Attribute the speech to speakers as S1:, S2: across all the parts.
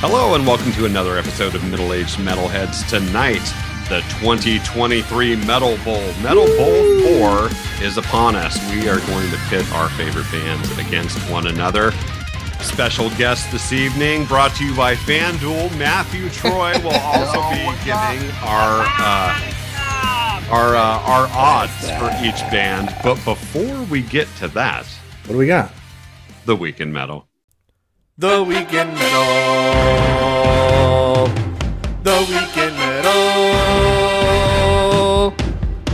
S1: Hello, and welcome to another episode of Middle Aged Metalheads. Tonight, the 2023 Metal Bowl. Metal Bowl 4 is upon us. We are going to pit our favorite bands against one another. Special guest this evening, brought to you by FanDuel, Matthew Troy will also be giving our. Uh, our, uh, our odds for each band. But before we get to that,
S2: What do we got?
S1: the weekend metal.
S3: The Weekend Metal. The Weekend Metal.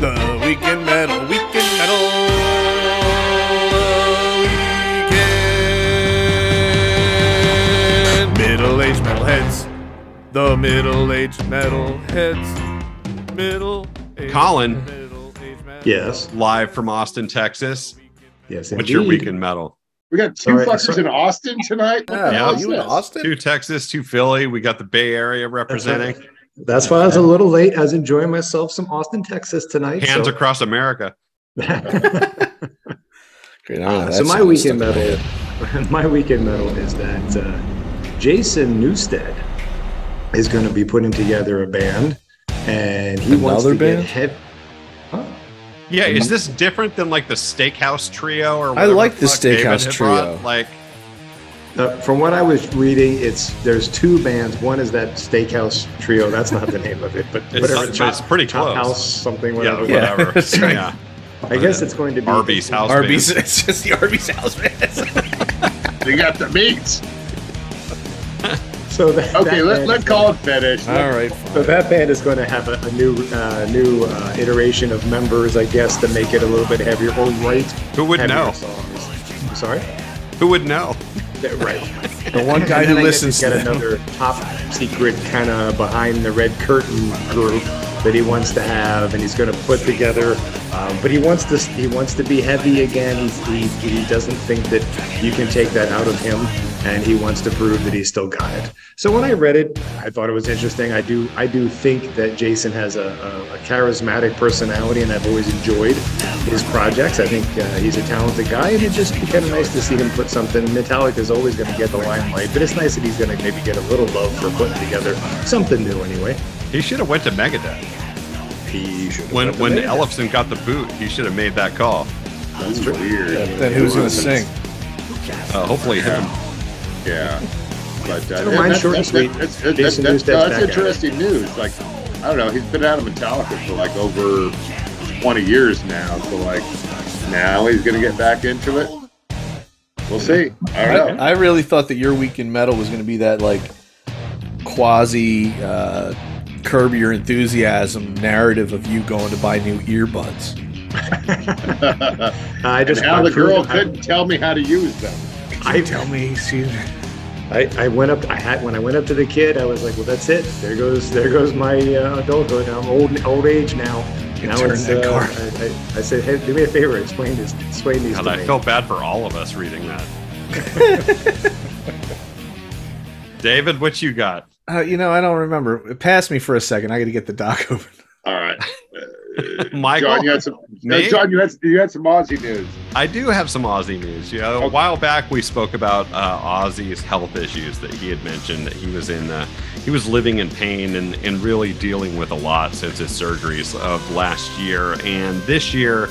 S3: The Weekend Metal. Weekend Metal. The Weekend. Middle aged metalheads. The middle aged metalheads. Middle.
S1: Colin.
S2: Yes.
S1: Live from Austin, Texas.
S2: Yes.
S1: What's your
S2: indeed.
S1: weekend metal?
S4: We got two
S2: Sorry,
S4: fuckers
S2: sorry.
S4: in Austin tonight.
S2: Oh,
S4: What the
S3: Yeah,
S4: hell is
S3: you in
S4: this?
S3: Austin?
S1: Two Texas, two Philly. We got the Bay Area representing.
S5: That's why I was a little late. I was enjoying myself some Austin, Texas tonight.
S1: Hands
S5: so.
S1: across America.
S2: Great, Ah, I don't know, that
S5: so my
S2: song
S5: weekend
S2: stuck in my
S5: metal,
S2: head.
S5: my weekend metal is that uh, Jason Newstead is going to be putting together a band, and he wants
S2: Another
S5: to
S2: band?
S5: get head. Huh?
S1: Yeah, is this different than like the Steakhouse Trio or?
S2: I
S1: whatever
S2: like the
S1: fuck David
S2: Steakhouse
S1: had brought?
S2: Trio.
S1: Like,
S5: Uh, from what I was reading, it's there's two bands. One is that Steakhouse Trio. That's not the name of it, but
S1: It's
S5: whatever.
S1: not- it's pretty
S5: Chop
S1: close.
S5: House something.
S1: yeah,
S5: Whatever.
S2: Yeah,
S1: whatever.
S2: that's right.
S1: Yeah,
S5: I guess it's going to be
S1: Arby's house.
S2: Arby's.
S1: band.
S2: It's just the Arby's house band.
S4: They got the meats.
S5: So that,
S4: Okay,
S5: that
S4: let,
S5: band
S4: let
S5: is-
S4: call it fetish.
S2: All right.
S5: So that band is going to have a, a new, uh, new uh, iteration of members, I guess, to make it a little bit heavier or write
S1: Who would
S5: heavier
S1: know?
S5: songs. I'm sorry,
S1: Who would know?
S5: That- right.
S2: The one guy
S5: And
S2: who
S5: then I guess
S2: listens
S5: he's
S2: to
S5: got
S2: them.
S5: another top secret kind of behind the red curtain group that he wants to have, and he's going to put together. Um, but he wants to he wants to be heavy again. He's, he he doesn't think that you can take that out of him, and he wants to prove that he's still got it. So when I read it, I thought it was interesting. I do I do think that Jason has a, a, a charismatic personality, and I've always enjoyed his projects. I think uh, he's a talented guy, and it just be kind of nice to see him put something. Metallica is always going to get the limelight, but it's nice that he's going to maybe get a little love for putting together something new anyway.
S1: He should have went to Megadeth
S5: He should have
S1: when
S5: put the
S1: when
S5: band.
S1: Ellefson got the boot. He should have made that call.
S4: That's weird.
S2: Then who's going to sing?
S1: Uh, hopefully, him.
S4: Yeah. But uh,
S5: So mine's
S4: that-
S5: short and
S4: that-
S5: sweet.
S4: That's, that's, that's,
S5: Jason
S4: that's,
S5: Newsted's
S4: no,
S5: back
S4: that's
S5: at it.
S4: interesting news. Like, I don't know. He's been out of Metallica for like over 20 years now. So, like, now he's going to get back into it. We'll see. I don't know.
S2: I really thought that your weekend metal was going to be that like quasi uh, curb your enthusiasm narrative of you going to buy new earbuds.
S5: I
S4: And
S5: just
S4: how
S5: I
S4: the girl
S5: proved- I-
S4: couldn't tell me how to use them.
S5: I
S2: Tell me, see,
S5: I, I went up. I had when I went up to the kid. I was like, "Well, that's it. There goes there goes my uh, adulthood. I'm old old age now."
S2: You
S5: now
S2: turned
S5: it's, uh,
S2: that card.
S5: I, I, I said, "Hey, do me a favor. Explain this. Explain these
S1: God,
S5: to
S1: I
S5: me."
S1: felt bad for all of us reading that. David, what you got?
S2: uh, you know, I don't remember. Pass me for a second. I got to get the doc open.
S4: All right.
S1: Michael,
S4: John, you had some, no,
S1: Me?
S4: John, you had, you had some Aussie news.
S1: I do have some Aussie news. You know, a while back we spoke about uh, Ozzy's health issues that he had mentioned that he was in, uh, he was living in pain and, and really dealing with a lot since his surgeries of last year and this year.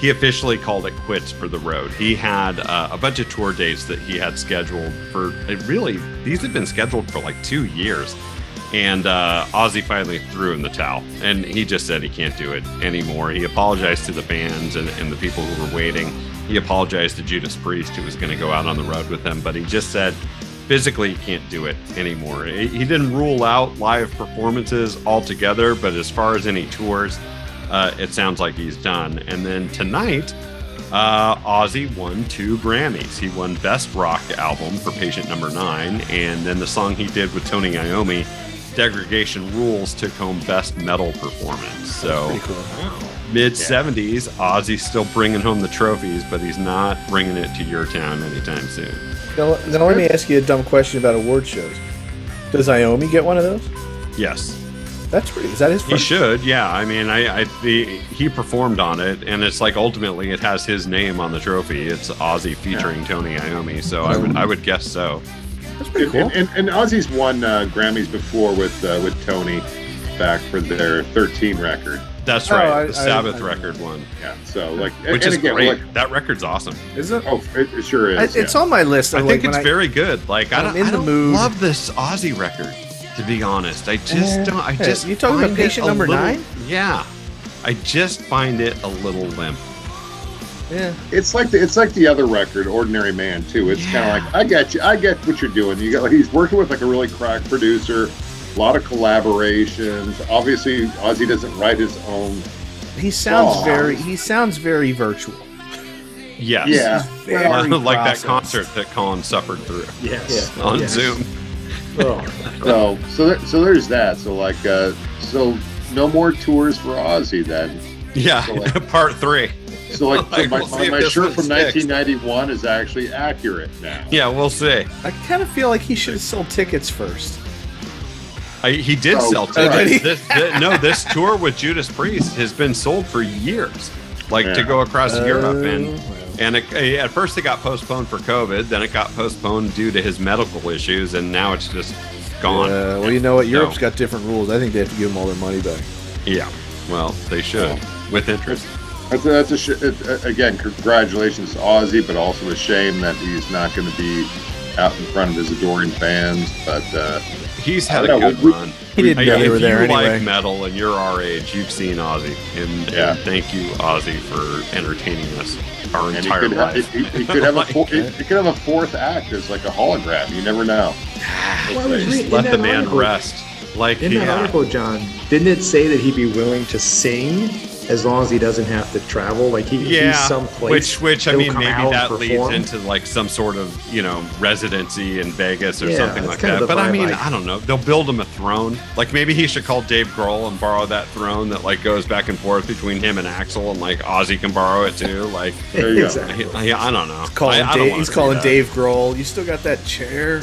S1: He officially called it quits for the road. He had uh, a bunch of tour dates that he had scheduled for. It really, these had been scheduled for like two years, and uh, Ozzy finally threw in the towel, and he just said he can't do it anymore. He apologized to the bands and, and the people who were waiting. He apologized to Judas Priest, who was going to go out on the road with him, but he just said physically he can't do it anymore. He he didn't rule out live performances altogether, but as far as any tours, uh, it sounds like he's done. And then tonight, uh, Ozzy won two Grammys. He won Best Rock Album for Patient Number Nine, and then the song he did with Tony Iommi, "Degradation Rules," took home Best Metal Performance. So
S2: Pretty cool.
S1: mid '70s, Ozzy's still bringing home the trophies, but he's not bringing it to your town anytime soon.
S2: Now, now let me ask you a dumb question about award shows. Does Iomi get one of those?
S1: Yes,
S2: That's pretty. Is that his
S1: he
S2: first?
S1: should. Yeah, I mean, I, I the, he performed on it, and it's like ultimately it has his name on the trophy. It's Ozzy featuring Tony Iommi, so I would I would guess so.
S2: That's pretty cool.
S4: And, and, and Ozzy's won uh, Grammys before with uh, with Tony back for their 13 record.
S1: That's
S3: Oh,
S1: right.
S3: I-
S1: the
S3: I-
S1: Sabbath
S3: I-
S1: record one,
S4: Yeah, so like, and-
S1: which is
S4: and again,
S1: great.
S4: like-
S1: that record's awesome.
S3: Is it?
S4: oh, it, it sure
S2: I,
S4: is.
S2: it's
S4: yeah.
S2: on my list.
S1: I
S2: like,
S1: think
S2: when
S1: it's very good. Like I
S2: I'm
S1: don't,
S2: in
S1: I
S2: the
S1: don't
S2: mood.
S1: love this Aussie record, to be honest. I just
S2: Eh,
S1: don't. I
S2: hey,
S1: just
S2: you talking about
S1: find it
S2: patient
S1: a
S2: number
S1: little-
S2: nine?
S1: Yeah, I just find it a little limp.
S2: Yeah.
S4: It's like the it's like the other record, Ordinary Man, too. It's
S1: Yeah.
S4: kind of like I get you, I get what you're doing. You got like, he's working with like a really crack producer, a lot of collaborations. Obviously, Ozzy doesn't write his own.
S2: He sounds
S4: Aw.
S2: very. He sounds very virtual.
S1: Yes.
S4: Yeah,
S2: very
S4: Well,
S1: like that
S2: processed.
S1: concert that Colin suffered through
S5: Yes.
S1: on
S5: yes.
S1: Zoom.
S5: Oh,
S4: so so there, so there's that. So like uh, so no more tours for Ozzy then.
S1: Yeah,
S4: So, like-
S1: part three.
S4: So like, so
S1: Like,
S4: my,
S1: we'll see
S4: my,
S1: if
S4: my
S1: this
S4: shirt from
S1: one sticks.
S4: 1991 is actually accurate now.
S1: Yeah, we'll see.
S2: I kind of feel like he should have sold tickets first.
S1: I, he did
S4: Oh,
S1: sell
S4: did
S2: he?
S1: tickets. This, thi- no, this tour with Judas Priest has been sold for years, like to
S4: Yeah.
S1: go across Europe, and
S2: Oh, well.
S1: and it, eh, at first it got postponed for COVID, then it got postponed due to his medical issues, and now it's just gone.
S2: Uh, well, you know what?
S1: So-
S2: Europe's got different rules. I think they have to give them all their money back.
S1: yeah, well, they should with interest.
S4: That's a, that's a sh- it, uh, again, congratulations to Ozzy, but also a shame that he's not going to be out in front of his adoring fans. But uh,
S1: He's had
S4: I
S1: a
S4: don't know,
S1: good
S4: we-
S1: run.
S2: He didn't
S1: Hey,
S2: know they
S1: if
S2: were there
S1: you
S2: anyway.
S1: like metal and you're our age, you've seen Ozzy, and,
S4: Yeah.
S1: and thank you, Ozzy, for entertaining us our
S4: and he
S1: entire
S4: could, have,
S1: life.
S4: he, he- he could have a
S1: Like,
S4: four, he, he could have a fourth act as like a hologram. You never know.
S5: Well, I was
S1: just
S5: reading
S1: let
S5: that
S1: the man
S5: article-
S1: rest. Like
S5: In that
S1: yeah.
S5: article, John, didn't it say that he'd be willing to sing as long as he doesn't have to travel? Like he, he's
S1: yeah,
S5: someplace.
S1: which which I
S5: he'll
S1: mean
S5: come
S1: maybe
S5: out and
S1: that leads
S5: perform.
S1: into like some sort of you know residency in Vegas or
S5: Yeah,
S1: something
S5: that's
S1: like
S5: kind of
S1: that.
S5: the
S1: But I
S5: vibe
S1: mean
S5: I-
S1: I don't know. They'll build him a throne. Like maybe he should call Dave Grohl and borrow that throne that like goes back and forth between him and Axel, and like Ozzy can borrow it too. Like
S4: There you go.
S5: exactly.
S1: I, I don't know.
S2: Calling
S1: I, I don't
S2: Dave,
S1: wanna
S2: he's
S1: see
S2: calling
S1: that.
S2: Dave Grohl. You still got that chair?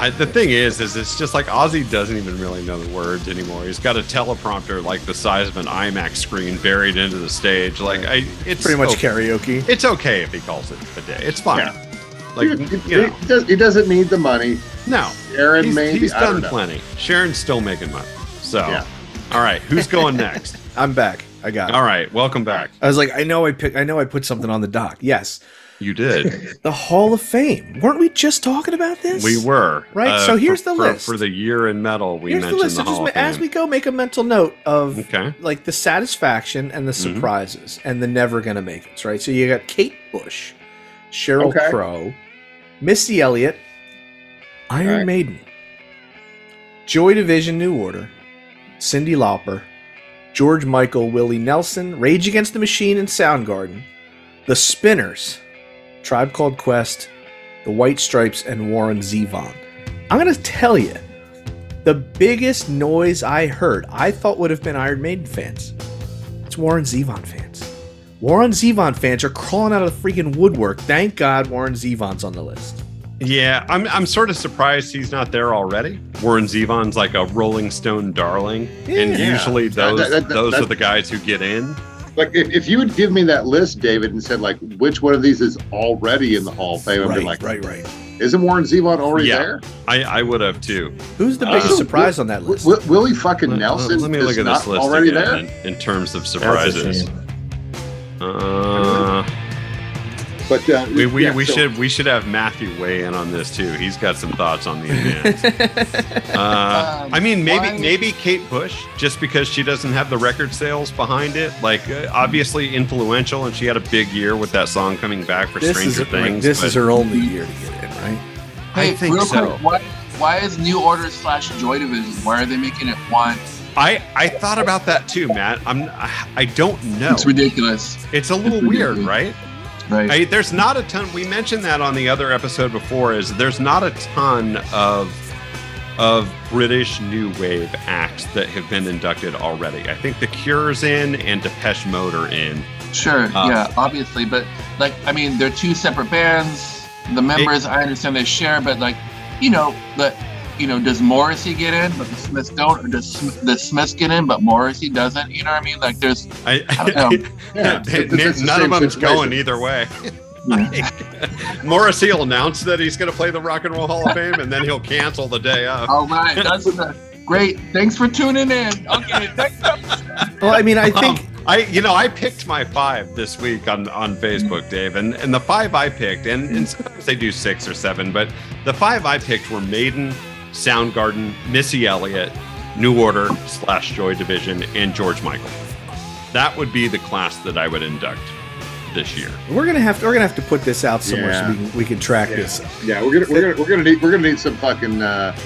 S1: I, the thing is, is it's just like Ozzy doesn't even really know the words anymore. He's got a teleprompter like the size of an IMAX screen buried into the stage. Like I, it's
S2: Pretty much
S1: okay.
S2: karaoke.
S1: It's okay if he calls it a day. It's fine.
S4: Yeah.
S1: Like
S4: he, he-
S1: you know,
S4: he does, he doesn't need the money.
S1: no,
S4: Sharon
S1: he's,
S4: maybe
S1: he's
S4: I don't
S1: done
S4: know.
S1: plenty. Sharon's still making money. So,
S4: Yeah.
S1: all right, who's going next?
S2: I'm back. I got it.
S1: all right, welcome back.
S2: I was like, I know I pick. I know I put something on the dock. Yes,
S1: You did.
S2: the Hall of Fame. Weren't we just talking about this?
S1: we were uh,
S2: Right, so here's
S1: for,
S2: the
S1: for,
S2: list.
S1: for the year in metal. We
S2: Here's the
S1: mentioned the,
S2: list. So just
S1: Hall
S2: ma-
S1: of
S2: as
S1: Fame.
S2: we go, make a mental note of
S1: Okay. Mm-hmm.
S2: like the satisfaction and the surprises and the never gonna make it. Right. So you got Kate Bush, Cheryl
S4: Okay.
S2: Crow, Missy Elliott, Iron
S4: Alright.
S2: Maiden, Joy Division, New Order, Cindy Lauper, George Michael, Willie Nelson, Rage Against the Machine, and Soundgarden, The Spinners, Tribe Called Quest, The White Stripes, and Warren Zevon. I'm gonna tell you, the biggest noise I heard, I thought would have been Iron Maiden fans. It's Warren Zevon fans. Warren Zevon fans are crawling out of the freaking woodwork. Thank God Warren Zevon's on the list.
S1: Yeah, I'm I'm sort of surprised he's not there already. Warren Zevon's like a Rolling Stone darling, and
S4: Yeah.
S1: usually
S4: That-
S1: those
S4: that- that-
S1: those are
S4: that-
S1: the guys who get in.
S4: Like if, if you would give me that list, David, and said like which one of these is already in the Hall of Fame, I'd be like,
S2: right, right.
S4: isn't Warren Zevon already
S1: Yeah.
S4: there?
S1: I I would have too.
S2: Who's the
S1: Uh,
S2: biggest
S1: so
S2: surprise on that
S4: W-
S2: list?
S4: w- Willie fucking
S1: Let-
S4: Nelson
S1: Let me
S4: is
S1: look at
S4: not
S1: this list
S4: already
S1: again
S4: there.
S1: In, in terms of
S5: That's a
S1: surprises.
S5: shame.
S1: Uh,
S4: But uh,
S1: we we,
S4: yeah,
S1: we
S4: so-
S1: should we should have Matthew weigh in on this too. He's got some thoughts on the advance. uh, I mean, maybe
S4: why-
S1: maybe Kate Bush, just because she doesn't have the record sales behind it. Like uh, obviously influential, and she had a big year with that song coming back for
S2: This is
S1: Stranger Things.
S2: this
S1: but
S2: is her only year to get in, right?
S1: I think
S6: real
S1: so.
S6: Quick, why, why is New Order slash Joy Division? Why are they making it one?
S1: I I thought about that too, Matt. I'm I- I don't know.
S6: It's ridiculous,
S1: It's a little
S6: it's
S1: weird,
S6: ridiculous.
S1: right?
S6: right?
S1: I, there's not a ton. We mentioned that on the other episode before. Is there's not a ton of of British new wave acts that have been inducted already. I think The Cure's in and Depeche Mode are in.
S6: sure,
S1: Uh,
S6: yeah, obviously, but like, I mean, they're two separate bands. The members, I understand they share, but like, you know, the, you know, does Morrissey get in, but the Smiths don't, or does Sm- the Smiths get in, but Morrissey doesn't? You know what I mean? Like, there's
S1: I,
S6: I don't know.
S4: Yeah,
S1: They-
S4: it's- it's the
S1: none of
S4: same
S1: them's going
S4: situation.
S1: either way. Like, Morrissey will announce that he's going to play the Rock and Roll Hall of Fame, and then he'll cancel the day of.
S6: All right, that's the, great. Thanks for tuning in. Okay, next up.
S2: Well, I mean, I think
S1: Um, I, you know, I picked my five this week on on Facebook, Dave, and and the five I picked, and, and sometimes they do six or seven, but the five I picked were Maiden, Soundgarden, Missy Elliott, New Order slash Joy Division, and George Michael. That would be the class that I would induct this year.
S2: we're gonna have to, we're gonna have to put this out somewhere
S4: Yeah.
S2: so we can, we can track
S4: Yeah.
S2: this.
S4: Yeah, we're gonna we're gonna we're gonna need we're gonna need some fucking uh,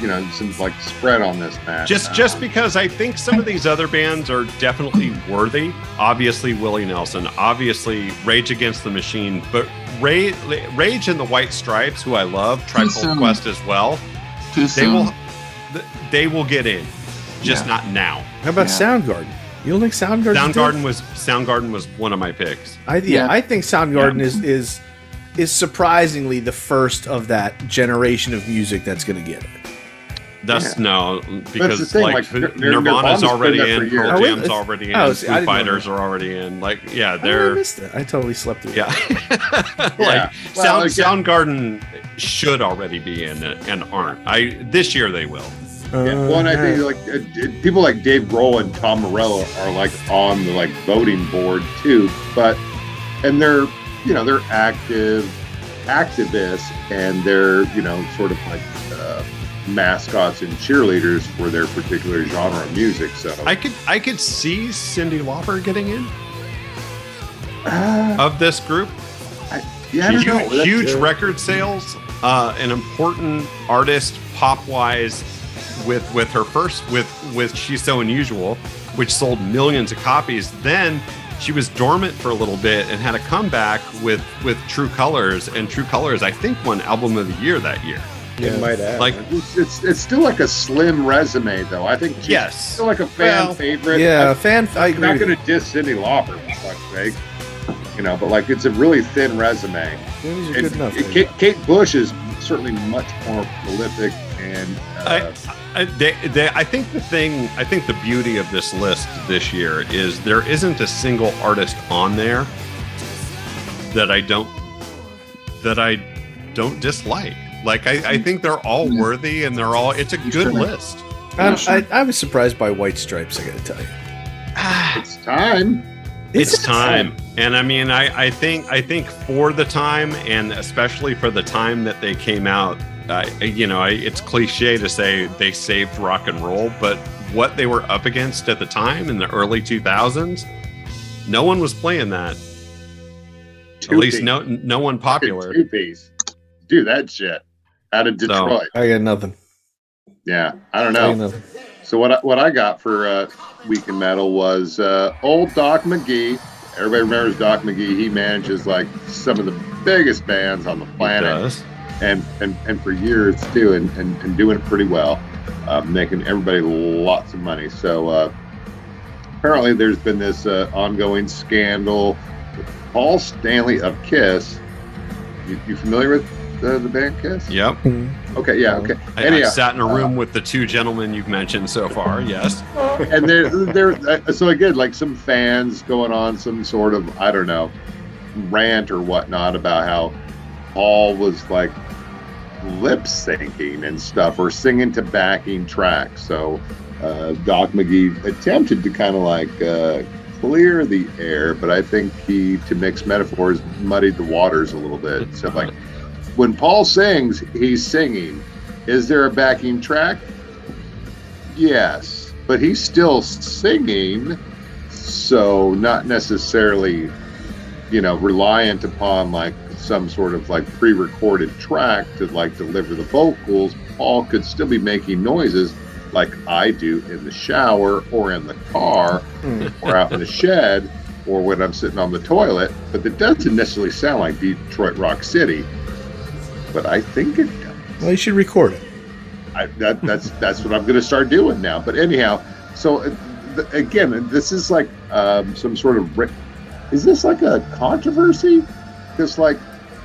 S4: you know some like spread on this Matt.
S1: Just
S4: Uh,
S1: just because I think some of these other bands are definitely worthy. Obviously Willie Nelson, obviously Rage Against the Machine, but Rage, Rage and the White Stripes, who I love, Tribal
S6: soon.
S1: Quest as well.
S6: Too
S1: They
S6: soon.
S1: will th- they will get in, just
S6: Yeah.
S1: not now.
S2: How about
S6: Yeah.
S2: Soundgarden? You don't think Soundgarden?
S1: Soundgarden was Soundgarden was one of my picks.
S2: I yeah,
S6: Yeah.
S2: I think Soundgarden is is is surprisingly the first of that generation of music that's gonna get it.
S1: That's no
S4: the
S1: because
S4: thing,
S1: like,
S4: like, Nir- Nir-
S1: Nirvana's
S4: Nirvana's been
S1: already
S4: there for
S1: in,
S4: years.
S1: Pearl
S2: Oh, wait,
S1: Jam's
S2: it's-
S1: already in,
S2: oh,
S1: Foo
S2: see, I didn't know
S1: Fighters
S2: that.
S1: are already in. Like yeah,
S2: Oh, I, really
S1: they're
S2: missed it. I totally slept through. it.
S1: Yeah. like
S4: Yeah. Well,
S1: Sound, Soundgarden should already be in it and aren't. I this year they will.
S2: Uh,
S4: Yeah, well, and I think like uh, uh, people like Dave Grohl and Tom Morello are like on the like voting board too, but and they're you know they're active activists and they're you know sort of like uh, mascots and cheerleaders for their particular genre of music. So
S1: I could I could see Cindy Lauper getting in
S4: uh,
S1: of this group.
S4: yeah, I don't
S1: huge
S4: know. That's-
S1: huge
S4: uh,
S1: record sales, uh, an important artist pop wise with with her first with with She's So Unusual, which sold millions of copies. Then she was dormant for a little bit and had a comeback with with True Colors and True Colors I think won album of the year that year.
S5: It might have.
S1: Like
S4: It's, it's it's still like a slim resume though. I think she's
S1: Yes.
S4: still like a fan
S1: Well,
S4: favorite.
S2: yeah,
S4: I
S2: fan. I
S4: I'm
S2: agree.
S4: not
S2: with you.
S4: going to diss Cindy Lauper, for fuck's sake. You know, but like it's a really thin resume.
S2: Movies are
S4: And
S2: good enough.
S4: Kate, Kate Bush is certainly much more prolific and. Uh,
S1: I, I, they, they, I think the thing, I think the beauty of this list this year is there isn't a single artist on there that I don't that I don't dislike. Like I, I think they're all worthy and they're all. It's a good list.
S2: I'm, Um, I, I was surprised by White Stripes. I gotta tell you,
S4: it's time.
S1: It's time, and I mean, I, I think, I think for the time, and especially for the time that they came out, I, you know, I, it's cliche to say they saved rock and roll, but what they were up against at the time in the early 2000s, no one was playing that. At least, no, no one popular.
S4: Two piece. Do that shit out of Detroit.
S2: I got nothing.
S4: Yeah, I don't
S2: I got
S4: know.
S2: nothing.
S4: So what I, what I got for uh, Week in Metal was uh, old Doc McGee. Everybody remembers Doc McGee. He manages like some of the biggest bands on the planet.
S1: does.
S4: and and, and for years too, and, and, and doing it pretty well, uh, making everybody lots of money. So uh, apparently, there's been this uh, ongoing scandal. with Paul Stanley of Kiss. You, you familiar with the, the band Kiss?
S1: Yep.
S4: Okay, yeah, okay.
S1: I, I
S4: Anyhow.
S1: sat in a room with the two gentlemen you've mentioned so far. Yes.
S4: and there, there. Uh, so again, like some fans going on some sort of I don't know rant or whatnot about how Paul was like lip syncing and stuff or singing to backing tracks. So uh, Doc McGee attempted to kind of like uh, clear the air, but I think he, to mix metaphors, muddied the waters a little bit. So like when Paul sings, he's singing. Is there a backing track? Yes, but he's still singing, so not necessarily, you know, reliant upon like some sort of like pre-recorded track to like deliver the vocals. Paul could still be making noises like I do in the shower or in the car
S2: Mm.
S4: or out in the shed or when I'm sitting on the toilet, but it doesn't necessarily sound like Detroit Rock City. But I think it does.
S2: Well, you should record it.
S4: I, that, that's that's what I'm going to start doing now. But anyhow, so uh, th- again, this is like um, some sort of. Ri- is this like a controversy? Because like,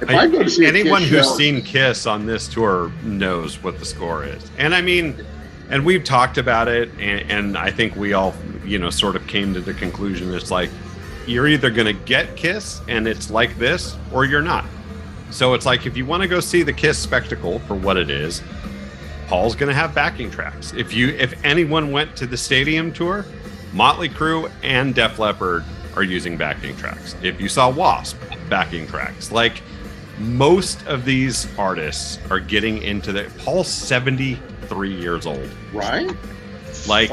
S4: if I, go to see a
S1: anyone
S4: Kiss
S1: who's
S4: show-
S1: seen Kiss on this tour knows what the score is, and I mean, and we've talked about it, and, and I think we all, you know, sort of came to the conclusion it's like you're either going to get Kiss and it's like this, or you're not. So it's like if you want to go see the Kiss spectacle for what it is, Paul's going to have backing tracks. If you if anyone went to the stadium tour, Motley Crue and Def Leppard are using backing tracks. If you saw Wasp, backing tracks. Like most of these artists are getting into the Paul's 73 years old.
S4: right?
S1: Like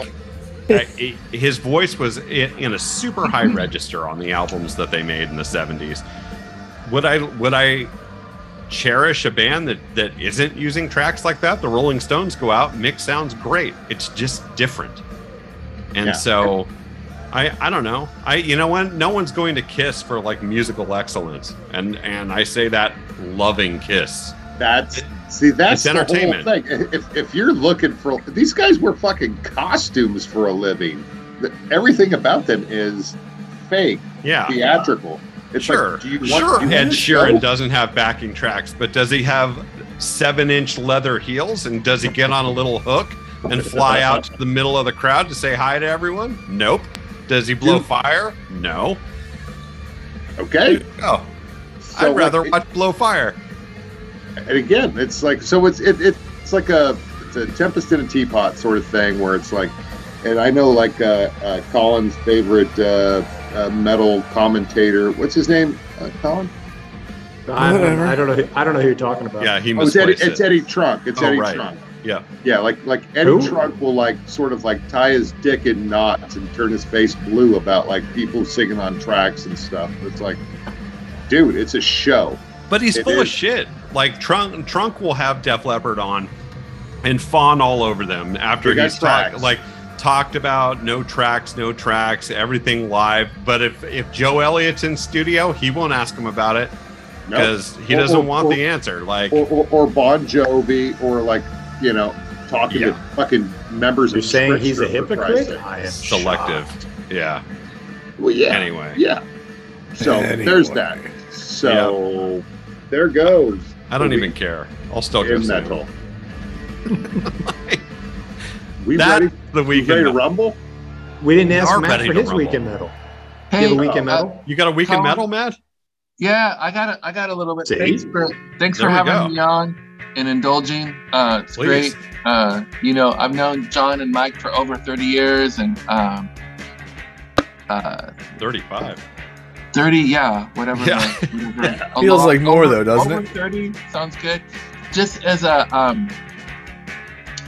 S1: I- I- his voice was i- in a super high register on the albums that they made in the 70s. Would I would I cherish a band that that isn't using tracks like that? The Rolling Stones go out, mix sounds great. It's just different. And
S4: Yeah.
S1: so I I don't know. I you know what? No one's going to kiss for like musical excellence. And and I say that loving kiss.
S4: That's see,
S1: It's
S4: that's
S1: entertainment.
S4: The whole thing. If, if you're looking for these guys wear fucking costumes for a living. The- Everything about them is fake,
S1: Yeah.
S4: theatrical. It's
S1: Uh, sure,
S4: like, do you want,
S1: sure.
S4: do you
S1: Ed
S4: want to
S1: Sheeran
S4: go?
S1: doesn't have backing tracks, but does he have seven-inch leather heels? And does he get on a little hook and fly out to the middle of the crowd to say hi to everyone? Nope. Does he blow
S4: Dude.
S1: fire? No.
S4: Okay,
S1: Oh,
S4: so
S1: I'd rather
S4: like,
S1: watch blow fire.
S4: and again, it's like so. It's it, it it's like a it's a tempest in a teapot sort of thing where it's like, and I know like uh, uh, Colin's favorite uh, uh, metal commentator. What's his name? Uh, Colin?
S5: I don't,
S2: Whatever.
S5: I don't know. Who, I don't know who you're talking about.
S1: Yeah, he
S4: Oh, it's Eddie,
S1: misplaced
S4: it's
S1: it.
S4: Eddie Trunk. It's
S1: Oh,
S4: Eddie
S1: right.
S4: Trunk.
S1: Yeah.
S4: Yeah, like like Eddie
S5: Who?
S4: Trunk will like sort of like tie his dick in knots and turn his face blue about like people singing on tracks and stuff. It's like, dude, it's a show.
S1: But he's
S4: It
S1: full of
S4: is.
S1: shit. Like Trunk, Trunk will have Def Leppard on and fawn all over them after
S4: They got
S1: he's talked
S4: tracks.
S1: like talked about no tracks, no tracks, everything live. But if if Joe Elliott's in studio, he won't ask him about it
S4: No.
S1: because he
S4: Or-
S1: doesn't
S4: or-
S1: want
S4: or-
S1: the answer. Like
S4: Or, or or Bon Jovi or like you know talking to fucking members.
S5: You're
S4: of
S5: saying he's a
S4: Scripture, for Christ's
S5: hypocrite?
S4: sake.
S5: I am
S1: selective. Yeah.
S4: Well, yeah,
S1: Anyway.
S4: yeah. So there's that. So there goes
S1: I don't
S4: We-
S1: even care. I'll still go
S4: in
S1: see
S4: that
S1: him.
S4: hole. we
S1: That's
S4: ready?
S1: the
S4: We ready to
S1: weekend.
S4: rumble?
S5: We didn't
S1: We
S5: ask
S1: are
S5: Matt
S1: ready
S5: for
S1: to
S5: his
S1: rumble.
S5: weekend medal. Do you
S6: Hey,
S5: have a weekend
S6: uh,
S5: medal?
S1: You got a weekend
S6: Colin-
S1: medal, Matt?
S6: Yeah, I got a, I got a little bit.
S5: See?
S6: Thanks for thanks
S1: There
S6: for
S1: we
S6: having
S1: go.
S6: me on and indulging. Uh, it's
S1: Please.
S6: great. Uh, you know, I've known John and Mike for over 30 years, and um, uh,
S1: 35.
S6: 30, yeah, whatever.
S1: Yeah.
S6: the- whatever. A
S2: Feels
S6: lot-
S2: like more,
S6: over-
S2: though, doesn't
S6: over
S2: it?
S6: 30 sounds good. Just as a um,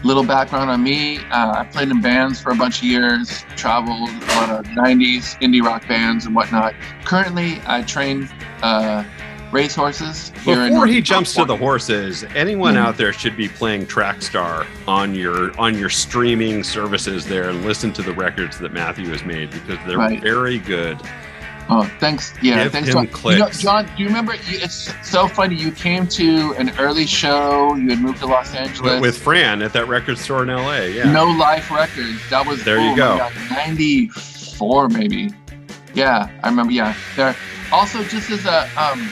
S6: little background on me, uh, I played in bands for a bunch of years, traveled a lot of 90s indie rock bands and whatnot. Currently, I train uh, racehorses here in
S1: Before he
S6: Northern
S1: jumps to the
S6: California.
S1: horses, anyone
S6: Mhm.
S1: out there should be playing Trackstar on your on your streaming services there and listen to the records that Matthew has made because they're
S6: Right.
S1: very good.
S6: Oh, thanks. Yeah,
S1: Give
S6: thanks,
S1: him
S6: John. You know,
S1: clicks.
S6: John, do you remember? You, it's so funny. You came to an early show. You had moved to Los Angeles
S1: With, with Fran at that record store in LA, yeah.
S6: No Life Records. That was
S1: There you
S6: oh my
S1: go.
S6: God, 94 maybe. Yeah, I remember. Yeah, there. Also, just as a, um,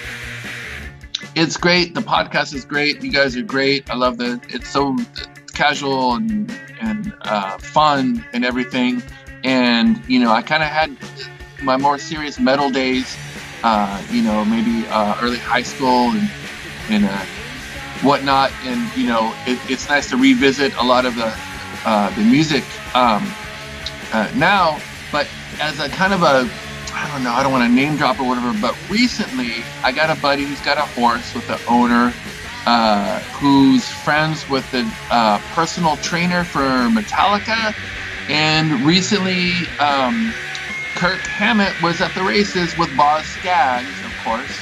S6: it's great. The podcast is great. You guys are great. I love that. It's so casual and and uh, fun and everything. And you know, I kind of had my more serious metal days. Uh, you know, maybe uh, early high school and and uh, whatnot. And you know, it, it's nice to revisit a lot of the uh, the music um, uh, now, but as a kind of a I don't know, I don't want to name drop or whatever, but recently I got a buddy who's got a horse with the owner uh, who's friends with the uh, personal trainer for Metallica. And recently, um, Kirk Hammett was at the races with Boz Skaggs, of course.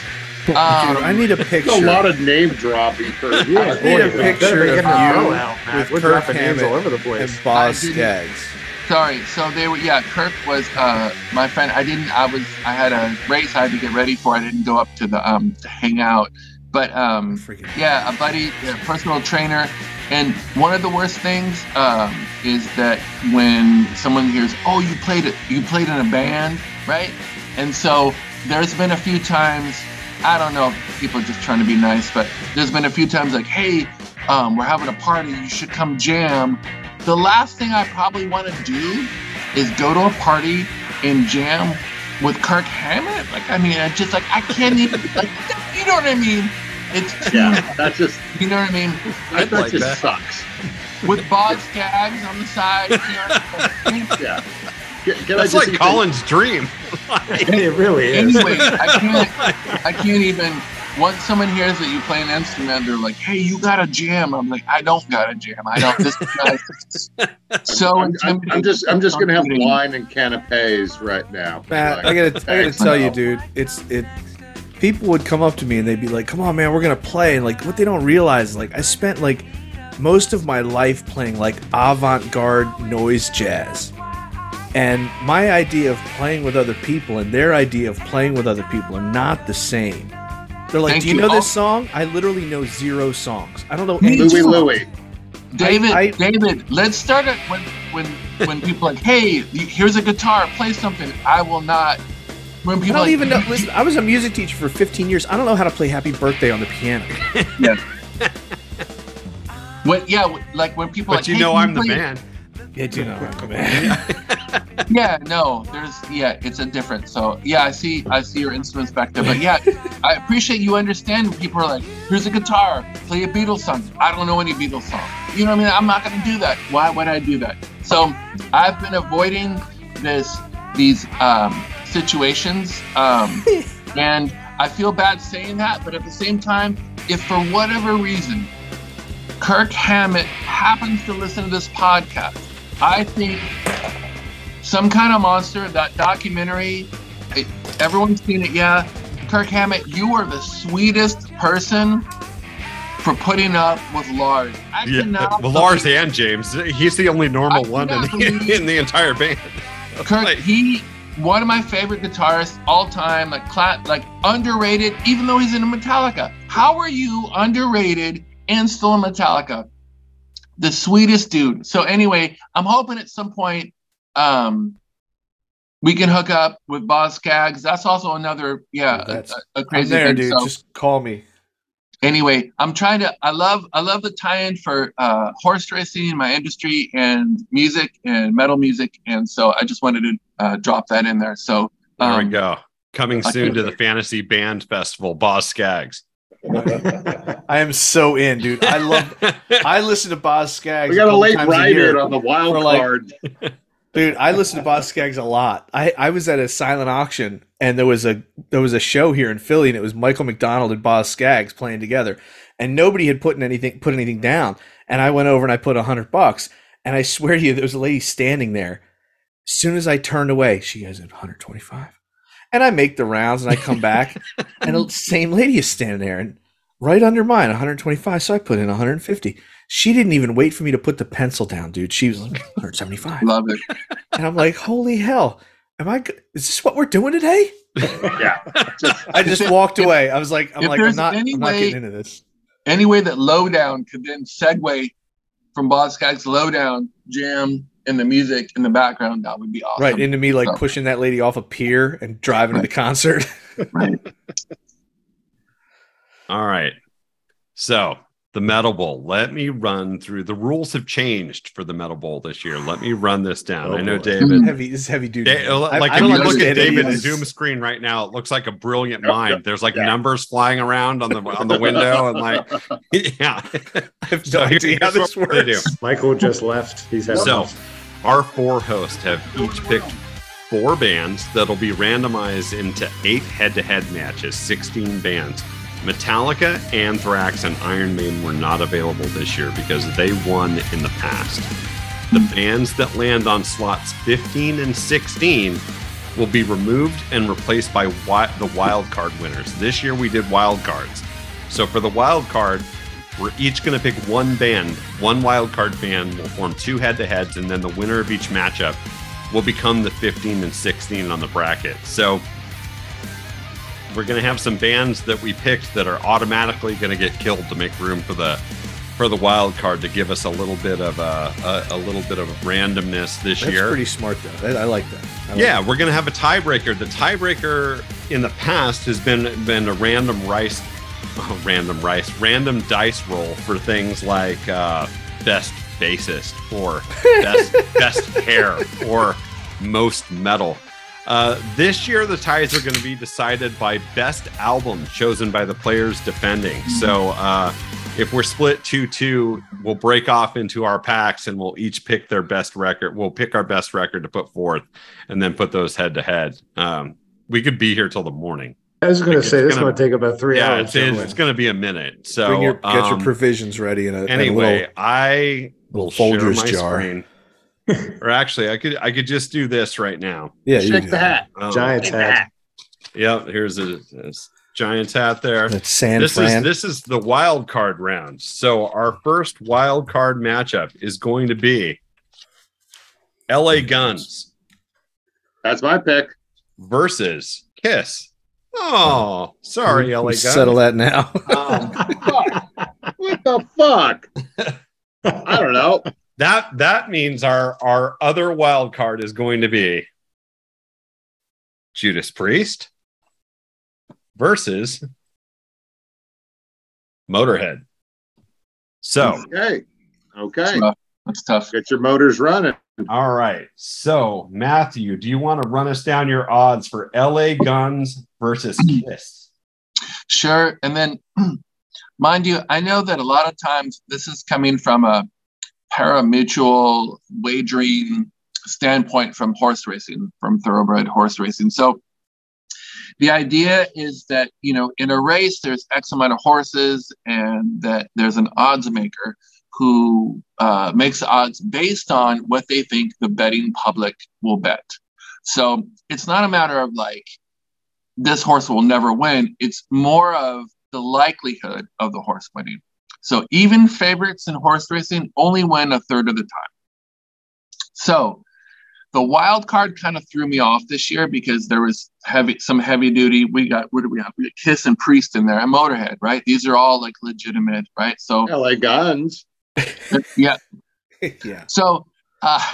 S6: Um,
S2: Dude, I need a picture.
S4: A lot of name dropping for
S5: Yeah,
S2: I need a
S5: boy,
S2: picture
S5: better
S2: of
S5: get our
S2: you
S5: roll out, Matt.
S2: with
S5: We're
S2: Kirk
S5: dropping names all
S2: Hammett
S5: over the place.
S2: and Boz
S6: I didn't-
S2: Skaggs.
S6: Sorry. So they were. Yeah, Kirk was uh, my friend. I didn't. I was. I had a race I had to get ready for. I didn't go up to the um to hang out. But um,
S2: Freaking
S6: yeah, a buddy, a personal trainer, and one of the worst things um, is that when someone hears, "Oh, you played it. You played in a band, right?" And so there's been a few times. I don't know if people are just trying to be nice, but there's been a few times like, "Hey, um, we're having a party. You should come jam." The last thing I probably want to do is go to a party and jam with Kirk Hammett. Like, I mean, I just like I can't even. Like, you know what I mean? It's too,
S4: Yeah, that just
S6: you know what I mean.
S4: that,
S1: like
S4: just
S1: that.
S4: sucks.
S6: With Boz Gags on the side. You know what I mean?
S4: Yeah. Can, can
S1: That's
S4: I just
S1: like
S4: even-
S1: Colin's dream.
S5: it really is.
S6: anyway, I can't. I can't even. Once someone hears that you play an instrument, they're like, "Hey, you got a jam?" I'm like, "I don't got a jam. I don't." This guy is
S4: I'm,
S6: so
S4: I'm-
S6: intimidating.
S4: I'm just I'm just gonna have
S6: Intimidating.
S4: wine and canapes right now.
S2: Matt, I
S4: Like,
S2: gotta, I gotta tell you, dude, it's it. People would come up to me and they'd be like, "Come on, man, we're gonna play." And like, what they don't realize, is, like, I spent like most of my life playing like avant-garde noise jazz, and my idea of playing with other people and their idea of playing with other people are not the same. They're like,
S6: Thank
S2: "Do you
S6: you.
S2: know this
S6: Oh.
S2: song?" I literally know zero songs. I don't know
S6: Me
S2: any
S4: Louis
S2: songs.
S4: Louis.
S6: David,
S2: I- I-
S6: David, let's start it when when when people like, hey, here's a guitar, play something. I will not. When
S2: I
S6: people
S2: don't
S6: like,
S2: even know. Listen, I was a music teacher for 15 years. I don't know how to play "Happy Birthday" on the piano.
S6: What? Yeah, like when people
S1: But
S6: like,
S1: you
S6: hey,
S1: know
S6: can
S1: I'm the
S6: play-
S1: man.
S2: Yeah, do know, man.
S6: Yeah, no, there's yeah, it's a different. So yeah, I see, I see your instruments back there, but yeah, I appreciate you understand. People are like, here's a guitar, play a Beatles song. I don't know any Beatles song. You know what I mean? I'm not gonna do that. Why would I do that? So I've been avoiding this these um, situations, um, and I feel bad saying that, but at the same time, if for whatever reason Kirk Hammett happens to listen to this podcast, I think some kind of monster. That documentary, it, everyone's seen it. Yeah, Kirk Hammett, you are the sweetest person for putting up with Lars. I
S1: Yeah.
S6: cannot
S1: Well, Lars
S6: believe-
S1: and James. He's the only normal
S6: I
S1: one in,
S6: cannot believe-
S1: in the entire band.
S6: Kirk,
S1: Like-
S6: he one of my favorite guitarists all time, like cla- like underrated, even though he's in Metallica. How are you underrated and still in Metallica? The sweetest dude. So anyway, I'm hoping at some point um we can hook up with Boss Skaggs. That's also another yeah, a-
S2: That's-
S6: a, a
S2: I'm
S6: crazy
S2: there,
S6: thing.
S2: dude.
S6: So-
S2: Just call me.
S6: anyway, I'm trying to. I love I love the tie-in for uh, horse racing in my industry and music and metal music, and so I just wanted to uh, drop that in there. So
S1: There
S6: um,
S1: we go. Coming
S6: I
S1: soon
S6: can't
S1: to the
S6: wait.
S1: Fantasy Band Festival, Boss Skaggs.
S2: I am so in, dude. I love. I listen to Boz Skaggs.
S4: We got a
S2: couple
S4: late
S2: times
S4: ride
S2: year.
S4: in on the wild
S2: for, like,
S4: card.
S2: dude. I listen to Boz Skaggs a lot. I I was at a silent auction and there was a there was a show here in Philly and it was Michael McDonald and Boz Skaggs playing together, and nobody had put in anything put anything down. And I went over and I put a hundred bucks, and I swear to you, there was a lady standing there. As soon as I turned away, she goes at 125. And I make the rounds and I come back, and the same lady is standing there and right under mine, 125. So I put in 150. She didn't even wait for me to put the pencil down, dude. She was like 175.
S6: love it.
S2: And I'm like, holy hell, am I? go- Is this what we're doing today? I just walked away. I was like, I'm
S6: If
S2: like, I'm
S6: there's
S2: not,
S6: any
S2: I'm not
S6: way-
S2: getting into this.
S6: Any way that Lowdown could then segue from Boss Skaggs Lowdown jam and the music in the background, that would be awesome.
S2: Right into me, like
S6: No.
S2: pushing that lady off a pier and driving to the concert.
S1: All right. So the Metal Bowl. Let me run through. The rules have changed for the Metal Bowl this year. Let me run this down.
S5: Oh,
S1: I know
S5: boy.
S1: David.
S2: heavy, this is heavy duty.
S1: Da-
S2: I-
S1: like
S2: I
S1: if
S2: don't
S1: you look at
S2: understand any of
S1: David and
S2: this.
S1: Zoom screen right now, it looks like a brilliant
S4: Yep,
S1: mind.
S4: yep,
S1: There's like
S4: yeah.
S1: numbers flying around on the on the window and like yeah.
S2: I have no idea how this
S1: what they do.
S2: works.
S5: Michael just left. He's having
S1: So, our four hosts have each picked four bands that'll be randomized into eight head to head matches, 16 bands. Metallica, Anthrax, and Iron Maiden were not available this year because they won in the past. The bands that land on slots 15 and 16 will be removed and replaced by wi- the wild card winners. This year we did wild cards. So for the wild card, we're each going to pick one band. One wild card band will form two head to heads, and then the winner of each matchup will become the 15 and 16 on the bracket. So we're going to have some bands that we picked that are automatically going to get killed to make room for the for the wild card to give us a little bit of uh, a, a little bit of randomness this
S2: That's
S1: year.
S2: pretty smart though. I, I like that. I like
S1: Yeah, we're gonna have a tiebreaker. The tiebreaker in the past has been been a random rice, random rice, random dice roll for things like uh, best bassist or best best hair or most metal. Uh, this year, the ties are going to be decided by best album chosen by the players defending. So uh, if we're split 2 2, we'll break off into our packs and we'll each pick their best record. We'll pick our best record to put forth and then put those head to head. Um, We could be here till the morning.
S5: I was going to
S1: It's
S5: say, this is
S1: gonna-
S5: going to take about three
S1: yeah,
S5: hours.
S1: it's, it's,
S5: gentlemen.
S1: going to be a minute. So
S2: Bring your, get your
S1: um,
S2: provisions ready and a, and a
S1: anyway,
S2: little-
S1: I
S2: little
S1: will share
S2: Folgers
S1: my
S2: jar.
S1: screen. or actually, I could I could just do this right now.
S2: yeah, you
S4: Shake
S2: do
S4: the
S2: that.
S4: hat.
S1: Um,
S5: Giants hat.
S1: Yep, here's a, this Giants hat there.
S2: That's San
S1: this
S2: Fran.
S1: is this is the wild card round. So our first wild card matchup is going to be L.A. Guns
S4: That's my pick.
S1: versus Kiss. Oh, sorry, L.A.
S2: We
S1: Guns.
S2: Mm-hmm. settle that now.
S1: Um,
S4: Fuck. what the fuck? I don't know.
S1: that that means our our other wild card is going to be Judas Priest versus Motorhead. So,
S4: Okay. Okay.
S6: That's tough.
S4: Get your motors running.
S1: all right. So, Matthew, do you want to run us down your odds for LA Guns versus Kiss?
S6: Sure. And then, mind you, I know that a lot of times this is coming from a paramutual wagering standpoint from horse racing, from thoroughbred horse racing. So the idea is that, you know, in a race, there's X amount of horses and that there's an odds maker who uh, makes odds based on what they think the betting public will bet. So it's not a matter of like, this horse will never win. It's more of the likelihood of the horse winning. So even favorites in horse racing only win a third of the time. So the wild card kind of threw me off this year because there was heavy some heavy duty. We got what do we have? We got Kiss and Priest in there and Motorhead, right? These are all like legitimate, right? So
S4: LA Guns.
S6: yeah,
S2: yeah.
S6: so, uh,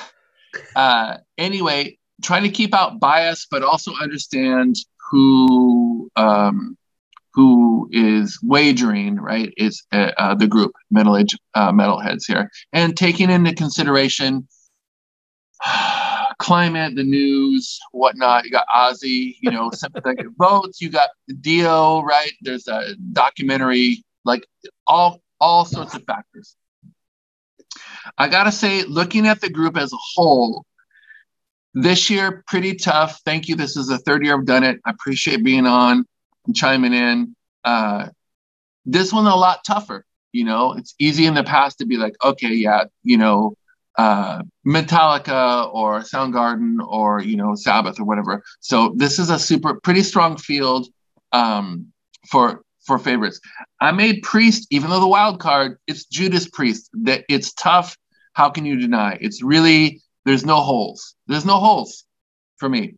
S6: uh, anyway, trying to keep out bias, but also understand who um, who is wagering, right? Is uh, uh, the group middle age uh, metalheads here, and taking into consideration climate, the news, whatnot. You got Ozzy, you know, sympathetic votes. You got Dio, right? There's a documentary, like all all sorts of factors. I gotta say, looking at the group as a whole, this year pretty tough. Thank you. This is the third year I've done it. I appreciate being on and chiming in. Uh, this one a lot tougher. You know, it's easy in the past to be like, okay, yeah, you know, uh, Metallica or Soundgarden or you know Sabbath or whatever. So this is a super pretty strong field um, for for favorites. I made Priest, even though the wild card, it's Judas Priest. That it's tough. How can you deny? It's really there's no holes. There's no holes for me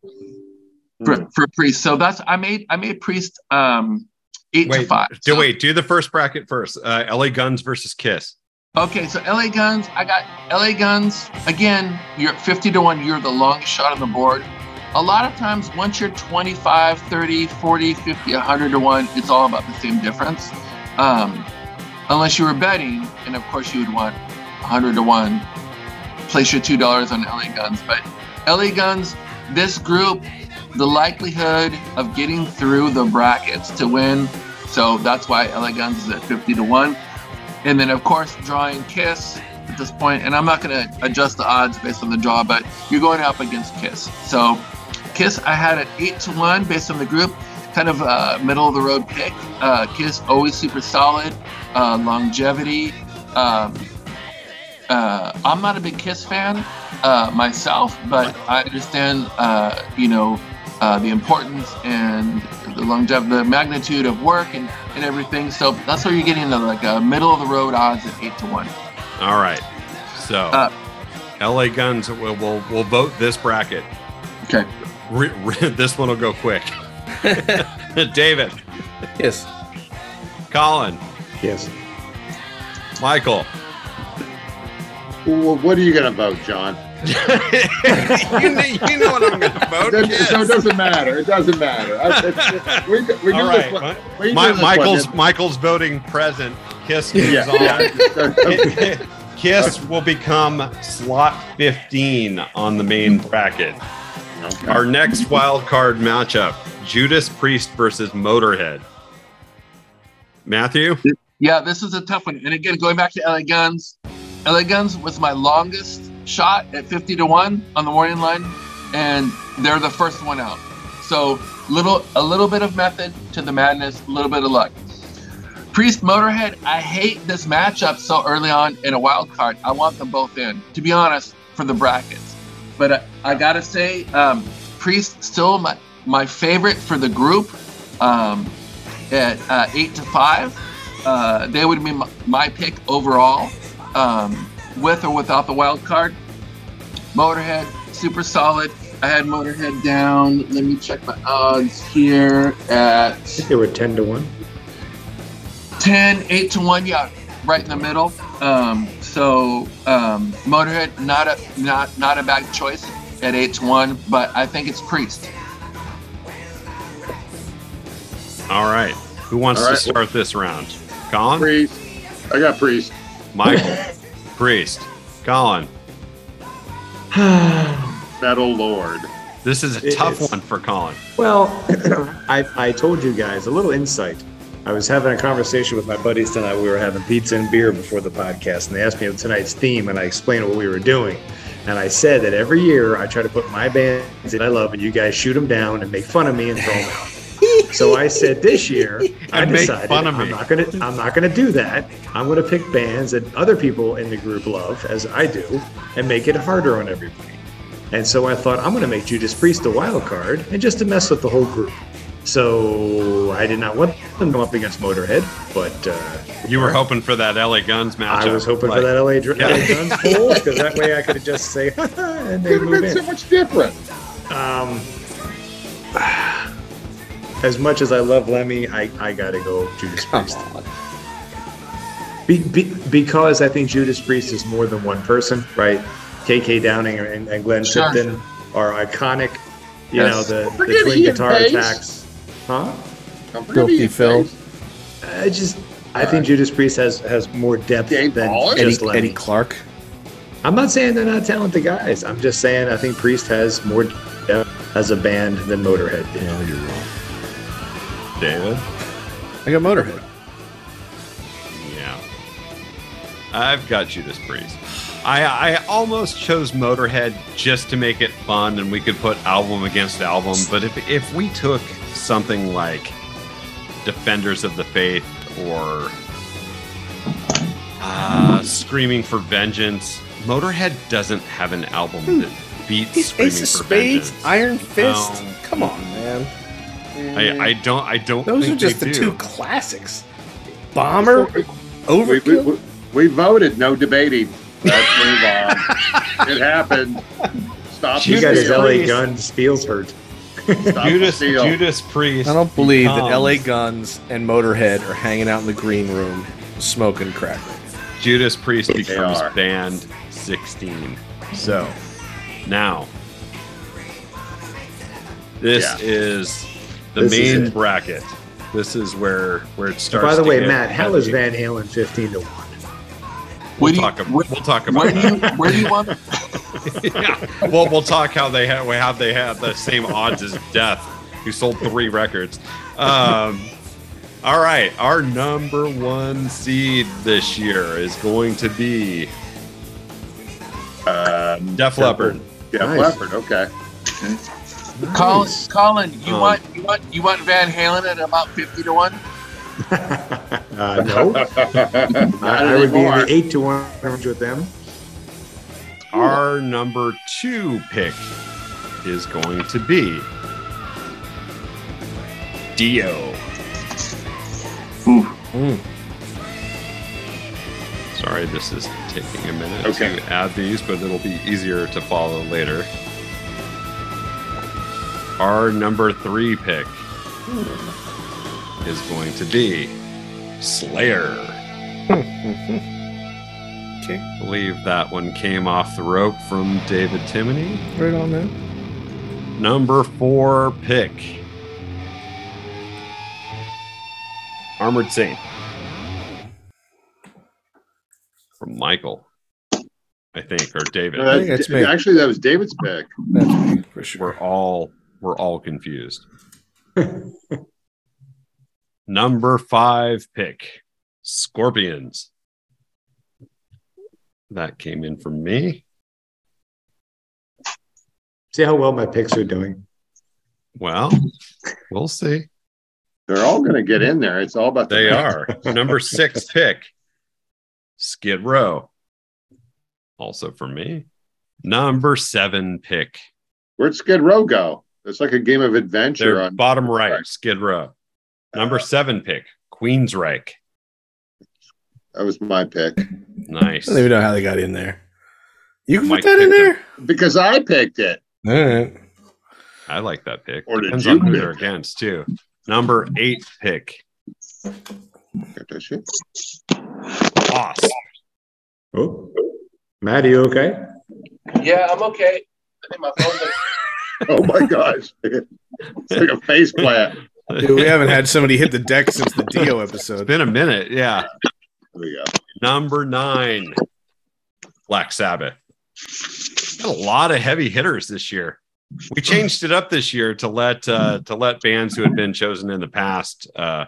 S6: for,
S1: Hmm.
S6: for Priest. So that's I made I made Priest um eight to
S1: Wait,
S6: five.
S1: do
S6: So-
S1: wait, do the first bracket first. Uh, LA Guns versus Kiss.
S6: Okay, so LA Guns, I got LA Guns. Again, you're at 50 to 1, you're the longest shot on the board. A lot of times, once you're 25, 30, 40, 50, 100 to 1, it's all about the same difference. Um, unless you were betting, and of course you would want 100 to 1, place your $2 on LA Guns. But LA Guns, this group, the likelihood of getting through the brackets to win. So that's why LA Guns is at 50 to 1. And then, of course, drawing Kiss at this point, and I'm not going to adjust the odds based on the draw, but you're going up against Kiss. So, Kiss, I had at 8 to 1 based on the group, kind of uh, middle of the road pick. Uh, Kiss, always super solid, uh, longevity. Um, uh, I'm not a big Kiss fan uh, myself, but I understand, uh, you know, uh, the importance and the longevity, the magnitude of work and and everything. So that's where you're getting the like uh, middle of the road odds at eight to one.
S1: All right. So,
S6: Uh,
S1: LA Guns will will will vote this bracket.
S6: Okay.
S1: Re- re- this one will go quick. David,
S2: Yes.
S1: Colin,
S5: Yes.
S1: Michael.
S4: Well, what are you going to vote, John?
S1: you, kn- you know what I'm going to vote.
S4: That-
S1: yes.
S4: So it doesn't matter. It doesn't matter. I- it's- we we
S1: All
S4: do
S1: right.
S4: this one.
S1: Mi-
S4: we do
S1: Mi-
S4: this one.
S1: Michael's Michael's voting present. Kiss moves
S4: Yeah.
S1: on.
S4: yeah.
S1: Kiss will become slot 15 on the main bracket.
S4: Okay.
S1: Our next wild card matchup: Judas Priest versus Motorhead. Matthew,
S6: Yeah, this is a tough one. And again, going back to LA Guns, LA Guns was my longest shot at 50 to 1 on the warning line, and they're the first one out. So little a little bit of method to the madness, a little bit of luck. Priest Motorhead, I hate this matchup so early on in a wild card. I want them both in, to be honest, for the brackets. But I, I gotta say, um, Priest still my, my favorite for the group um, at uh, 8 to 5 uh, they would be my, my pick overall, um, with or without the wild card. Motorhead, super solid. I had Motorhead down. Let me check my odds here at
S5: They were ten to one.
S6: 10, 8 to 1. Yeah, right in the middle. Um, so um, Motorhead, not a not not a bad choice at 8 to 1, but I think it's Priest.
S1: all right. Who wants
S4: All
S1: to
S4: right.
S1: start this round? Colin,
S4: priest. I got priest.
S1: Michael, Priest, Colin.
S4: Metal Lord.
S1: This is a
S5: It
S1: tough
S5: is.
S1: one for Colin.
S5: Well, I, I told you guys a little insight. I was having a conversation with my buddies tonight. We were having pizza and beer before the podcast, and they asked me of tonight's theme, and I explained what we were doing. And I said that every year I try to put my bands that I love, and you guys shoot them down and make fun of me and throw them out. so I said this year I
S1: And make
S5: decided
S1: fun of
S5: I'm
S1: me.
S5: not gonna I'm not gonna do that. I'm gonna pick bands that other people in the group love, as I do, and make it harder on everybody. And so I thought, I'm going to make Judas Priest a wild card and just to mess with the whole group. So I did not want them to go up against Motorhead, but uh,
S1: You were hoping for that LA Guns matchup.
S5: I was hoping
S1: Like,
S5: for that LA, Dr-
S1: Yeah.
S5: LA Guns poll because that way I could just say, and they
S4: Could have
S5: move
S4: been so
S5: in.
S4: much different.
S5: Um, as much as I love Lemmy, I, I got to go Judas
S2: Come
S5: Priest.
S2: on.
S5: Be, be, because I think Judas Priest is more than one person, right? KK Downing and, and Glenn
S6: Sure.
S5: Tipton are iconic. You
S6: Yes.
S5: know the, the
S4: Forget
S5: twin
S4: Ian
S5: guitar
S4: Pace.
S5: attacks, huh?
S4: Don't forget
S2: Filthy
S4: Ian
S2: Phil.
S4: Pace.
S5: I just I think Judas Priest has has more depth
S4: Dave
S5: than
S4: Ballard?
S5: just
S2: Eddie,
S5: Lemmy.
S2: Eddie Clark.
S5: I'm not saying they're not talented guys. I'm just saying I think Priest has more depth as a band than Motorhead did.
S2: you're wrong.
S1: David.
S2: I got Motorhead.
S1: Yeah. I've got Judas Priest. I, I almost chose Motorhead just to make it fun and we could put album against album, but if, if we took something like Defenders of the Faith or uh, Screaming for Vengeance, Motorhead doesn't have an album that beats
S2: He's
S1: Screaming
S2: Ace of
S1: for
S2: Hmm. Spades,
S1: Vengeance.
S2: Iron Fist.
S1: Um,
S2: Come on, man.
S1: I, I don't I don't
S2: Those are
S1: think
S2: just
S1: they
S2: the
S1: do.
S2: two classics. Bomber,
S4: We, we,
S2: Overkill.
S4: we, we voted, no debating. Let's move on. It happened. Stop
S5: You
S1: Judas
S5: got his
S4: the steal.
S5: LA
S1: Priest.
S5: Guns feels hurt.
S4: Stop the
S1: Judas
S4: steal.
S1: Judas Priest.
S2: I don't believe that
S1: becomes-
S2: LA Guns and Motorhead are hanging out in the green room smoking crack.
S1: Judas Priest becomes
S4: are.
S1: band 16. So now this
S4: Yeah.
S1: is the
S5: This is
S1: main
S5: it.
S1: bracket. This is where where it starts.
S5: By the
S1: to
S5: way,
S1: get
S5: Matt, how is
S1: heavy.
S5: Van Halen 15 to one?
S1: We'll
S6: Where do you-
S1: talk, ab-
S6: where-
S1: we'll talk about
S6: Where do you
S1: that.
S6: where do you want
S1: yeah. Well, we'll talk how they have how they have the same odds as Death, who sold three records. Um, all right, our number one seed this year is going to be
S4: Uh,
S1: Def Leppard.
S4: Def
S5: Nice.
S4: Leppard, okay.
S6: Colin, Colin, you
S1: Um,
S6: want you want you want Van Halen at about fifty to one?
S5: Uh, no,
S4: Not
S5: I, I would be in the
S4: anymore.
S5: eight to one range with them.
S1: Our number two pick is going to be Dio.
S2: Mm.
S1: Sorry, this is taking a minute
S4: Okay.
S1: to add these, but it'll be easier to follow later. Our number three pick is going to be Slayer. I believe that one came off the rope from David Timoney.
S2: Right on there.
S1: Number four pick. Armored Saint. From Michael. I think, or David.
S4: Uh,
S2: think that's me.
S4: actually, that was David's pick.
S2: That's me, for sure.
S1: we're all we're all confused. Number five pick, Scorpions. That came in from me.
S5: See how well my picks are doing.
S1: Well, we'll see.
S4: They're all going to get in there. It's all about the
S1: They are number six pick, Skid Row. Also for me. Number seven pick,
S4: Where'd Skid Row go? It's like a game of adventure
S1: They're
S4: on
S1: bottom right,
S4: right. Uh,
S1: Skid Row. Number seven pick, Queensryche.
S4: That was my pick
S1: Nice.
S2: I don't even know how they got in there. You can
S1: Mike
S2: put that in
S1: picked
S2: there.
S4: because I picked it.
S2: All right.
S1: I like that pick.
S4: Or did
S1: Depends
S4: you
S1: on who
S4: pick?
S1: they're against too. Number eight pick,
S4: Got that shit.
S1: Boss.
S5: Oh, Matt, are you okay?
S6: Yeah, I'm okay. I think my phone's like,
S4: Oh my gosh. it's like a face plant.
S2: Dude, we haven't had somebody hit the deck since the Dio episode.
S1: Been a minute, yeah.
S4: There we go.
S1: Number nine, Black Sabbath. Got a lot of heavy hitters this year. We changed it up this year to let uh, to let bands who had been chosen in the past uh,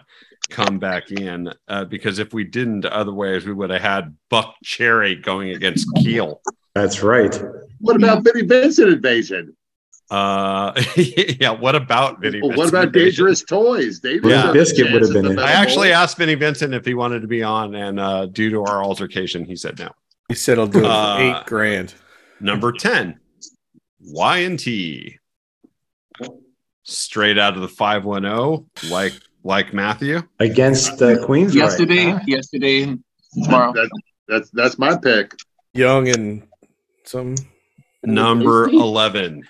S1: come back in uh, because if we didn't, otherwise we would have had Buck Cherry going against Keel.
S5: That's right.
S4: What about Billy Benson invasion?
S1: Uh, yeah. What about Vinny?
S4: Well, what
S1: Vincent?
S4: about dangerous toys? They
S1: Yeah.
S5: Biscuit would have been in.
S1: I actually asked Vinny Vincent if he wanted to be on, and uh, due to our altercation, he said no.
S2: He said I'll do it for
S1: Uh,
S2: eight grand.
S1: Number 10, Y and T. Straight out of the 510, like like Matthew.
S5: Against uh, Queens.
S6: yesterday, yesterday, and tomorrow.
S4: That- that's that's my pick.
S2: Young and something.
S1: Number 11,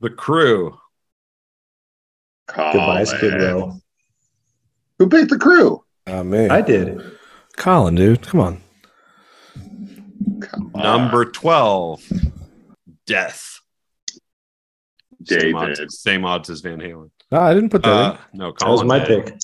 S1: The Crew.
S5: Goodbye,
S1: Oh,
S4: Colin.
S5: Skid Row.
S4: Who picked the crew?
S2: Oh, man.
S5: I did.
S2: Colin, dude. Come on.
S4: Come
S5: Ah.
S4: on,
S1: Number 12, Death. Same odds,
S4: David.
S1: same odds as Van Halen.
S2: No, I didn't put that
S1: Uh, no,
S5: That was
S1: Colin.
S5: my
S1: did.
S5: pick.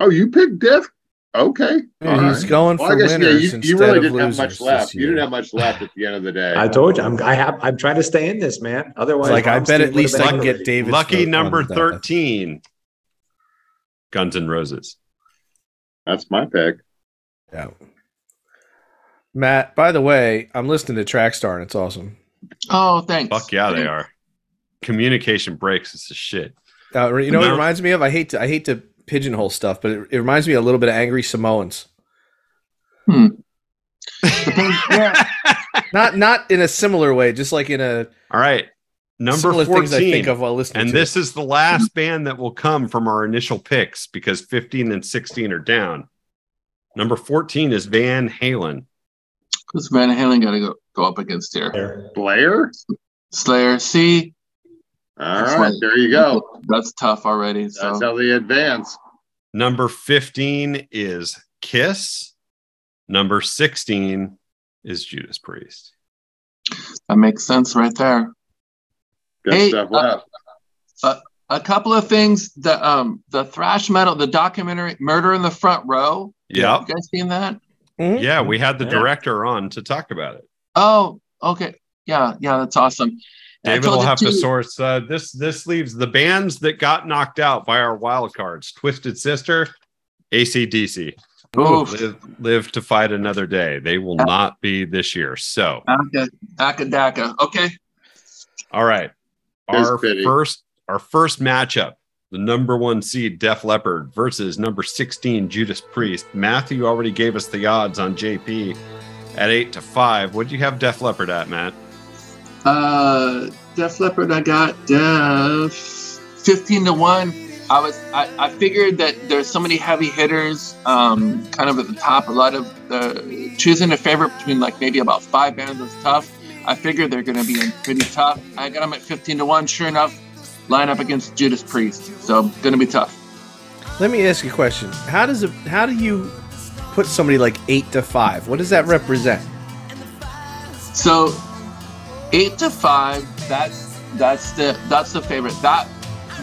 S4: Oh, you picked Diff? Okay.
S2: in. Yeah, He's
S4: Alright.
S2: going
S4: Well,
S2: for
S4: I guess yeah,
S2: winners
S4: you,
S2: instead
S4: you really
S2: of
S4: didn't have
S2: losers.
S4: much left.
S2: this
S4: You didn't
S2: year.
S4: have much left at the end of the day.
S5: I told you. I'm. I have. I'm trying to stay in this, man. Otherwise,
S2: It's like I
S5: Rob
S2: bet
S5: Steve
S2: at least
S5: would've
S2: I
S5: been
S2: can
S5: over.
S2: get David.
S1: Lucky number 13, Guns N' Roses.
S4: That's my pick.
S2: Yeah. Matt, by the way, I'm listening to Trackstar and it's awesome.
S6: Oh, thanks.
S1: Fuck yeah, they are. Communication breaks. It's a shit.
S2: Uh, you know, what
S1: No.
S2: it reminds me of. I hate to I hate to pigeonhole stuff, but it, it reminds me a little bit of Angry Samoans. Hmm.
S6: yeah,
S2: Not not in a similar way, just like in a
S1: All right. Number
S2: similar things I think
S1: 14.
S2: of while listening.
S1: And
S2: to
S1: this
S2: it.
S1: is the last band that will come from our initial picks because 15 and 16 are down. Number 14 is Van Halen.
S6: who's Van Halen got to go, go up against here?
S5: There.
S4: Blair?
S6: Slayer. See,
S4: All
S6: That's
S4: right.
S6: right.
S4: There you go.
S6: that's tough already.
S4: That's
S6: So
S4: how they advance.
S1: Number 15 is Kiss. Number 16 is Judas Priest.
S6: that makes sense right there.
S4: Good
S6: Hey,
S4: stuff
S6: uh,
S4: left.
S6: A couple of things. The um the thrash metal, the documentary "Murder in the Front Row."
S1: Yep.
S6: You guys seen that? Mm-hmm.
S1: Yeah, we had the
S5: Yeah.
S1: director on to talk about it.
S6: Oh, okay. Yeah, yeah, that's awesome. I
S1: David
S6: told
S1: will
S6: you
S1: have to
S6: too-
S1: source uh, this. This leaves the bands that got knocked out by our wild cards: Twisted Sister, ACDC.
S6: Oof.
S1: Live, live to fight another day. They will not be this year. So,
S6: Aka, Aka Daka. Okay.
S1: all right,
S4: Here's
S1: our
S4: pity.
S1: first our first matchup: the number one seed Def Leppard versus number sixteen Judas Priest. Matthew already gave us the odds on JP at eight to five. What do you have Def Leppard at, Matt?
S6: Uh, Def Leppard, I got Def fifteen to one. I was I, I figured that there's so many heavy hitters, um, kind of at the top. A lot of the choosing a favorite between like maybe about five bands was tough. I figured they're going to be pretty tough. I got them at fifteen to one. Sure enough, line up against Judas Priest, so going to be tough.
S2: Let me ask you a question. How does it? How do you put somebody like eight to five? What does that represent?
S6: So eight to five, that's that's the that's the favorite. That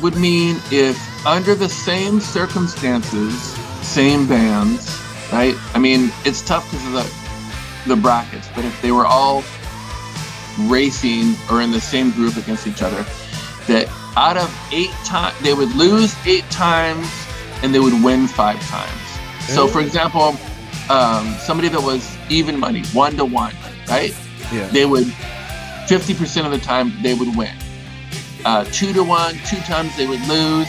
S6: would mean if under the same circumstances, same bands, right? I mean, it's tough because of the the brackets, but if they were all racing or in the same group against each other, that out of eight times they would lose eight times and they would win five times. So, for example, um, somebody that was even money, one to one, right?
S2: Yeah.
S6: They would fifty percent of the time they would win. Uh, two to one, two times they would lose,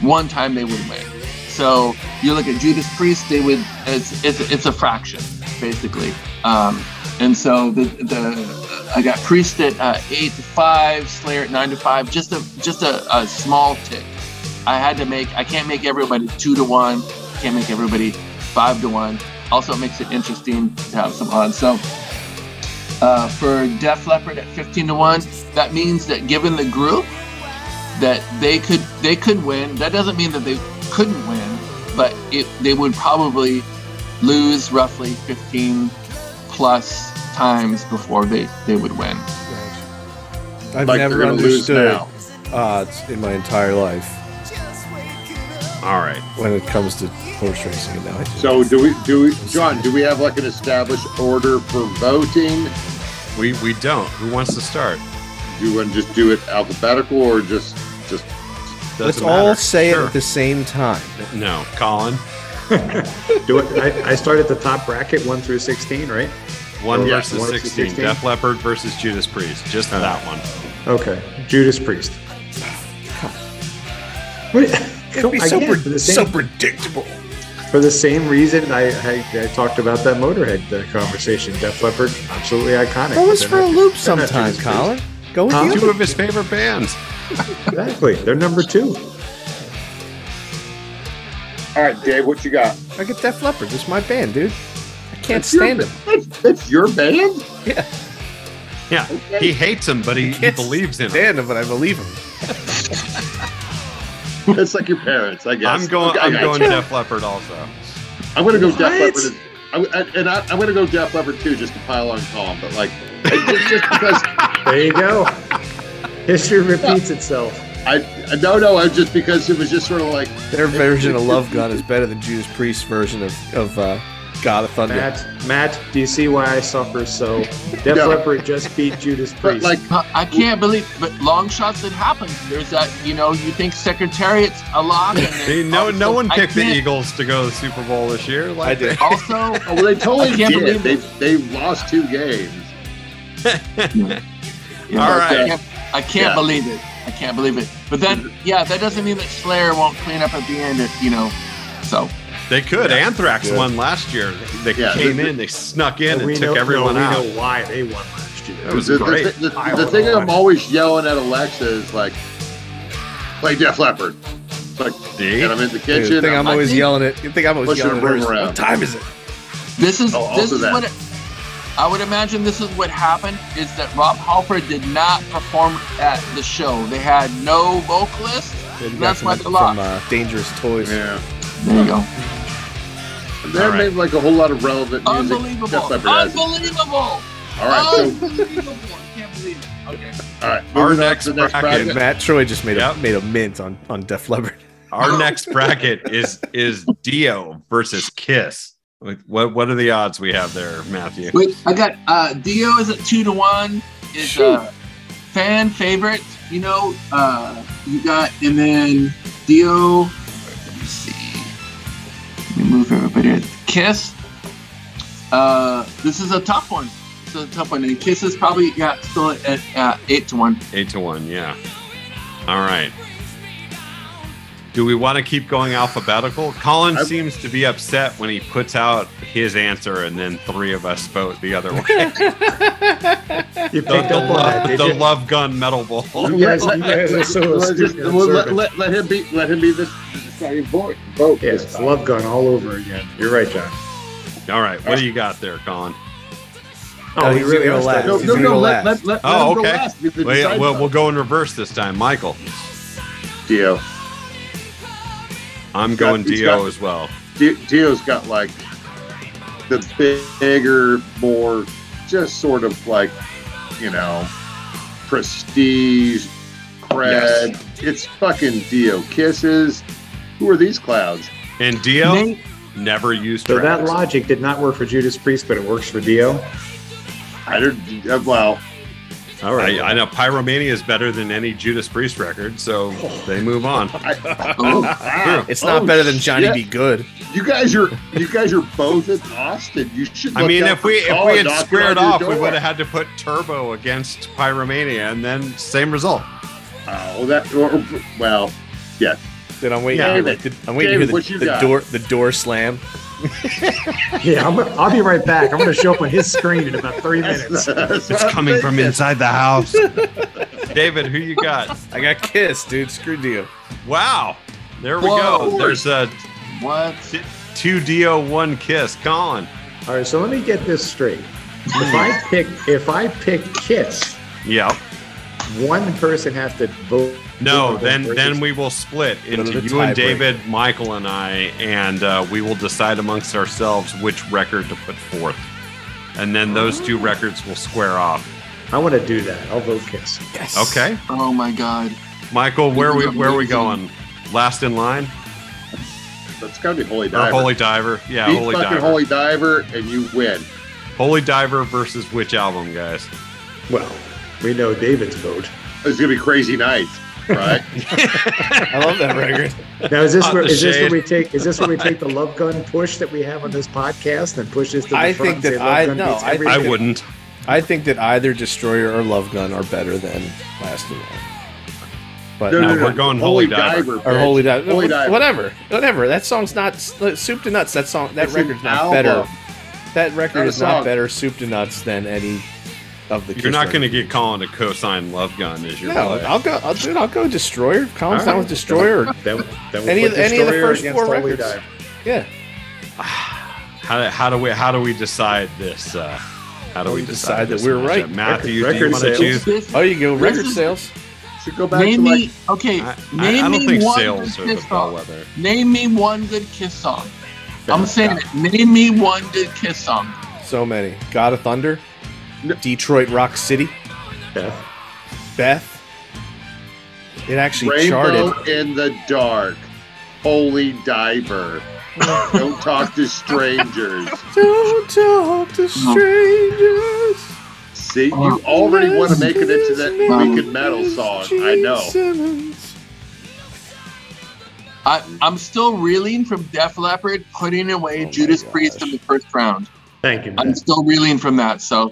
S6: one time they would win. So you look at Judas Priest, they would it's it's, it's a fraction basically. Um, and so the, the I got Priest at uh, eight to five, Slayer at nine to five, just a just a, a small tick. I had to make I can't make everybody two to one, can't make everybody five to one. Also, it makes it interesting to have some odds. So uh, for Def Leppard at fifteen to one, that means that given the group that they could they could win. That doesn't mean that they couldn't win, but it they would probably lose roughly fifteen plus times before they, they would win.
S2: I've
S4: like
S2: never
S4: they're going to lose
S2: understood
S4: now.
S2: odds in my entire life
S1: All right.
S2: when it comes to horse racing. And now I do.
S4: So do we? Do we, John? Do we have like an established order for voting?
S1: We we don't. Who wants to start?
S4: Do you want to just do it alphabetical or just just?
S1: Doesn't
S2: let's all
S1: matter.
S2: say
S1: Sure.
S2: it at the same time.
S1: No, Colin.
S5: Do it, I, I start at the top bracket, one through sixteen, right?
S1: One
S4: Yeah,
S1: versus
S5: one versus
S1: 16.
S5: 16.
S1: Def Leppard versus Judas Priest. Just
S2: Uh,
S1: that one.
S5: Okay, Judas Priest. What-
S2: It'd be
S5: I
S2: so,
S5: get
S2: pre-
S5: it, for the
S2: so
S5: same,
S2: predictable.
S5: for the same reason I, I, I talked about that Motorhead uh, conversation. Def Leppard, absolutely iconic.
S2: Throw us
S5: They're
S2: for a
S5: not-
S2: loop
S5: they're not
S2: sometime,
S5: Judas Priest.
S2: Colin. Go with
S5: Huh?
S2: you.
S1: Two of his favorite bands.
S5: Exactly, they're number two.
S4: All right, Dave, what you got?
S2: I get Def Leppard. This is my band, dude. I can't stand
S4: your,
S2: him.
S4: That's, that's your band.
S2: Yeah,
S1: Yeah. He hates him, but he, he
S2: can't
S1: believes in him.
S2: stand him, but I believe him.
S4: That's like your parents, I guess.
S1: I'm going
S4: Okay, I
S1: I'm
S4: got
S1: going
S4: you.
S1: Def Leppard also.
S4: I'm gonna go Def
S5: What?
S4: Leppard, and- I, I- and I, I'm gonna go Def Leppard too, just to pile on Colin. But like, it- it's just because
S5: There you go. History repeats itself.
S4: I, I no no, I just because it was just sort of like
S2: Their version of Love Gun is better than Judas Priest's version of, of uh, God of Thunder.
S5: Matt, Matt, do you see why I suffer so? Def
S4: No.
S5: Leppard just beat Judas
S4: but
S5: Priest.
S4: like
S6: But I can't believe, but long shots that happen. There's that, you know, you think Secretariat's a lock. and then
S1: They, no no
S6: also-
S1: one
S6: Um, I
S1: picked the
S6: can't-
S1: Eagles to go to the Super Bowl this year. Like,
S2: I did.
S6: Also,
S4: oh, well, they totally
S6: I can't
S4: did.
S6: believe
S4: They they lost two games.
S1: All
S6: I
S1: right.
S6: can't, I can't
S4: Yeah.
S6: believe it. I can't believe it. But then, yeah, that doesn't mean that Slayer won't clean up at the end. If, you know, so
S1: They could. Anthrax
S2: Yeah.
S1: won last year. They
S4: Yeah.
S1: came in, they snuck in, and
S5: we
S1: took
S5: know,
S1: everyone
S5: no,
S1: out.
S5: We know why they won last year.
S1: That was
S4: the,
S1: great.
S4: The, the-
S5: I
S4: the
S5: would
S4: thing
S5: love
S4: I'm
S5: it.
S4: always yelling at Alexa is like, play Def Leppard. It's like,
S1: See?
S4: and I'm in the
S2: Dude,
S4: kitchen.
S2: the thing I'm
S4: I'm,
S6: I
S2: always
S6: think-
S2: yelling at. The thing I'm always
S4: Push your
S2: yelling at her
S4: room
S2: is,
S4: around.
S2: what time is it?
S6: this is
S4: Oh,
S6: this
S4: also
S6: is
S4: that.
S6: what it, I would imagine. This is what happened: is that Rob Halford did not perform at the show. They had no vocalist.
S2: That you got
S6: That's
S2: from,
S6: why they
S2: from
S6: lost.
S2: uh, Dangerous Toys.
S4: yeah.
S6: there you go.
S4: And There
S1: All
S4: made like a whole lot of relevant music.
S6: Unbelievable!
S4: Def Leppard has. All
S6: Unbelievable!
S4: right, so
S6: Unbelievable! I can't believe it. Okay.
S4: all right,
S1: Our
S4: moving on
S1: next
S4: to the next
S1: bracket.
S4: bracket.
S2: Matt Troy just made
S1: Yep.
S2: a made a mint on on Def Leppard.
S1: Our next bracket is is Dio versus Kiss. Like, What what are the odds we have there, Matthew?
S6: Wait, I got uh, Dio is at two to one. Is uh, fan favorite. You know, uh, you got and then Dio. Let me see. Let me move everybody. Kiss. Uh, this is a tough one. This is a tough one, and Kiss is probably got still at uh, eight to one.
S1: Eight to one, yeah. All right. Do we want to keep going alphabetical? Colin
S4: I-
S1: seems to be upset when he puts out his answer and then three of us vote the other way.
S5: You
S1: The,
S5: picked
S1: the,
S5: up on that,
S1: love,
S5: did
S1: the
S5: you?
S1: love gun metal bowl.
S5: You guys, you guys are so
S4: Well, just-
S5: stupid. and
S4: well, let,
S5: observant.
S4: let, let him be. Let him be this deciding vote. Vote.
S5: Yeah,
S4: this
S5: it's
S4: time.
S5: Love Gun all over again. You're right, John.
S1: All right, what do you got there, Colin?
S4: Oh,
S2: No,
S5: we
S2: he's gonna
S5: are
S2: laugh.
S4: No,
S5: stupid.
S2: He's
S4: no,
S2: gonna
S4: no.
S2: go
S4: Let,
S2: last.
S4: let, let,
S1: Oh,
S4: let him go
S1: okay.
S4: last. Be the
S1: Well, yeah,
S4: deciding
S1: we'll,
S4: vote.
S1: we'll go in reverse this time, Michael.
S4: Dio.
S1: I'm
S4: got-
S1: going
S4: he's
S1: Dio
S4: got-
S1: as well.
S4: Di- Dio's got like the big- bigger, more just sort of like, you know, prestige, cred. It's fucking Dio. Kisses. Who are these clouds?
S1: And Dio,
S6: Nate,
S1: Never used
S5: So that
S1: tracks.
S5: logic did not work for Judas Priest, but it works for Dio.
S4: I don't. uh, Well,
S1: All right, I know Pyromania is better than any Judas Priest record, so they move on.
S4: oh, wow.
S2: It's not
S4: Oh,
S2: better than Johnny
S4: shit.
S2: Be Good.
S4: You guys are you guys are both in Austin. You should.
S1: I
S4: look
S1: mean,
S4: out
S1: if
S4: for
S1: we if
S4: Colin
S1: we had
S4: knocking
S1: squared
S4: on your
S1: off, we
S4: door.
S1: would have had to put Turbo against Pyromania, and then same result.
S4: Oh, that. Or, or- well, yes.
S2: Dude, I'm waiting.
S4: Yeah.
S2: to hear the- I'm waiting
S4: David,
S2: to
S4: what
S2: hear
S4: you
S2: the, the
S4: got?
S2: door the door slam.
S5: Yeah, I'm, I'll be right back. I'm going to show up on his screen in about three minutes.
S1: It's Uh, coming from inside the house. David, who you got?
S2: I got kissed, dude. Screw you.
S1: Wow, there we
S6: Whoa.
S1: go. There's a
S6: What?
S1: two do one kiss. Colin,
S5: All right, so let me get this straight. If I pick, if I pick Kiss,
S1: yeah.
S5: one person has to vote.
S1: No,
S5: vote
S1: then
S5: versus-
S1: then we will split into
S2: Little
S1: you and
S2: tiebreaker.
S1: David, Michael and I, and uh, we will decide amongst ourselves which record to put forth, and then those two records will square off.
S5: I want to do that. I'll vote Kiss.
S2: Yes.
S1: Okay,
S6: Oh my god.
S1: Michael, where we where we
S6: Amazing.
S1: going? Last in line
S4: That's gotta be holy
S1: or
S4: diver.
S1: Holy Diver? Yeah,
S4: Beat
S1: Holy
S4: fucking
S1: Diver. Holy-,
S4: holy diver, and you win.
S1: Diver versus which album, guys?
S5: Well, we know David's vote.
S4: It's gonna be crazy night, right?
S2: I love that record.
S5: Now is this
S1: Out
S5: where
S1: the
S5: is this where
S1: shade.
S5: we take is this where we take the love gun push that we have on this podcast and push this to the
S2: I
S5: front and
S2: think that
S5: say Love
S2: I-
S5: Gun
S2: no,
S5: beats
S2: I
S5: everything?
S1: I wouldn't.
S2: I think that either Destroyer or Love Gun are better than Last of All. But
S1: No, no, no. we're going Holy Diver.
S2: Or
S4: bitch.
S2: Holy Diver.
S4: Holy Diver.
S2: Whatever. Whatever. That song's not Soup to Nuts. That song that
S4: It's an
S2: record's not
S4: album.
S2: better. That record
S4: Not a
S2: is not
S4: song.
S2: better Soup to Nuts than any of the
S1: You're not going
S2: to
S1: to get Colin to co-sign Love Gun as your
S2: No,
S1: play.
S2: I'll go I'll dude, I'll go Destroyer. Colin's
S1: All
S2: down
S1: right.
S2: with Destroyer. or-
S5: That, that would
S2: Any of-
S5: put
S2: any of the
S5: Destroyer
S2: first
S5: against
S2: four
S5: Holy
S2: records.
S5: Diver.
S2: yeah.
S1: How, do- how do we how do we decide this? Uh, how do
S2: How
S1: we
S2: we
S1: decide,
S2: decide
S1: this
S2: that we're
S1: matchup?
S2: right?
S1: Matthew,
S5: Record-
S1: do you
S5: record
S1: want to
S5: sales.
S1: choose?
S6: This-
S2: Oh you go record
S6: is-
S2: sales.
S4: Should go back to
S6: Name me
S4: like
S6: okay.
S1: I, I,
S6: name
S1: I don't
S6: me
S1: think
S6: one
S1: sales are
S6: good
S1: the
S6: kiss song.
S1: bellwether.
S6: Name me one good kiss song. I'm saying it. Name me one good kiss song.
S2: So many. God of Thunder.
S4: No.
S2: Detroit Rock City.
S5: Beth.
S2: Beth. It actually
S4: Rainbow
S2: charted.
S4: in the Dark, Holy Diver. Don't talk to strangers.
S2: Don't talk to strangers.
S4: See, you already want to make it into that
S6: Um,
S4: weekend metal song. I know.
S6: I, I'm still reeling from Def Leppard putting away
S2: Oh my
S6: Judas
S2: gosh.
S6: Priest in the first round.
S5: Thank you.
S6: I'm
S5: Beth.
S6: still reeling from that. So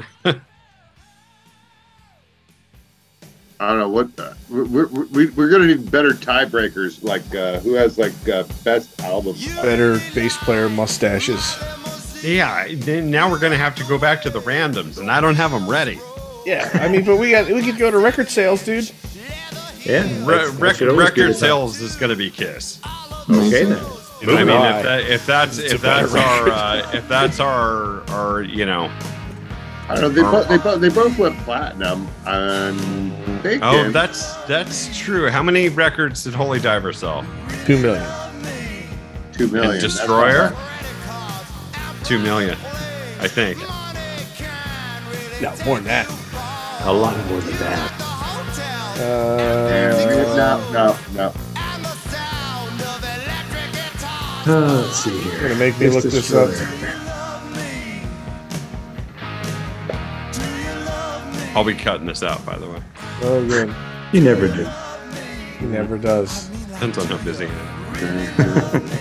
S4: I don't know what the. We're, we're, we're going to need better tiebreakers. Like, uh, who has, like, uh, best album?
S2: Better bass player mustaches.
S1: Yeah, I- then now we're going to have to go back to the randoms, and I don't have them ready.
S2: Yeah, I mean, but we got we could go to record sales, dude.
S1: Re-
S5: Yeah. that's- that
S1: rec-
S5: should always be
S1: record
S5: the top.
S1: sales is going to be Kiss.
S5: Okay then.
S1: You know what I mean,
S2: Moving
S1: if,
S2: on.
S1: that, if that's
S2: It's a
S1: if that's
S2: better
S1: our
S2: record.
S1: uh, if that's our our you know
S4: I don't know. They, both they, both they both went platinum. I'm thinking.
S1: oh that's that's true. How many records did Holy Diver sell?
S2: Two million.
S4: two million.
S1: And
S4: That's
S1: Destroyer,
S4: not
S1: two million, I think.
S2: No, more than that.
S5: A lot more than that.
S2: Uh,
S4: bad. No, no, no.
S5: Uh, let's see here.
S2: Gonna make me look this up.
S1: I'll be cutting this out, by the way.
S2: oh, good.
S5: You never do.
S2: He never does.
S1: Depends on how busy. I am.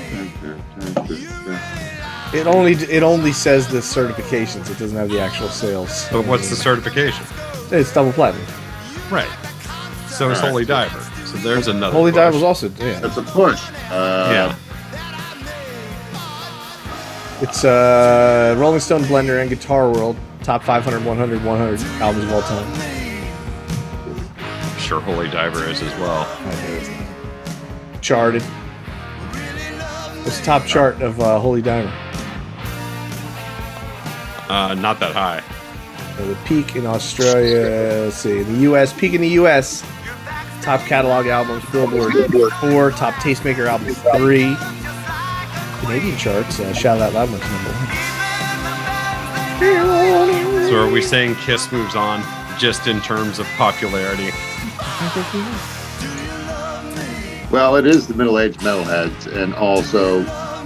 S2: It only it only says the certifications. It doesn't have the actual sales.
S1: But what's the certification?
S2: It's double platinum.
S1: Right. So is
S4: All right.
S1: Holy Diver. So there's another.
S2: Holy
S1: push.
S2: Dive was also yeah.
S4: That's a push. Uh,
S1: Yeah.
S2: It's uh, Rolling Stone Blender and Guitar World top 500, 100, 100 albums of all time.
S1: I'm sure Holy Diver is as well.
S2: Charted. It's top chart of uh, Holy Diver.
S1: Uh, not that high.
S2: So the peak in Australia, let's see, the U.S. peak in the U.S. Top catalog albums, Billboard four, top tastemaker albums three. Canadian charts, uh, shout out loud one's number one.
S1: So are we saying Kiss moves on just in terms of popularity?
S4: Well, it is the middle-aged metalheads, and also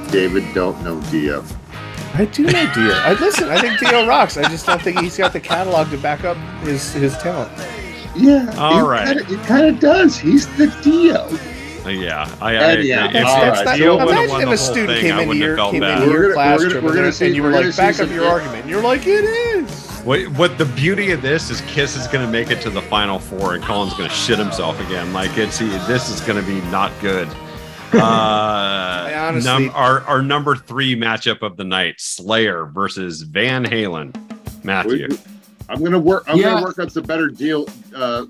S4: David don't know Dio.
S2: I do know Dio. I listen. I think Dio rocks. I just don't think he's got the catalog to back up his his talent.
S4: Yeah.
S1: All
S4: it
S1: right.
S4: Kinda, it kind of does. He's the Dio.
S1: Uh, Yeah, I, I
S4: And yeah,
S1: if,
S4: all
S1: if
S4: right.
S1: Dio would have
S2: imagine
S1: won
S2: if
S1: the
S2: a
S1: whole
S2: student
S1: thing,
S2: came
S1: I
S2: into
S1: wouldn't
S2: your
S1: have felt
S2: came
S1: bad.
S2: into
S4: We're
S2: your
S4: gonna-
S2: class
S4: we're gonna- we're gonna see-
S2: and you were
S4: we're gonna
S2: like,
S4: see
S2: back up
S4: some-
S2: your argument. And you're like, it is.
S1: What, what the beauty of this is, Kiss is going to make it to the final four, and Colin's going to shit himself again. Like it's he, this is going to be not good. Uh,
S2: honestly-
S1: our our number three matchup of the night: Slayer versus Van Halen. Matthew,
S4: We- I'm gonna work. I'm
S6: Yeah.
S4: gonna work on some better deal. Uh,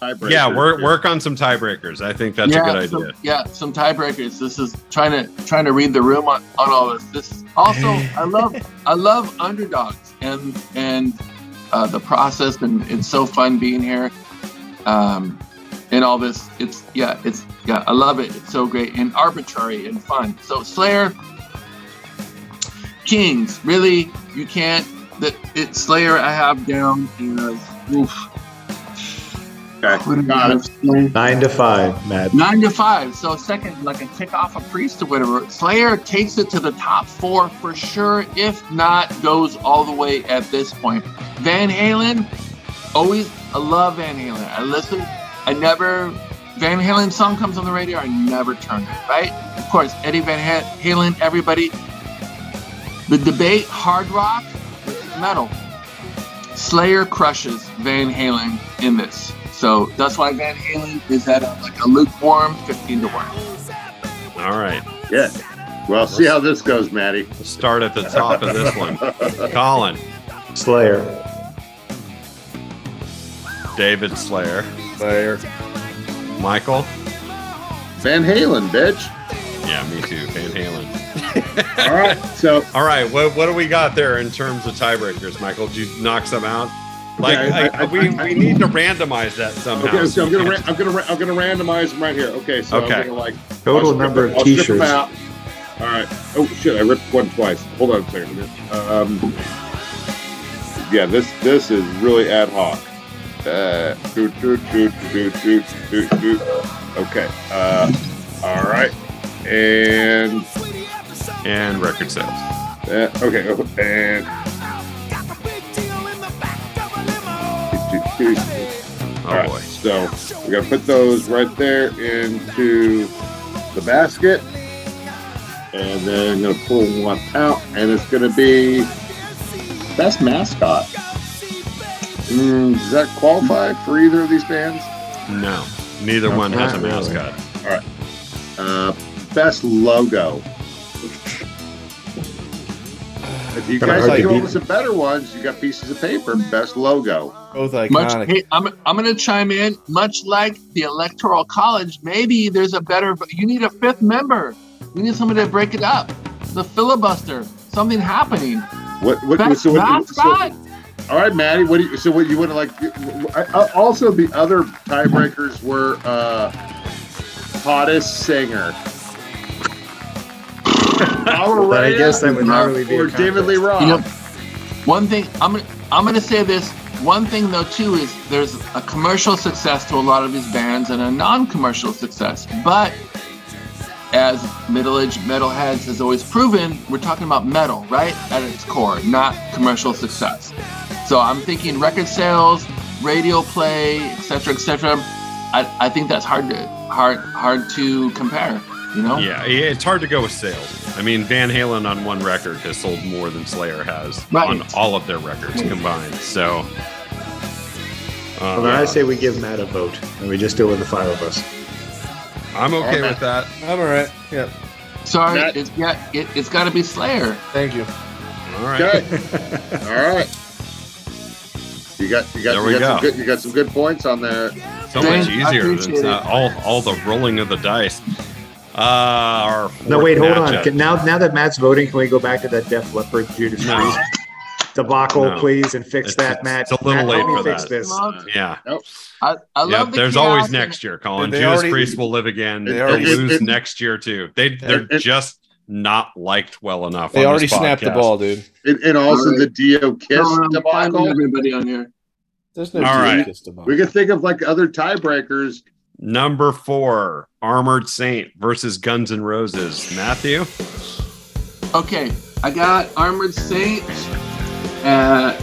S4: tiebreakers
S1: yeah, work
S4: here.
S1: work on some tiebreakers. I think that's a good
S6: some-
S1: idea.
S6: yeah, some tiebreakers. This is trying to trying to read the room on, on all this. This also, I love I love underdogs and and uh, the process, and it's so fun being here. Um, and all this, it's yeah, it's yeah, I love it. It's so great and arbitrary and fun. So Slayer, Kings, really, you can't. The, it Slayer I have down is oof.
S4: Okay. Got it.
S5: Nine to five, Matt.
S6: Nine to five. So second, like a tick off a priest or whatever. Slayer takes it to the top four for sure, if not goes all the way at this point. Van Halen, always I love Van Halen. I listen, I never Van Halen song comes on the radio, I never turn it, right? Of course, Eddie Van Ha- Halen, everybody. The debate, hard rock versus metal. Slayer crushes Van Halen in this. So that's why Van Halen is at a, like a lukewarm 15 to 1.
S1: All right,
S4: Yeah. Well, see how this goes, Maddie.
S1: let's start at the top of this one. Colin,
S5: Slayer.
S1: David Slayer,
S2: Slayer.
S1: Michael.
S4: Van Halen, bitch.
S1: Yeah, me too. Van Halen.
S4: All right. So
S1: All right, what what do we got there in terms of tiebreakers, Michael? Did you knock some out? Like
S4: Okay,
S1: I,
S4: I- I-
S1: we,
S4: I-
S1: we need to randomize that somehow.
S4: okay, so I'm gonna ra- I'm gonna ra- I'm gonna randomize them right here. Okay. So
S1: Okay.
S4: I'm gonna like I'll
S5: Total
S4: strip
S5: number
S4: it-
S5: of
S4: I'll strip them
S5: t-shirts.
S4: out. All right. Oh shit! I ripped one twice. Hold on a second. Um, yeah, this this is really ad hoc. Uh, doot, doot, doot, doot, doot, doot, doot. Okay. Uh, all right. And
S1: and record sales.
S4: uh, okay. oh, And doot, doot, doot.
S1: Oh
S4: All right,
S1: boy.
S4: So we're gonna put those right there into the basket, and then I'm gonna pull one out, and it's gonna be best mascot. Mm, does that qualify for either of these bands?
S1: No, neither one has a
S5: Not really.
S1: mascot.
S4: Uh, best logo. If you
S5: Kinda
S4: guys
S5: hard
S4: like
S5: to
S4: come up
S5: beat.
S4: with some better ones, you got pieces of paper. Best logo.
S2: Both iconic.
S6: Much, hey, I'm, I'm going to chime in. Much like the Electoral College, maybe there's a better. You need a fifth member. You need somebody to break it up. The filibuster. Something happening.
S4: What? What?
S6: That's
S4: so what
S6: not
S4: so,
S6: right.
S4: All right, Maddie. What do you, so what you want to like? I, I- also, the other tiebreakers were uh, hottest singer. Power
S5: But I guess that would not
S6: uh,
S5: really be. a
S4: or David
S5: contest.
S4: Lee Roth.
S6: You know, one thing I'm gonna- I'm going to say this. One thing though too is there's a commercial success to a lot of these bands and a non-commercial success. But as middle-aged metalheads has always proven, we're talking about metal, right? At its core, not commercial success. So I'm thinking record sales, radio play, etc., etc. I, I think that's hard to hard hard to compare. You know?
S1: Yeah, yeah, it's hard to go with sales. I mean, Van Halen on one record has sold more than Slayer has
S6: Right.
S1: on all of their records combined. So. uh,
S5: Well, then I say we give Matt a vote, and we just do it with the five of us.
S1: I'm okay
S4: Alright.
S1: with that.
S2: I'm all right. Yeah.
S6: Sorry,
S4: That-
S6: it's got it, it's got to be Slayer.
S2: Thank you.
S1: All right.
S4: Okay. All right. You got you got,
S1: There
S4: you
S1: we
S4: got some
S1: go.
S4: good you got some good points on there.
S1: So much
S6: Thanks, I
S1: easier
S6: appreciate
S1: than uh, all all the rolling of the dice. Uh, our
S5: No,
S1: fourth
S5: wait, hold
S1: matchup.
S5: on. Can, now, now that Matt's voting, can we go back to that Def Leppard Judas
S1: No.
S5: Priest debacle,
S1: No.
S5: please, and fix
S1: It's-
S5: that,
S1: it's-
S5: Matt?
S1: it's a little
S5: Matt,
S1: late
S5: help me
S1: for
S5: fix
S1: that.
S5: This.
S1: Yeah.
S6: I, I love
S1: Yep.
S6: the
S1: There's always
S6: chaos and-
S1: next year, Colin.
S2: Did they
S1: Judas
S2: already-
S1: Priest will live again.
S2: They
S1: They
S2: already-
S1: will lose
S4: it- it-
S1: next year too. They they're
S4: it-
S1: just not liked well enough.
S2: They
S1: on
S2: already
S1: this
S2: snapped the
S1: podcast.
S2: ball, dude.
S4: And, and also
S6: All right.
S4: the Dio Kiss
S6: Throw around
S4: debacle.
S6: everybody on here.
S2: There's no
S1: All right.
S2: Judas Debacle.
S4: We can think of like other tiebreakers.
S1: Number four, Armored Saint versus Guns N' Roses. Matthew,
S6: Okay, I got Armored Saint at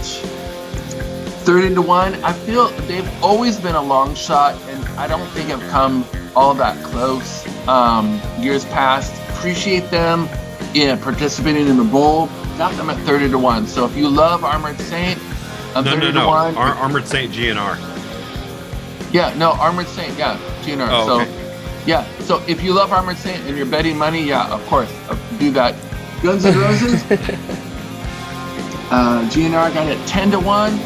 S6: 30 to 1. I feel they've always been a long shot, and I don't think I've come all that close um, years past. Appreciate them yeah, participating in the bowl. Got them at 30 to 1. So if you love Armored Saint, I'm
S1: No,
S6: 30
S1: no,
S6: to
S1: no.
S6: 1.
S1: Ar- Armored Saint GNR.
S6: Yeah, no, Armored Saint, yeah, GNR.
S1: Oh,
S6: so,
S1: okay.
S6: yeah, so if you love Armored Saint and you're betting money, yeah, of course, uh, do that. Guns N' Roses, uh, GNR got it 10 to 1.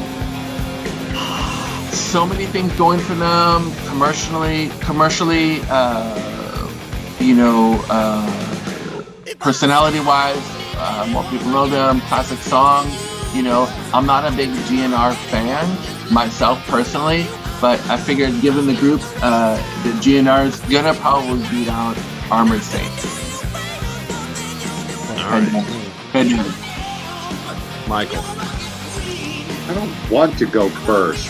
S6: So many things going for them commercially, commercially, uh, you know, uh, personality wise, uh, more people know them, classic songs. You know, I'm not a big GNR fan myself personally, but I figured given the group, uh, the GNR is gonna probably beat out Armored Saint.
S1: All
S6: And,
S1: right,
S6: uh, and, uh,
S1: Michael.
S4: I don't want to go first.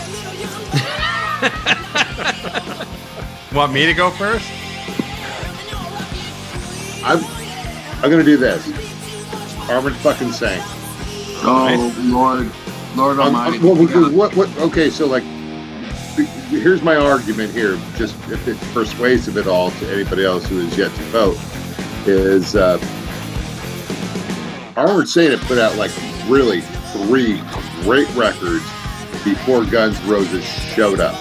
S1: Want me to go first?
S4: I'm I'm gonna do this. Armored fucking Saint.
S6: Oh Lord, Lord
S4: Um,
S6: Almighty.
S4: well, because what, what? Okay, so like, be- here's my argument here. Just if it's persuasive at all to anybody else who is yet to vote, is uh, Armored Saint had put out like really three great records before Guns N' Roses showed up.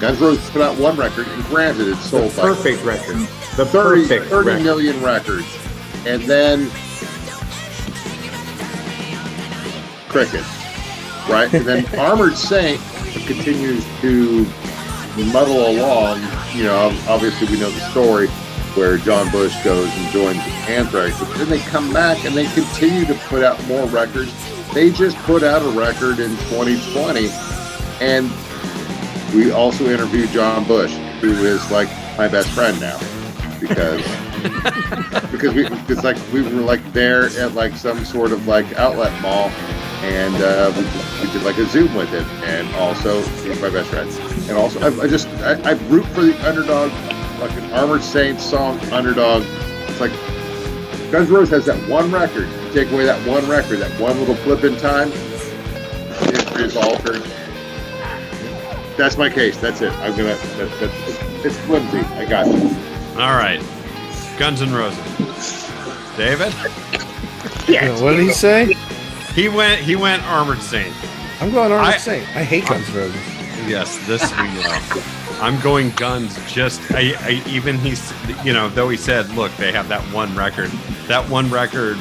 S4: Guns N' Roses put out one record, and granted,
S5: The
S4: it sold like
S5: perfect record. The
S4: 30,
S5: perfect
S4: 30
S5: record.
S4: million records. And then cricket, right? And then Armored Saint continues to muddle along. You know, obviously we know the story where John Bush goes and joins Anthrax, but then they come back and they continue to put out more records. They just put out a record in 2020, and we also interviewed John Bush, who is like my best friend now, because because we because like we were like there at like some sort of like outlet mall, and uh, we, just, we did like a Zoom with him, and also he's my best friend, and also I, I just I, I root for the underdog, like an Armored Saint song underdog. It's like Guns N' Roses has that one record. You take away that one record, that one little flip in time, history is altered. That's my case. That's it. I'm gonna. That, that's it's flimsy. I got it.
S1: All right. Guns N' Roses. David.
S2: Yeah, what did he say?
S1: He went. He went Armored Saint.
S2: I'm going Armored
S1: I-
S2: Saint. I hate Guns N' Roses.
S1: Yes, this we know. I'm going guns. Just I, I even he's you know though he said look they have that one record. That one record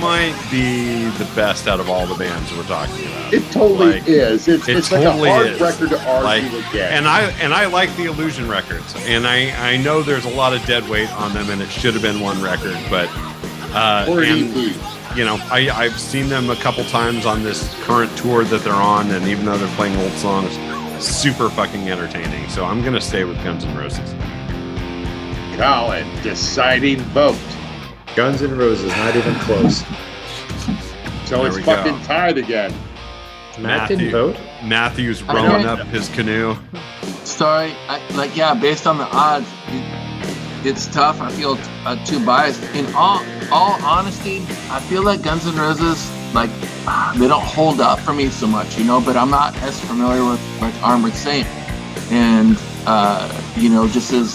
S1: might be the best out of all the bands we're talking about.
S4: It totally
S1: Like,
S4: is. It's,
S1: it
S4: it's
S1: totally
S4: like a hard
S1: is.
S4: record to argue
S1: Like,
S4: against.
S1: And I and I like the Illusion records, and I I know there's a lot of dead weight on them, and it should have been one record, but uh,
S4: or an
S1: and-
S4: EP.
S1: you know, I, I've seen them a couple times on this current tour that they're on, and even though they're playing old songs, super fucking entertaining. So I'm gonna stay with Guns N' Roses.
S4: Colin, deciding vote.
S5: Guns N' Roses, not even close.
S4: So
S1: There
S4: it's
S1: we go.
S4: fucking tied again.
S5: Matt didn't
S1: Matthew.
S5: vote.
S1: Matthews
S6: I
S1: rowing
S6: don't-
S1: up his canoe.
S6: Sorry, I, like yeah, based on the odds, it, it's tough. I feel uh, too biased. In all all honesty, I feel like Guns N' Roses like ah, they don't hold up for me so much, you know. But I'm not as familiar with like Armored Saint, and uh, you know, just as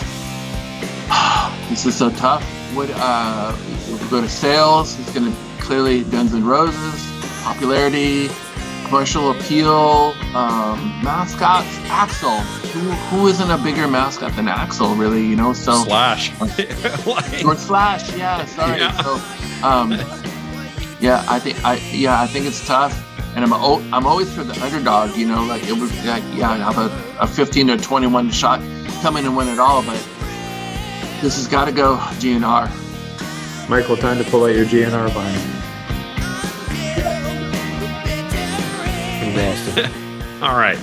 S6: this is so tough. Would uh, if we go to sales? It's going to clearly Guns N' Roses popularity, commercial appeal, um, mascots. Axel, who, who isn't a bigger mascot than Axel? Really, you know. So
S1: Slash. Like,
S6: or Slash, yeah. Sorry.
S1: Yeah.
S6: So, um, yeah, I think I yeah I think it's tough, and I'm o- I'm always for the underdog. You know, like it would like yeah I have a, a 15 to 21 shot coming and win it all, but this has got to go GNR.
S5: Michael, time to pull out your GNR bind.
S1: All right.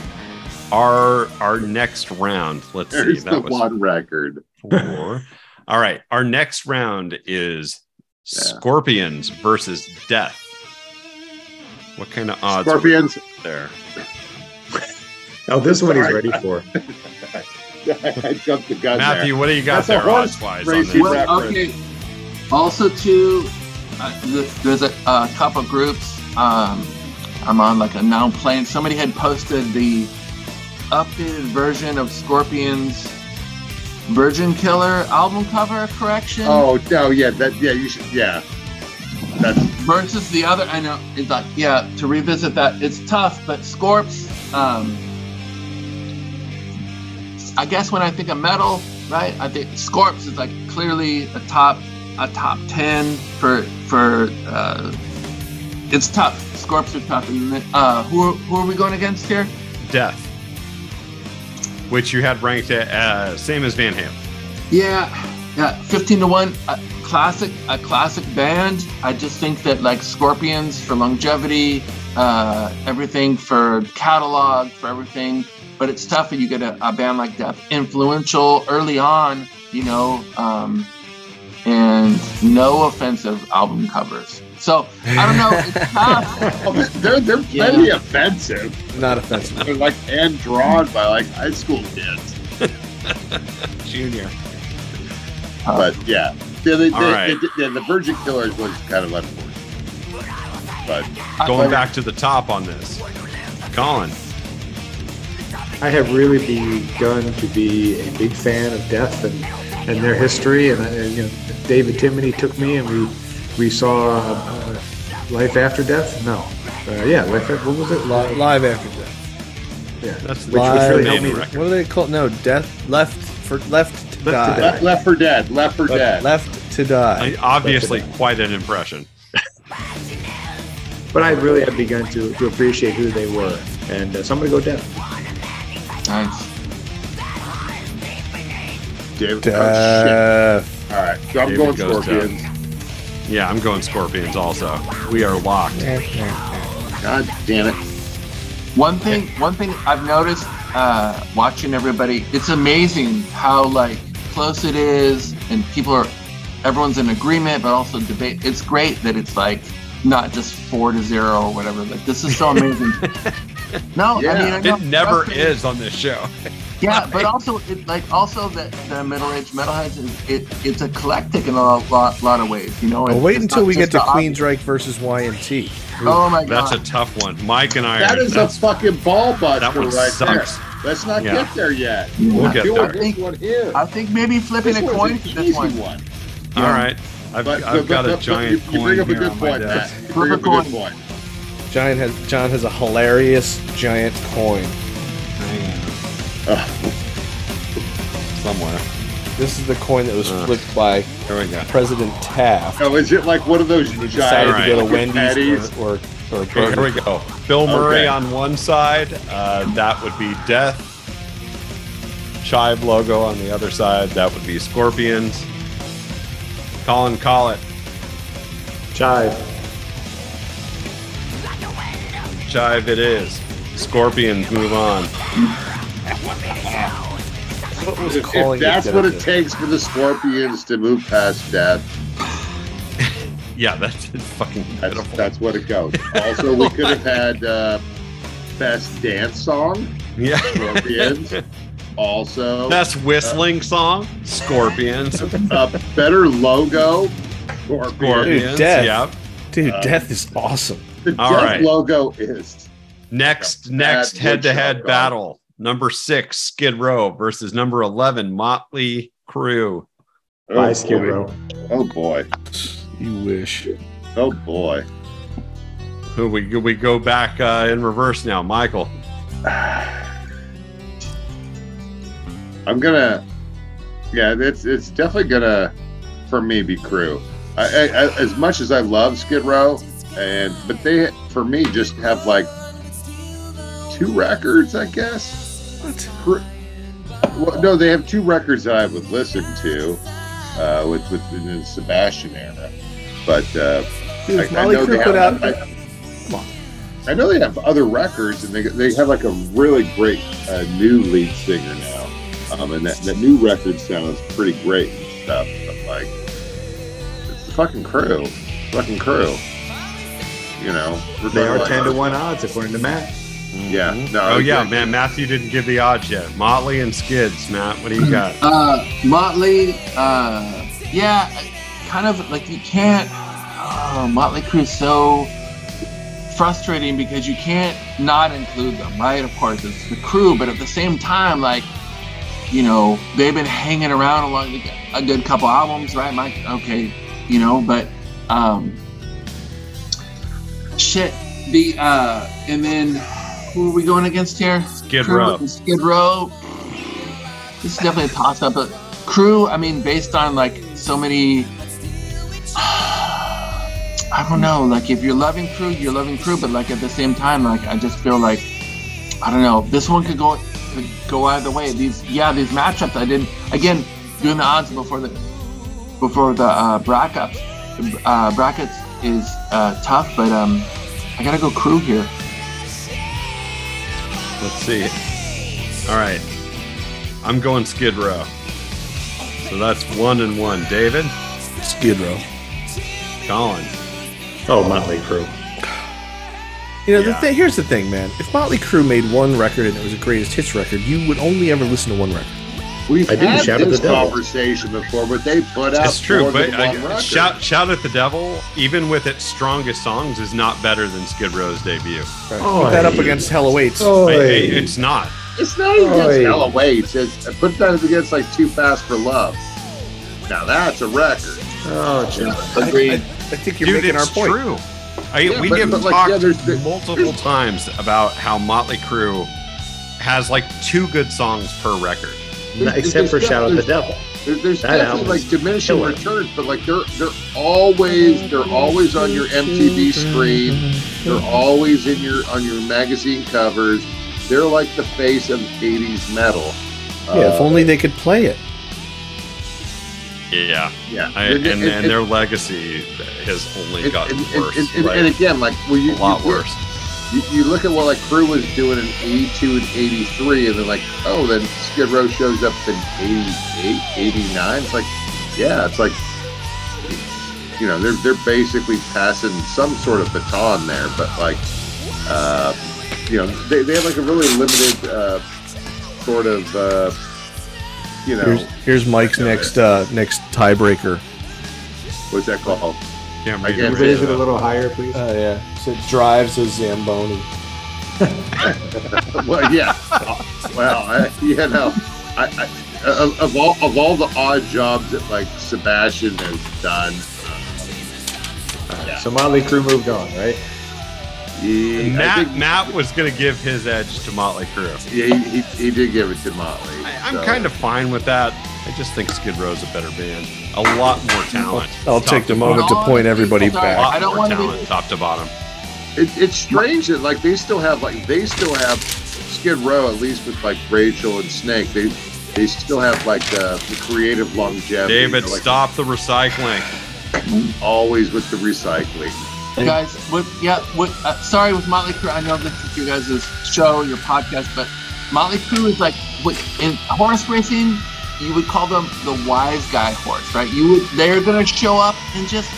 S1: Our our next round. Let's
S4: There's
S1: see.
S4: the
S1: That was
S4: one record.
S1: four. All right. Our next round is
S4: Yeah.
S1: Scorpions versus Death. What kind of odds are
S4: Scorpions.
S1: there?
S5: Oh, this one he's
S4: Sorry.
S5: ready for.
S4: I jumped the gun
S1: Matthew, what do you got
S4: That's a
S1: there
S4: horse
S1: odds wise?
S4: race
S1: on this?
S4: Well,
S6: okay. Also, too, uh, th- there's a, a couple groups um, I'm on, like a now playing. Somebody had posted the updated version of Scorpion's Virgin Killer album cover correction
S4: Oh no, yeah, that yeah, you should yeah. That's
S6: versus the other. I know it's like yeah to revisit that. It's tough, but Scorps. Um, I guess when I think of metal, right? I think Scorps is like clearly a top a top ten for for. Uh, it's tough. Scorps are tough. And then, uh, who are, who are we going against here?
S1: Death, which you had ranked at uh, same as Van Halen.
S6: Yeah, yeah, fifteen to one. A classic, a classic band. I just think that like Scorpions for longevity, uh, everything for catalog, for everything. But it's tough when you get a, a band like that, influential early on, you know, um, and no offensive album covers. So I don't know. It's tough.
S4: oh, they're they're plenty offensive.
S2: Not offensive.
S4: They're like hand drawn by like high school kids.
S2: Junior.
S4: But yeah. Yeah, they, they,
S1: All right.
S4: they- yeah, the Virgin Killers was kind of unfortunate. But
S1: Going back to the top on this, Colin.
S5: I have really begun to be a big fan of Death and, and their history. And, I, and, you know, David Timoney took me, and we we saw uh, Life After Death. No, uh, yeah, Life. After, what was it? Life.
S2: Live, live after death.
S5: Yeah.
S1: That's the
S5: Which was
S2: Live.
S5: really
S1: name of
S5: helped me.
S1: the record.
S2: What are they called? No, death left for left to
S5: to
S2: die.
S5: die.
S4: left, left for dead, left for dead.
S2: Left to die.
S5: Oh,
S1: I- Obviously, quite an impression.
S5: But I really have begun to, to appreciate who they were. And uh, so I'm going to go Death.
S6: Nice.
S4: David, oh,
S2: Death.
S4: shit. All right, so I'm
S1: David
S4: going
S1: goes
S4: Scorpions.
S1: Yeah, I'm going Scorpions also. We are locked.
S4: God damn it!
S6: One thing, one thing I've noticed uh, watching everybody, it's amazing how like close it is, and people are, everyone's in agreement, but also debate. It's great that it's like not just four to zero or whatever. Like this is so amazing. no,
S4: Yeah.
S6: I mean I know-
S1: It never
S6: trust me.
S1: is on this show.
S6: Yeah, but also it, like also that the middle-aged metalheads is it, it's eclectic in a lot, lot of ways. You know,
S2: Well,
S6: It-
S2: wait
S6: it's
S2: until
S6: not
S2: we get
S6: just
S2: to
S6: the ob-
S2: Queensryche versus YMT.
S6: Oh my god,
S1: That's a tough one. Mike and I.
S4: That
S1: are,
S4: is a
S1: that's-
S4: fucking ball buster
S1: that one
S4: right
S1: sucks.
S4: there. Let's not
S1: Yeah.
S4: get there yet.
S1: We'll get
S4: Do
S1: there.
S4: it this one here.
S6: I think maybe flipping
S4: This
S6: a
S4: one's
S6: coin
S4: an
S6: for
S4: easy
S6: this one.
S4: one.
S1: All right, I've,
S4: But,
S1: I've
S4: but-
S1: got
S4: but-
S1: a
S4: but
S1: giant
S4: you, you
S1: coin
S4: bring up a
S1: here
S4: good
S1: on my
S4: point, Matt.
S1: desk.
S4: You bring up a
S6: Flip a
S4: good point.
S2: Giant has John has a hilarious giant coin.
S4: Ugh.
S1: Somewhere.
S2: This is the coin that was
S1: Uh.
S2: flipped by
S1: There we go.
S2: President Taft.
S4: Oh, is it like one of those
S2: He decided
S4: giant
S1: right.
S2: to go to
S4: fucking patties?
S2: Wendy's or, or, or
S1: Okay, here
S2: Burger
S1: we go. Bill Murray
S4: Okay.
S1: on one side. Uh, that would be Death. Chive logo on the other side. That would be Scorpions. Colin Collett.
S5: Chive.
S1: Chive it is. Scorpions move on.
S2: was
S4: If
S2: calling
S4: that's
S2: it
S4: what
S2: death.
S4: it takes for the Scorpions to move past death,
S1: Yeah, that's it's fucking
S4: That's,
S1: pitiful.
S4: that's what it goes. Also, we could have had uh, best dance song,
S1: yeah.
S4: Scorpions. also,
S1: That's whistling song. Scorpions.
S4: a better logo, Scorpions.
S1: Scorpions.
S2: Death.
S1: Yeah.
S2: Dude,
S4: Uh,
S2: death is awesome.
S4: The
S1: All
S4: Death
S1: right.
S4: logo is
S1: Next,
S4: Bad
S1: next
S4: woodshop
S1: head to head
S4: guy.
S1: battle. Number six, Skid Row versus number 11, Motley Crew.
S5: Bye,
S4: boy.
S5: Skid Row.
S4: Oh boy,
S2: You wish.
S4: oh boy.
S1: Who we we go back uh, in reverse now, Michael.
S4: I'm gonna. Yeah, it's it's definitely gonna for me be crew. I, I, I, as much as I love Skid Row, and but they for me just have like two records, I guess. What? Well, no, they have two records that I would listen to uh, with with the Sebastian era, but uh,
S2: Dude,
S4: I,
S2: if
S4: I
S2: Molly
S4: know they
S2: Crew
S4: have.
S2: put out.
S4: I, I know they have other records, and they, they have like a really great uh, new lead singer now, um, and that, that new record sounds pretty great and stuff. But like, it's the fucking crew, fucking crew. You know,
S5: They are
S4: regardless.
S5: 10 to 1 odds, according to Matt.
S4: Yeah. No.
S1: Oh yeah,
S4: it's-
S1: man. Matthew didn't give the odds yet. Motley and Skids, Matt. What do you got?
S6: Uh, Motley, uh, yeah, kind of like you can't. oh, Motley Crue is so frustrating because you can't not include them, right? Of course, it's the crew, but at the same time, like, you know, they've been hanging around along the, a good couple albums, right, Mike? Okay, you know, but um, shit. The uh, and then who are we going against here?
S1: Skid
S6: Crew
S1: Row.
S6: and Skid Row. This is definitely a toss up, but crew, I mean, based on like so many. I don't know. Like, if you're loving crew, you're loving crew, but like at the same time, like I just feel like I don't know. This one could go could go either way. These yeah, these matchups. I didn't again doing the odds before the before the uh, brackets uh, brackets is uh, tough, but um, I gotta go crew here.
S1: Let's see. All right. I'm going Skid Row. So that's one and one. David,
S2: Skid Row.
S1: Colin.
S5: Oh, Motley Crue.
S2: You know,
S1: Yeah.
S2: the th- here's the thing, man. If Motley Crue made one record and it was a greatest hits record, you would only ever listen to one record.
S4: We've
S5: I didn't
S4: had
S5: shout at
S4: this
S5: the devil.
S4: conversation before, but they put out.
S1: It's true,
S4: more
S1: but
S4: than one
S1: I,
S4: record.
S1: shout shout at the devil, even with its strongest songs, is not better than Skid Row's debut.
S5: Oh,
S2: Put that up
S5: hey.
S2: against Hell Awaits.
S1: I- I-
S5: Oy.
S1: it's not.
S4: It's not even
S5: Oy.
S4: against Ella Waits. It's I put that against like Too Fast for Love. Now that's a record.
S5: Oh, Jim.
S2: I, I
S6: Agreed.
S2: think you're
S1: Dude,
S2: making our
S1: it's
S2: point.
S1: true. I,
S4: Yeah,
S1: we
S4: but-
S1: have
S4: but, like,
S1: talked
S4: yeah, there's- there-
S1: multiple times about how Motley Crue has like two good songs per record.
S5: Not- Except for Shout at the Devil.
S4: There, there's
S5: That
S4: definitely
S5: album's
S4: like diminishing
S5: killer.
S4: returns, but like they're they're always they're always on your MTV screen. They're always in your on your magazine covers. They're like the face of '80s metal. Uh,
S2: Yeah,
S5: Uh,
S2: if only they could play it.
S1: Yeah,
S4: yeah,
S1: I, and, and, their legacy has only
S4: and,
S1: gotten
S4: and,
S1: worse.
S4: and, and,
S1: like,
S4: and again, like well, you,
S1: a lot
S4: you,
S1: worse.
S4: You, you look at what like Crew was doing in '82 and '83, and then like, oh, then Skid Row shows up in '88, '89. It's like, yeah, it's like, you know, they're they're basically passing some sort of baton there, but like, uh, you know, they, they have like a really limited uh, sort of, uh, you know,
S2: Here's, here's Mike's next uh, next tiebreaker.
S4: what's that called?
S1: Can't
S4: I
S1: read
S4: guess-
S1: the
S5: Raise
S1: words.
S5: it a little higher, please.
S2: Oh yeah, so drives a Zamboni.
S4: well, yeah. Well, I, you know, I, I, of, of all of all the odd jobs that like Sebastian has done,
S5: So Motley Crue moved on, right?
S4: he, I
S1: Matt,
S4: think-
S1: Matt was going to give his edge to Motley Crue.
S4: yeah, he, he, he did give it to Motley.
S1: I, I'm
S4: so-
S1: kind of fine with that. I just think Skid Row's a better band. A lot more talent.
S2: I'll
S1: Top
S2: take the
S1: to
S2: moment
S1: bottom.
S2: to point everybody
S6: Hold on.
S1: A
S2: back.
S1: lot
S6: I don't
S1: more
S6: wanna be-
S1: talent, top to bottom.
S4: It, it's strange that like they still have like they still have Skid Row at least with like Rachel and Snake. They they still have like uh, the creative longevity.
S1: David,
S4: They're, like,
S1: stop the recycling.
S4: Always with the recycling.
S6: guys, with yeah, with uh, sorry with Motley Crue. I know this is your guys' show, your podcast, but Motley Crue is like what- in horse racing. You would call them the wise guy horse, right? You would, they're gonna show up and just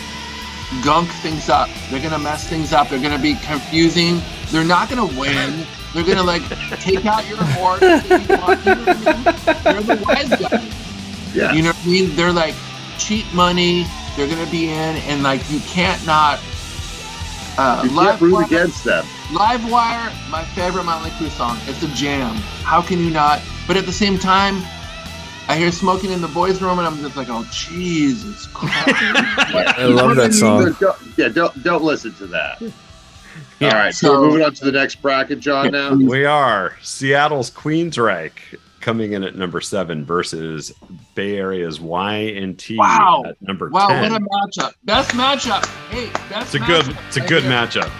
S6: gunk things up. They're gonna mess things up. They're gonna be confusing. They're not gonna win. They're gonna like take out your horse. that you want, you know what I mean? They're the wise guy.
S4: Yeah.
S6: You know what I mean? They're like cheap money. They're gonna be in, and like you can't not. Uh,
S4: you
S6: live
S4: can't root
S6: wire,
S4: against them.
S6: live wire, my favorite Motley Crue song. It's a jam. How can you not? But at the same time, I hear smoking in the boys' room, and I'm just like, oh Jesus Christ!
S2: I love that song.
S4: Don't- yeah, don't don't listen to that.
S1: Yeah.
S4: All right, so,
S6: So-
S4: we're moving on to the next bracket, John. Now,
S1: We are Seattle's Queensryche coming in at number seven versus Bay Area's YNT
S6: Wow.
S1: at number
S6: wow,
S1: ten.
S6: what a matchup! Best matchup. Hey, best
S1: it's a good,
S6: matchup
S1: it's a
S6: right
S1: good
S6: there.
S1: matchup,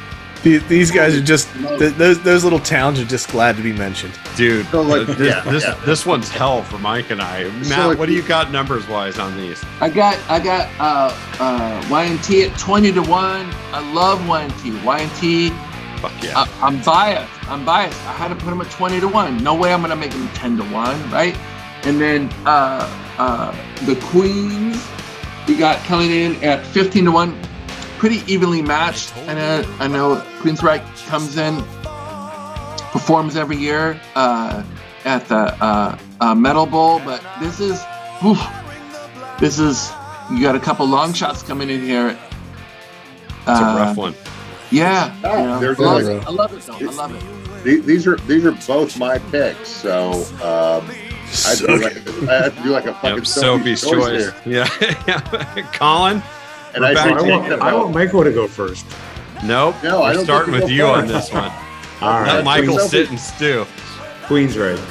S2: The- These guys are just th- those those little towns are just glad to be mentioned.
S1: dude.
S4: So, like,
S1: this,
S4: yeah,
S1: this,
S4: yeah.
S1: this one's hell for Mike and I. Matt,
S4: like,
S1: what do you got numbers wise on these?
S6: I got I got uh, uh, YNT at twenty to one. I love YNT. YNT.
S1: Fuck yeah.
S6: I, I'm biased. I'm biased. I had to put him at 20 to 1. No way I'm going to make him 10 to 1, right? And then uh, uh, the Queens, we got coming in at 15 to 1. Pretty evenly matched. And uh, I know Queensryche comes in, performs every year uh, at the uh, uh, Metal Bowl, but this is, oof, this is, you got a couple long shots coming in here.
S1: It's a
S6: Uh,
S1: rough one.
S6: Yeah.
S4: No,
S6: you know,
S4: they're
S6: I love
S2: good.
S6: it. I love it. though. I love it.
S4: The- These are these are both my picks, so um, I do like I have to do like a fucking
S1: Yep, Sophie's choice.
S4: here.
S1: Yeah. yeah. Colin?
S4: and I say
S1: Rebecca,
S5: I
S4: take
S5: want,
S4: that
S5: I
S4: out.
S5: want Michael to go first.
S1: Nope.
S4: No,
S1: We're
S4: I don't think
S1: starting
S4: we
S1: with
S4: go
S1: you
S4: far.
S1: on this one.
S5: All
S1: Let
S5: right,
S1: Michael
S4: Sophie.
S1: sit and stew.
S5: Queen's Road.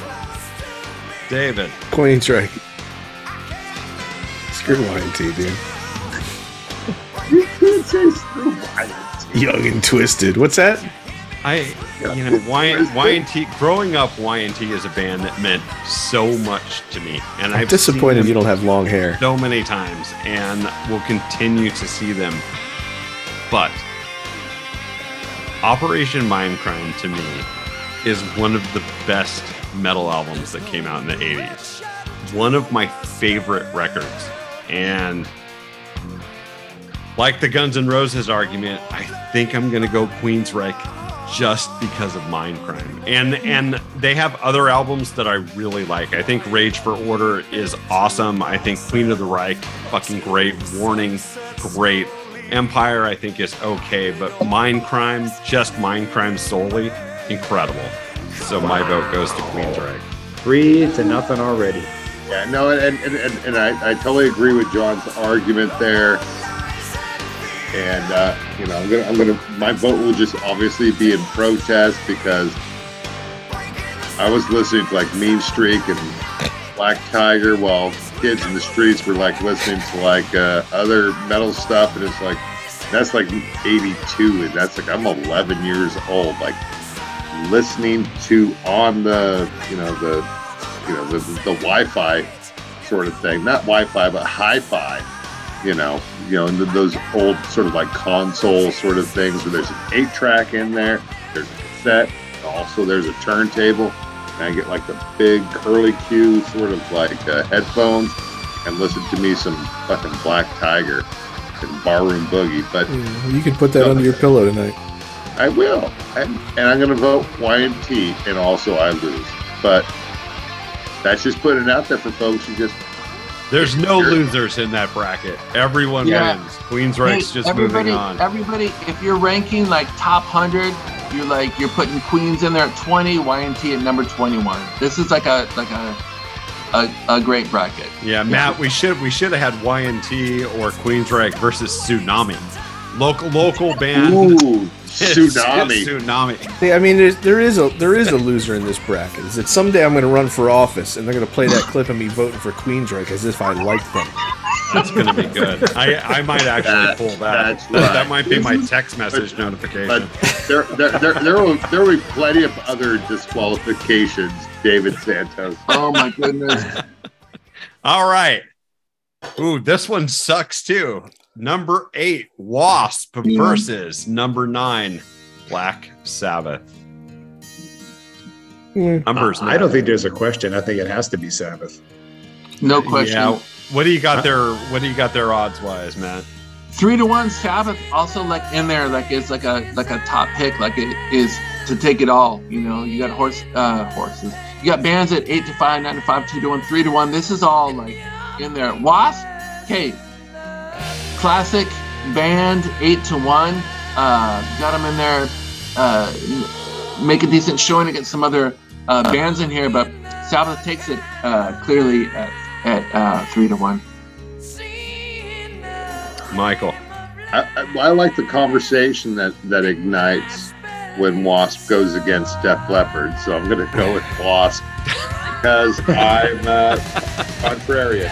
S1: David.
S7: Queen's right. Screw YMT, dude.
S4: You could say screw Wyatt.
S7: Young and twisted. What's that?
S1: I, you know, Y Y and T. Growing up, Y and T is a band that meant so much to me, and
S7: I'm
S1: I've
S7: disappointed
S1: seen
S7: you
S1: them
S7: don't have long hair.
S1: so many times, and will continue to see them. But Operation Mindcrime to me is one of the best metal albums that came out in the '80s. One of my favorite records, and like the Guns N' Roses argument, I think I'm gonna go Queensryche just because of Mindcrime. And and they have other albums that I really like. I think Rage for Order is awesome. I think Queen of the Reich, fucking great. Warning, great. Empire, I think is okay, but Mindcrime, just Mindcrime solely, incredible. So my vote goes to Queensryche.
S5: Three to nothing already.
S4: Yeah, no, and and, and, and I, I totally agree with John's argument there. And uh, you know, I'm gonna I'm gonna my vote will just obviously be in protest because I was listening to like Mean Streak and Black Tiger while kids in the streets were like listening to like uh, other metal stuff, and it's like that's like '82, and that's like I'm 11 years old, like listening to on the you know the you know the, the Wi-Fi sort of thing, not Wi-Fi but Hi-Fi, you know, you know, and th- those old sort of like console sort of things where there's an eight-track in there, there's a cassette, and also there's a turntable, and I get like the big curly Q sort of like uh, headphones and listen to me some fucking Black Tiger and Barroom Boogie, but
S7: You can put that under your pillow tonight.
S4: I will. And, and I'm going to vote YMT, and also I lose. But that's just putting it out there for folks who just.
S1: There's no losers in that bracket. Everyone
S6: Yeah.
S1: wins. Queensryche's
S6: Hey,
S1: just
S6: everybody,
S1: moving on.
S6: Everybody, if you're ranking like top hundred, you're like you're putting Queens in there at twenty, YNT at number twenty-one. This is like a like a a, a great bracket.
S1: Yeah, Matt, we should we should have had YNT or Queensrÿche versus Tsunami, local local band.
S4: Ooh,
S1: It's- it's
S4: tsunami.
S1: tsunami.
S2: Yeah, I mean, there's, there is a there is a loser in this bracket. Is that someday I'm going to run for office and they're going to play that clip of me voting for Queensrÿche as if I liked them.
S1: That's gonna be good. I, I might actually
S4: That-
S1: pull that.
S4: that's
S1: That, that
S4: right.
S1: might be my text message
S4: But
S1: notification.
S4: there, there, there, there, will, there will be plenty of other disqualifications, David Santos.
S6: Oh my goodness!
S1: All right. Ooh, this one sucks too. Number eight, Wasp
S4: Mm-hmm.
S1: versus number nine, Black Sabbath. Numbers.
S5: I don't think there's a question. I think it has to be Sabbath.
S6: No question.
S1: Yeah. What do you got there? What do you got there odds wise, Matt?
S6: Three to one Sabbath also like in there like it's like a like a top pick like it is to take it all. You know, you got horse uh horses. You got bands at eight to five, nine to five, two to one, three to one. This is all like in there. Wasp, okay, classic band eight to one. Uh, got them in there, uh, make a decent showing against some other uh, bands in here, but Sabbath takes it uh, clearly at, at uh, three to one.
S1: Michael.
S4: I, I, I like the conversation that, that ignites when Wasp goes against Def Leppard, so I'm going to go with Wasp because I'm uh, contrarian.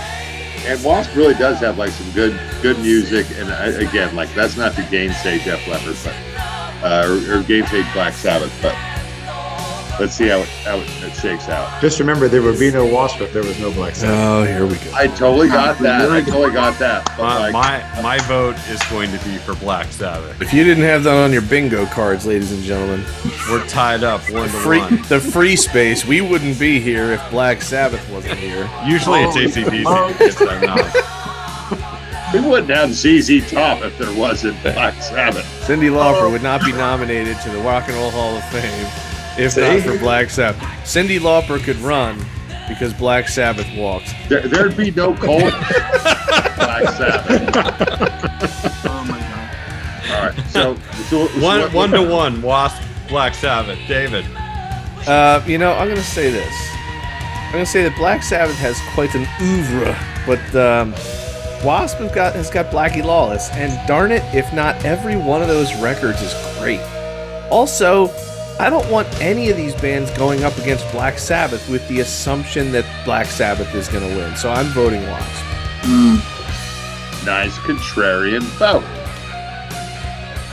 S4: And Wasp really does have like some good good music, and I, again, like that's not to gainsay Def Leppard, but uh, or, or gainsay Black Sabbath, but let's see how it, how it, it shakes out.
S5: Just remember, there would be no Wasp if there was no Black Sabbath.
S7: Oh, here we go.
S4: I totally got that. I totally got that. But,
S1: My,
S4: like,
S1: my my vote is going to be for Black Sabbath.
S2: If you didn't have that on your bingo cards, ladies and gentlemen,
S1: We're tied up one to
S2: free
S1: one.
S2: the free space, we wouldn't be here if Black Sabbath wasn't here.
S1: Usually it's
S6: Oh.
S1: ACDC.
S6: Oh.
S1: It's I'm not.
S4: we wouldn't have ZZ Top if there wasn't Black Sabbath.
S2: Cindy Lauper would not be nominated to the Rock and Roll Hall of Fame if
S5: See?
S2: not for Black Sabbath. Cindy Lauper could run because Black Sabbath walks.
S4: There, there'd be no cold Black Sabbath.
S6: Oh my god.
S4: All All right. So, so so
S1: One
S4: what-
S1: one to one. Wasp, Black Sabbath, David.
S2: Uh, you know, I'm gonna say this. I'm gonna say that Black Sabbath has quite an oeuvre, but um, Wasp have got has got Blackie Lawless, and darn it, if not every one of those records is great. Also, I don't want any of these bands going up against Black Sabbath with the assumption that Black Sabbath is gonna win. So I'm voting Wasp.
S6: Mm,
S4: Nice contrarian vote.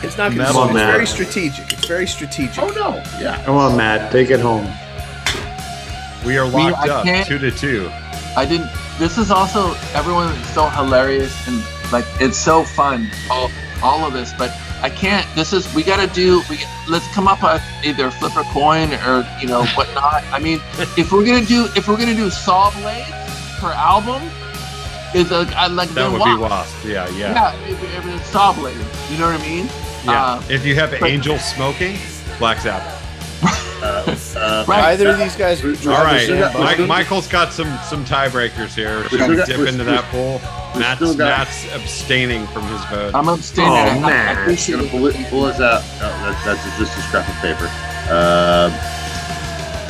S2: It's not gonna.
S1: Metal
S2: it's
S5: Man.
S2: very strategic. It's very strategic.
S4: Oh no. Yeah.
S5: Come on, Matt, take it home.
S1: We are locked
S6: I
S1: up
S6: can't-
S1: two to two.
S6: I didn't. This is also everyone is so hilarious and like it's so fun. All all of this, but I can't. This is we gotta do. We let's come up with either flip a coin or you know whatnot. I mean, if we're gonna do if we're gonna do saw blades per album, is a I like
S1: That
S6: then
S1: would
S6: why?
S1: be Wasp. Yeah, yeah, yeah.
S6: Yeah, if, if it's saw blades, you know what I mean? uh,
S1: if you have
S6: but-
S1: Angel smoking, Black Sabbath.
S4: Uh, uh,
S6: Right.
S2: Either of these guys.
S4: All
S1: All right,
S4: still got- we
S1: Mike,
S4: still-
S1: Michael's got some some tiebreakers here.
S4: We
S1: Should we
S4: still got-
S1: dip
S4: we-
S1: into
S4: we-
S1: that pool?
S4: we
S1: Matt's
S4: still got-
S1: Matt's abstaining from his vote.
S6: I'm abstaining.
S5: Oh,
S6: I- I
S5: man.
S4: It's gonna
S6: appreciate
S4: pull, it, pull us out. No, that, that's just a scrap of paper. Uh,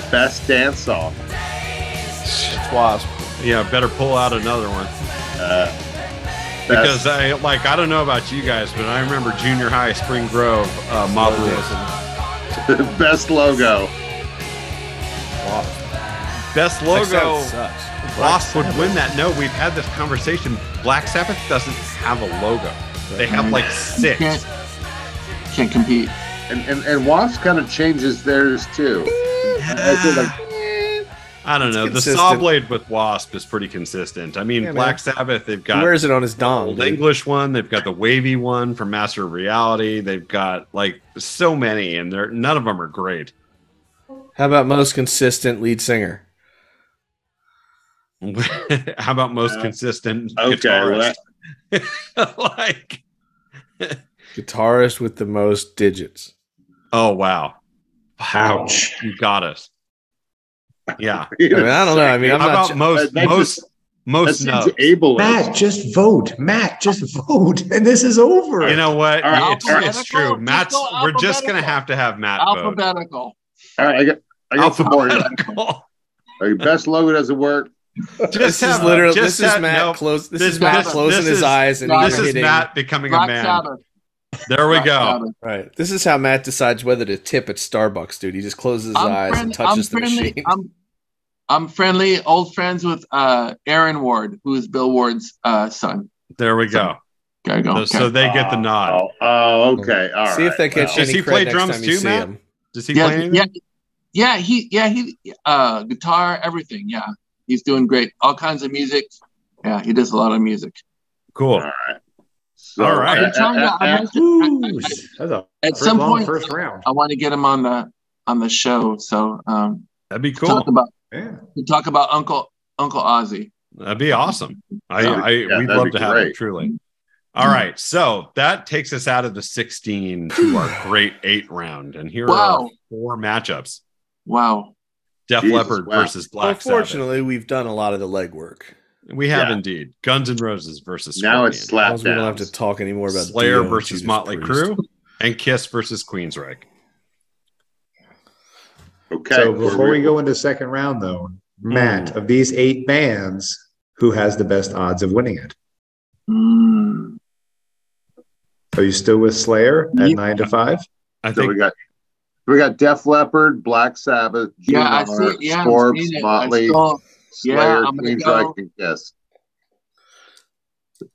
S4: best dance song.
S2: It's Wasp.
S1: yeah, better pull out another one
S4: Uh, best-
S1: because I like I don't know about you guys, but I remember junior high Spring Grove uh, mob rules.
S4: best logo.
S2: Wasp.
S1: Best
S2: Black
S1: logo.
S2: Sabbath sucks.
S1: Wasp would win that. No, we've had this conversation. Black Sabbath doesn't have a logo. They have like
S6: You
S1: six.
S6: can't, can't compete.
S4: And and, and Wasp kind of changes theirs too. I feel like
S1: I don't
S2: It's
S1: know. The
S2: consistent.
S1: saw blade with Wasp is pretty consistent. I mean,
S2: Yeah,
S1: Black Sabbath, they've
S2: He
S1: got
S2: wears it on his dong.
S1: old
S2: dude.
S1: English one, they've got the wavy one from Master of Reality. They've got like so many, and they're none of them are great.
S2: How about most consistent lead singer?
S1: How about most
S4: Uh,
S1: consistent
S4: okay,
S1: guitarist? like,
S2: Guitarist with the most digits.
S1: oh wow,
S5: Ouch.
S1: you got us. Yeah.
S2: I mean, I don't know. I mean, I'm
S1: How
S2: not.
S1: about most
S4: that- that
S1: most
S4: just- that
S1: most no?
S4: seems ableist.
S5: Matt, just vote. Matt, just vote. And this is over.
S1: You know what?
S4: All right,
S1: it's,
S4: all right.
S1: it's true.
S6: Alphabetical,
S1: Matt's.
S6: just go
S1: We're just gonna
S6: alphabetical.
S1: have to have Matt vote.
S6: Alphabetical.
S4: All right, I got I got some more. here.
S1: Alphabetical.
S4: All right, best logo doesn't work.
S2: This is
S1: have-
S2: literally.
S1: just
S2: This is
S1: have-
S2: Matt
S1: no,
S2: close. This,
S1: This-
S2: is Matt
S6: this-
S2: closing
S1: this
S2: his
S1: is-
S2: eyes and
S6: no,
S2: he's
S1: this is
S2: hitting.
S1: Matt becoming a
S6: Black
S1: man.
S6: Sabbath.
S1: There we
S6: Black
S1: go.
S6: Sabbath.
S2: Right. This is how Matt decides whether to tip at Starbucks, dude. He just closes his eyes
S6: friend-
S2: and touches
S6: I'm
S2: the
S6: friendly,
S2: machine.
S6: I'm, I'm friendly, old friends with uh, Aaron Ward, who is Bill Ward's uh, son.
S1: There we go.
S6: Gotta go.
S1: So,
S6: okay.
S1: so they get the
S4: Oh,
S1: nod.
S4: Oh, oh, okay. All right.
S2: See if they catch
S1: Does
S2: any
S1: he
S2: cred
S1: play
S2: next
S1: drums
S2: time
S1: too,
S2: you see
S1: Matt?
S2: him.
S1: Does he play
S6: yeah,
S1: anything?
S6: yeah, yeah, he, yeah, he, uh, guitar, everything. Yeah, he's doing great. All kinds of music. Yeah, he does a lot of music.
S1: Cool.
S4: All right. So, eh,
S1: All right.
S4: uh,
S6: I'm telling you, I'm not-
S5: Ooh, that's a
S6: At
S5: first-
S6: some
S5: long
S6: point,
S5: first round.
S6: I want to get him on the on the show. So um,
S1: That'd be
S6: talk
S1: cool.
S6: about
S5: Yeah.
S6: talk about Uncle Uncle Ozzy.
S1: That'd be awesome. I,
S6: Yeah,
S1: I we'd
S4: that'd
S1: love
S4: be
S1: to have
S4: great.
S1: him truly. All right. So that takes us out of the 16 to our great eight round. And here are
S6: Wow.
S1: our four matchups.
S6: Wow.
S1: Def
S4: Jesus,
S1: Leppard
S4: wow.
S1: versus Black Sabbath.
S2: Unfortunately, we've done a lot of the legwork.
S1: We have
S4: Yeah.
S1: indeed. Guns N' Roses versus
S4: now it's
S1: Scorpion.
S4: slap
S2: Otherwise, we don't have
S4: down.
S2: to talk anymore about
S1: Slayer
S2: Dio and
S1: versus
S2: Judas
S1: Motley
S2: Priest.
S1: Crue and Kiss versus Queensryche.
S4: Okay.
S5: so
S4: we're
S5: before we
S4: re-
S5: go into second round, though, Matt, of these eight bands, who has the best odds of winning it?
S6: Mm.
S5: Are you still with Slayer at
S6: Yeah.
S5: nine to five?
S1: I
S4: so
S1: think
S4: we got we got Def Leppard, Black Sabbath,
S6: Yeah,
S4: G&R,
S6: I see. it. Yeah, I'm
S4: Scorps,
S6: seeing it.
S4: Motley,
S6: I saw-
S4: Slayer,
S6: I'm gonna go.
S4: Queensryche, and Kiss.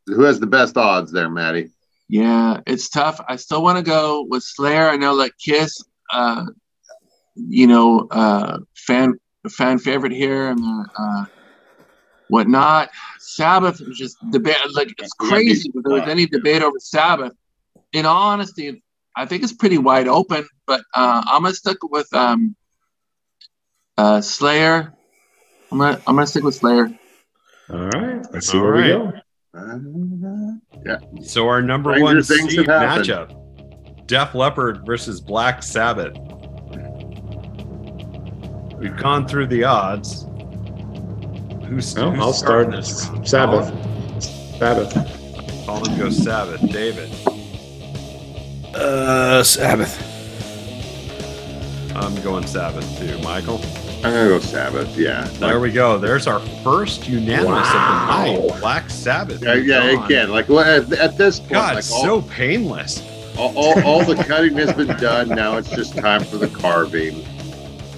S4: Who has the best odds there, Maddie?
S6: yeah, it's tough. I still want to go with Slayer. I know like Kiss, uh, you know, uh, fan fan favorite here and uh, whatnot. Sabbath was just debate. Like it's
S4: Yeah, that'd be
S6: crazy if there was
S4: tough,
S6: any
S4: yeah.
S6: debate over Sabbath. In all honesty, I think it's pretty wide open. But uh, I'm gonna stick with um, uh, Slayer. I'm gonna I'm gonna stick with Slayer.
S5: All right, let's see
S1: All
S5: where
S1: right.
S5: we go.
S4: Uh,
S1: So our number
S4: Stranger
S1: one
S4: things
S1: seed
S4: have happened.
S1: matchup: Def Leppard versus Black Sabbath. We've gone through the odds. Who's?
S5: Oh,
S1: who's
S5: I'll start
S1: starting this round?
S5: Sabbath. Sabbath.
S1: Colin goes Sabbath. David.
S7: Uh, Sabbath.
S1: I'm going Sabbath too, Michael.
S4: I'm gonna go Sabbath. Yeah.
S6: Oh,
S1: There we go. There's our first unanimous of the night. Black Sabbath.
S4: Yeah, yeah
S1: Gone.
S4: again, like well, at, at this point,
S1: God,
S4: like all,
S1: so painless.
S4: all, all, all the cutting has been done. Now it's just time for the carving.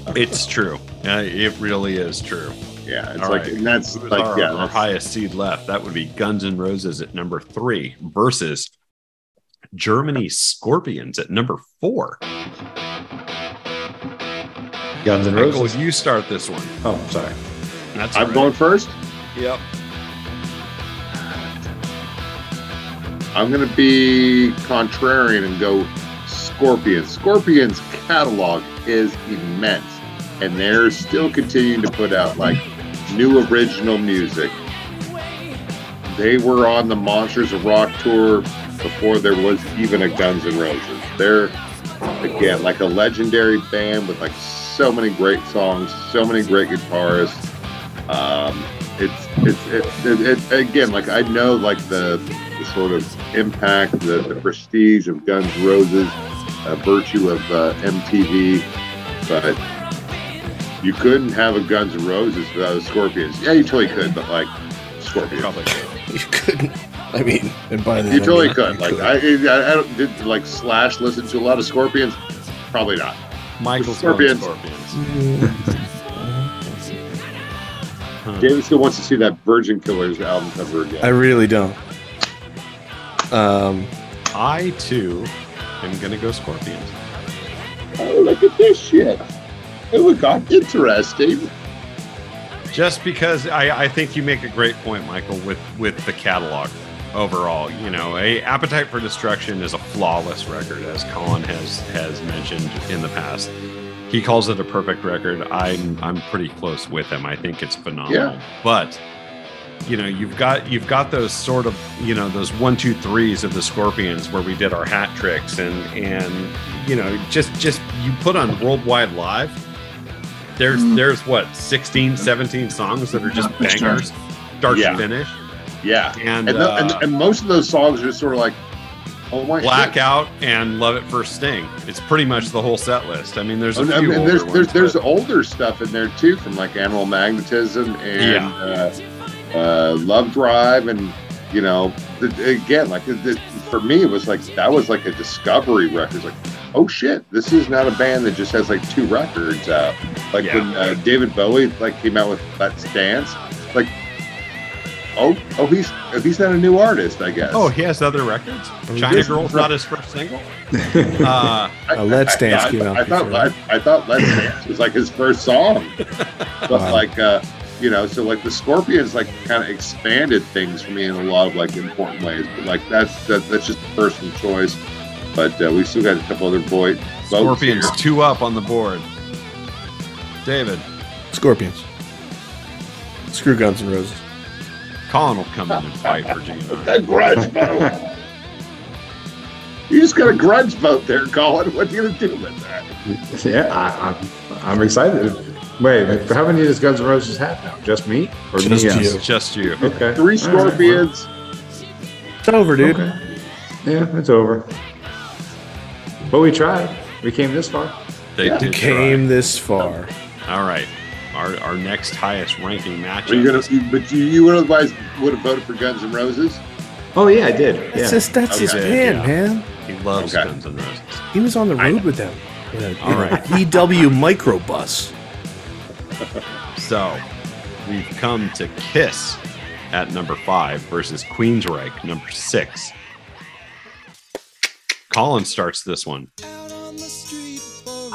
S1: It's true. Uh, it really is true.
S4: Yeah, it's
S1: All
S4: like
S1: right.
S4: and that's
S1: Who's
S4: like
S1: our,
S4: yeah,
S1: our
S4: that's,
S1: highest seed left? That would be Guns N' Roses at number three versus Germany Scorpions at number four.
S5: Guns and
S1: Michael,
S5: Roses.
S1: you start this one.
S5: Oh, sorry.
S1: That's
S4: I'm
S1: all right.
S4: going first.
S1: Yep.
S4: I'm gonna be contrarian and go Scorpions. Scorpions catalog is immense, and they're still continuing to put out like new original music. They were on the Monsters of Rock tour before there was even a Guns N' Roses. They're again like a legendary band with like so many great songs, so many great guitarists. Um, it's it's it, it, it, again like I know like the the sort of impact, the, the prestige of Guns N' Roses, uh, virtue of uh, MTV, but you couldn't have a Guns N' Roses without a Scorpions. Yeah, you totally could, but like Scorpions,
S1: Probably.
S7: You couldn't. I mean, and by that
S4: you
S7: I
S4: totally
S7: mean,
S4: could.
S7: you
S4: Like I, I, I don't, did like Slash listen to a lot of Scorpions? Probably not.
S1: Michael's
S4: Scorpions.
S1: Going Scorpions. Huh.
S4: David still wants to see that Virgin Killers album cover again.
S7: I really don't. Um,
S1: I too am gonna go Scorpions.
S4: oh, look at this shit! Oh, it got interesting.
S1: Just because I, I think you make a great point, Michael, with with the catalog overall. You know, a Appetite for Destruction is a flawless record, as Colin has has mentioned in the past. He calls it a perfect record. I'm I'm pretty close with him. I think it's phenomenal.
S4: Yeah.
S1: But you know, you've got you've got those sort of you know those one two threes of the Scorpions where we did our hat tricks and and you know just just you put on Worldwide Live there's
S6: Mm.
S1: there's what 16 17 songs that are just
S6: Yeah, for sure.
S1: bangers dark
S4: Yeah.
S1: finish
S4: Yeah.
S1: and,
S4: and,
S1: uh,
S4: the, and, and most of those songs are sort of like oh my shit.
S1: blackout and love it first sting it's pretty much the whole set list i mean there's a
S4: I
S1: few
S4: mean,
S1: older
S4: there's
S1: ones,
S4: there's there's
S1: but
S4: older stuff in there too from like animal magnetism and
S1: Yeah.
S4: uh, uh, love drive and you know th- again like th- th- for me it was like that was like a discovery record It's like oh shit this is not a band that just has like two records out like
S1: Yeah.
S4: when uh, david bowie like came out with let's dance like oh oh he's he's not a new artist i guess
S1: oh he has other records
S7: mean,
S1: china
S4: this-
S1: girl's not his first single uh
S4: I-
S7: Uh, Let's
S4: I-
S7: Dance
S4: I,
S7: came out
S4: I thought
S7: before.
S4: I, I thought Let's Dance was like his first song, but
S7: Wow.
S4: like uh, you know, so like the Scorpions like kind of expanded things for me in a lot of like important ways. But like that's that, that's just a personal choice. But uh, we still got a couple other boy votes
S1: scorpions
S4: here.
S1: two up on the board david
S7: scorpions. Screw Guns and Roses.
S1: colin will come in and fight for gene
S4: A grudge vote. you just got a grudge vote there, Colin. What are you gonna do with that?
S5: Yeah, I, I'm, I'm excited. Wait, how many does Guns N' Roses have now? Just me? Or
S7: Just
S5: me?
S7: you.
S1: just you
S5: Okay.
S4: Three
S5: All right, well,
S4: Scorpions.
S7: It's over, dude.
S5: Okay. Yeah, it's over. But we tried. We came this far.
S1: they
S4: Yeah.
S1: did try.
S7: Came this far.
S1: all right our our next highest ranking match
S4: Are you gonna? You, but you, you would otherwise would have voted for Guns N' Roses.
S5: Oh yeah, I did.
S7: That's
S5: Yeah.
S7: just that's his
S4: Okay.
S7: pen,
S1: Yeah.
S7: man.
S1: he loves
S4: Okay.
S1: guns and roses
S7: He was on the road with them. in a-
S1: All
S7: in a
S1: right.
S2: E
S7: VW microbus.
S1: So we've come to Kiss at number five versus Queensryche number six. Colin starts this one.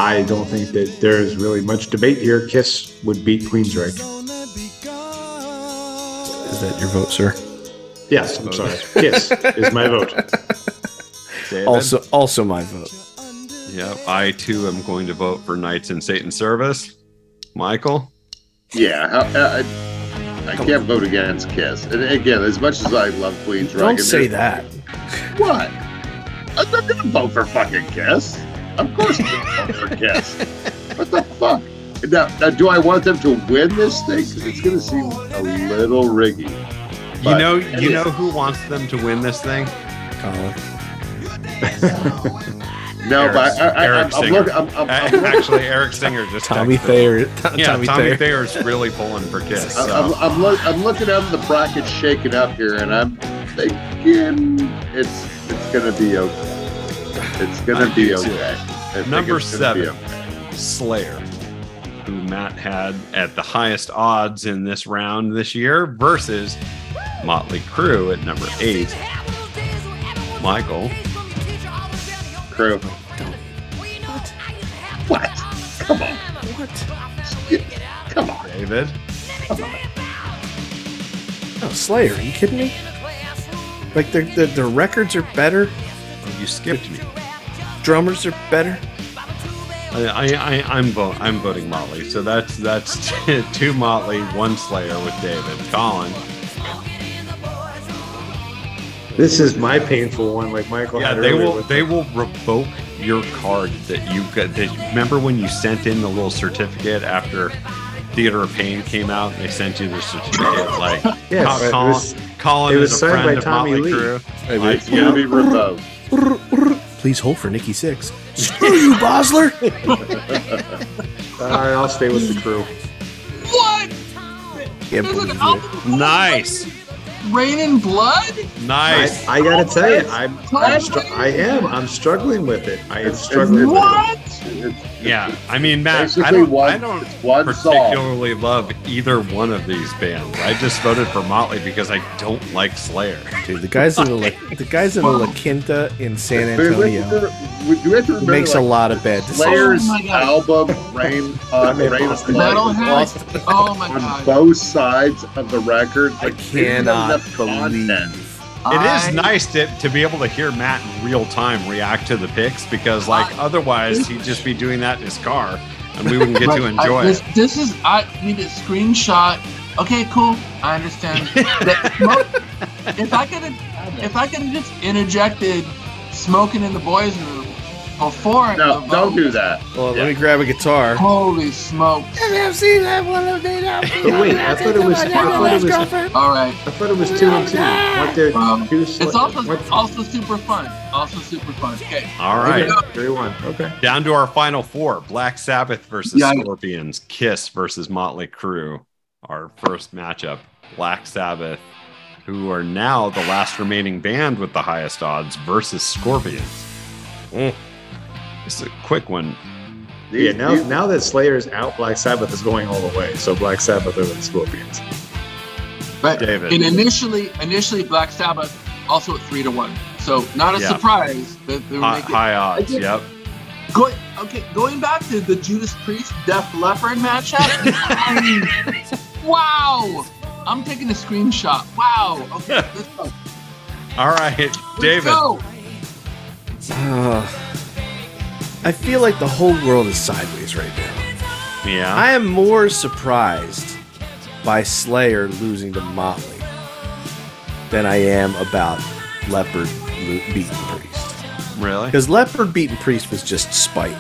S5: I don't think that there's really much debate here. Kiss would beat Queensrÿche.
S7: Is that your vote, sir?
S5: Yes, I'm sorry. Kiss is my vote.
S1: David?
S7: Also, also my vote.
S1: yep. I too am going to vote for Knights in Satan's Service. Michael,
S4: Yeah, I, I, I can't vote against Kiss. And again, as much as I love Queen's Dragon,
S7: Don't say that.
S4: What? I'm not gonna vote for fucking Kiss. Of course, I'm gonna vote for Kiss. What the fuck? Now, now, do I want them to win this thing? Because it's gonna seem a little riggy.
S1: you
S4: But-
S1: know, you know who wants them to win this thing?
S7: Colin.
S4: No, but I, I, I,
S1: Eric
S4: I'm, I'm
S1: Singer. Uh,
S4: looking. I'm, I'm, I'm, looking-
S1: Actually, Eric Singer just
S7: Tommy
S1: texted.
S7: Thayer. Tom-
S1: Yeah, Tommy,
S7: Tommy, Thayer.
S1: Thayer's really pulling for Kiss.
S4: I'm,
S1: so.
S4: I'm, I'm, look, I'm looking at the bracket shaking up here, and I'm thinking it's it's gonna be okay. It's gonna
S1: I
S4: be
S1: do too.
S4: okay. I think
S1: Number
S4: it's gonna be
S1: seven. Slayer, who Matt had at the highest odds in this round this year, versus Motley Crue at number eight. Michael.
S4: Crew. What? Come on.
S8: What?
S4: Come on.
S1: David,
S2: Oh, Slayer, are you kidding me? Like, their, their, their records are better,
S1: oh, you skipped me.
S2: drummers are better.
S1: I, I, I, I'm, vo- I'm voting Motley. So that's that's two Motley, one Slayer with David. Colin.
S5: This is my painful one, like Michael.
S1: Yeah,
S5: had
S1: they
S5: earlier
S1: will
S5: with
S1: they will revoke your card that you got. That, remember when you sent in the little certificate after Theater of Pain came out? They sent you the certificate like
S5: Yes,
S1: Col-
S5: it
S1: Colin,
S5: was-
S1: Colin
S5: it
S1: is
S5: was
S1: a
S5: signed
S1: friend
S5: by
S1: of
S5: Tommy
S1: Motley
S5: Lee.
S1: Crue.
S4: Maybe
S1: Like,
S4: It's gonna
S1: yeah.
S4: be revoked.
S7: Please hold for Nikki Six. Screw you, Bosler.
S5: All right, uh, I'll stay with the crew.
S6: What?
S2: Can't
S6: There's
S2: believe
S6: an
S2: it.
S6: album called
S1: Nice,
S6: Rain and Blood?
S1: nice.
S5: I, I gotta tell you, I'm, I'm
S6: Clive
S5: str-
S6: Lee?
S5: I am. I'm struggling with it. I am
S4: It's-
S5: struggling with it.
S6: What?
S4: It's- it's
S1: yeah, I mean, Matt, I
S4: Basically
S1: don't,
S4: one-
S1: I don't
S4: one song.
S1: particularly love either one of these bands. I just voted for Motley because I don't like Slayer.
S2: Dude, the guys in the La- the guys in the La Quinta in San Antonio
S4: We do have to remember,
S2: makes a
S4: like,
S2: lot of bad decisions.
S4: Slayer's
S6: Oh my God.
S4: album Rain on
S5: I'm in
S4: Rain of
S5: Boston.
S4: Blood
S6: Metal
S4: was lost
S6: Hammock. Oh my
S4: on
S6: god.
S4: both sides of the record.
S2: I
S4: Like, they didn't
S2: cannot
S4: have enough content.
S2: believe.
S1: It is
S6: I-
S1: nice to, to be able to hear Matt in real time react to the picks because, like, otherwise he'd just be doing that in his car and we wouldn't get to
S6: Like, I-
S1: enjoy
S6: this,
S1: it.
S6: This is I need a screenshot. Okay, cool. I understand. That smoke, if I could, have- if I could have just interjected smoking in the boys' room before. the
S4: No,
S6: vote,
S4: don't
S1: Oh.
S4: do that.
S2: Well, Oh, let me grab a guitar.
S6: Holy smokes!
S5: Oh, wait, I thought it was. I thought it was. I
S6: All right.
S5: thought it was two and two. Weren't there
S6: Um,
S5: two
S6: It's also
S5: what,
S6: also super fun. Also super fun. Okay.
S1: All right.
S5: Three one. Okay.
S1: Down to our final four Black Sabbath versus
S6: Yeah.
S1: Scorpions, Kiss versus Motley Crue. Our first matchup Black Sabbath, who are now the last remaining band with the highest odds, versus Scorpions. Mm. This is a quick one.
S5: Yeah.
S4: These-
S5: Now,
S4: these-
S5: now that Slayer's out, Black Sabbath is going all the way. So Black Sabbath over the Scorpions.
S6: But
S1: David.
S6: and initially, initially Black Sabbath also at three to one. So not a
S1: Yeah.
S6: surprise that they were
S1: High,
S6: making-
S1: high odds.
S6: I
S1: Yep.
S6: Go, okay, going back to the Judas Priest Def Leppard matchup. I- wow, I'm taking a screenshot. Wow. Okay, let's go. Let's
S1: All right. David.
S6: go.
S2: Uh, I feel like the whole world is sideways right now.
S1: Yeah.
S2: I am more surprised by Slayer losing to Motley than I am about Leopard lo- beating Priest.
S1: Really?
S2: Because Leopard beating Priest was just spite,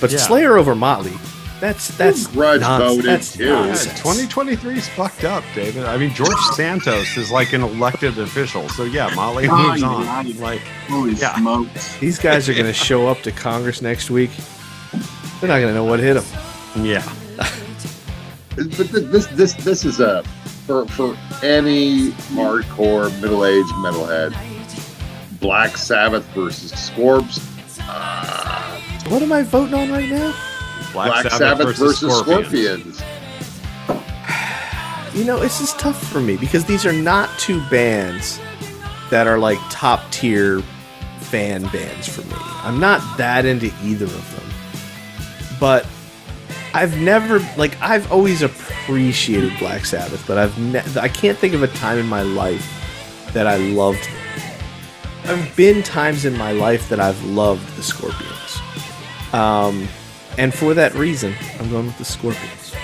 S2: but
S1: Yeah.
S2: Slayer over Motley, that's that's
S4: grudge
S2: nonsense.
S4: voted,
S2: That's
S4: too.
S1: Yeah,
S2: nonsense.
S1: 2023 is fucked up, David. I mean, George Santos is like an elected official, so yeah, Motley
S6: Oh,
S1: moves
S6: yeah,
S1: on.
S6: yeah.
S1: Like,
S6: Holy
S1: Yeah.
S6: smokes!
S2: These guys are going to show up to Congress next week. They're not going to know what hit them.
S1: yeah,
S4: but thi- this this this is a for for any hardcore middle aged metalhead. Black Sabbath versus Scorps.
S2: What am I voting on right now?
S1: Black,
S4: Black, Sabbath, versus, Scorpions.
S2: You know, it's just tough for me because these are not two bands that are like top tier fan bands for me. I'm not that into either of them. But I've never like I've always appreciated Black Sabbath, but I've ne- I can't think of a time in my life that I loved them. I've been times in my life that I've loved the Scorpions. Um and for that reason, I'm going with the Scorpions.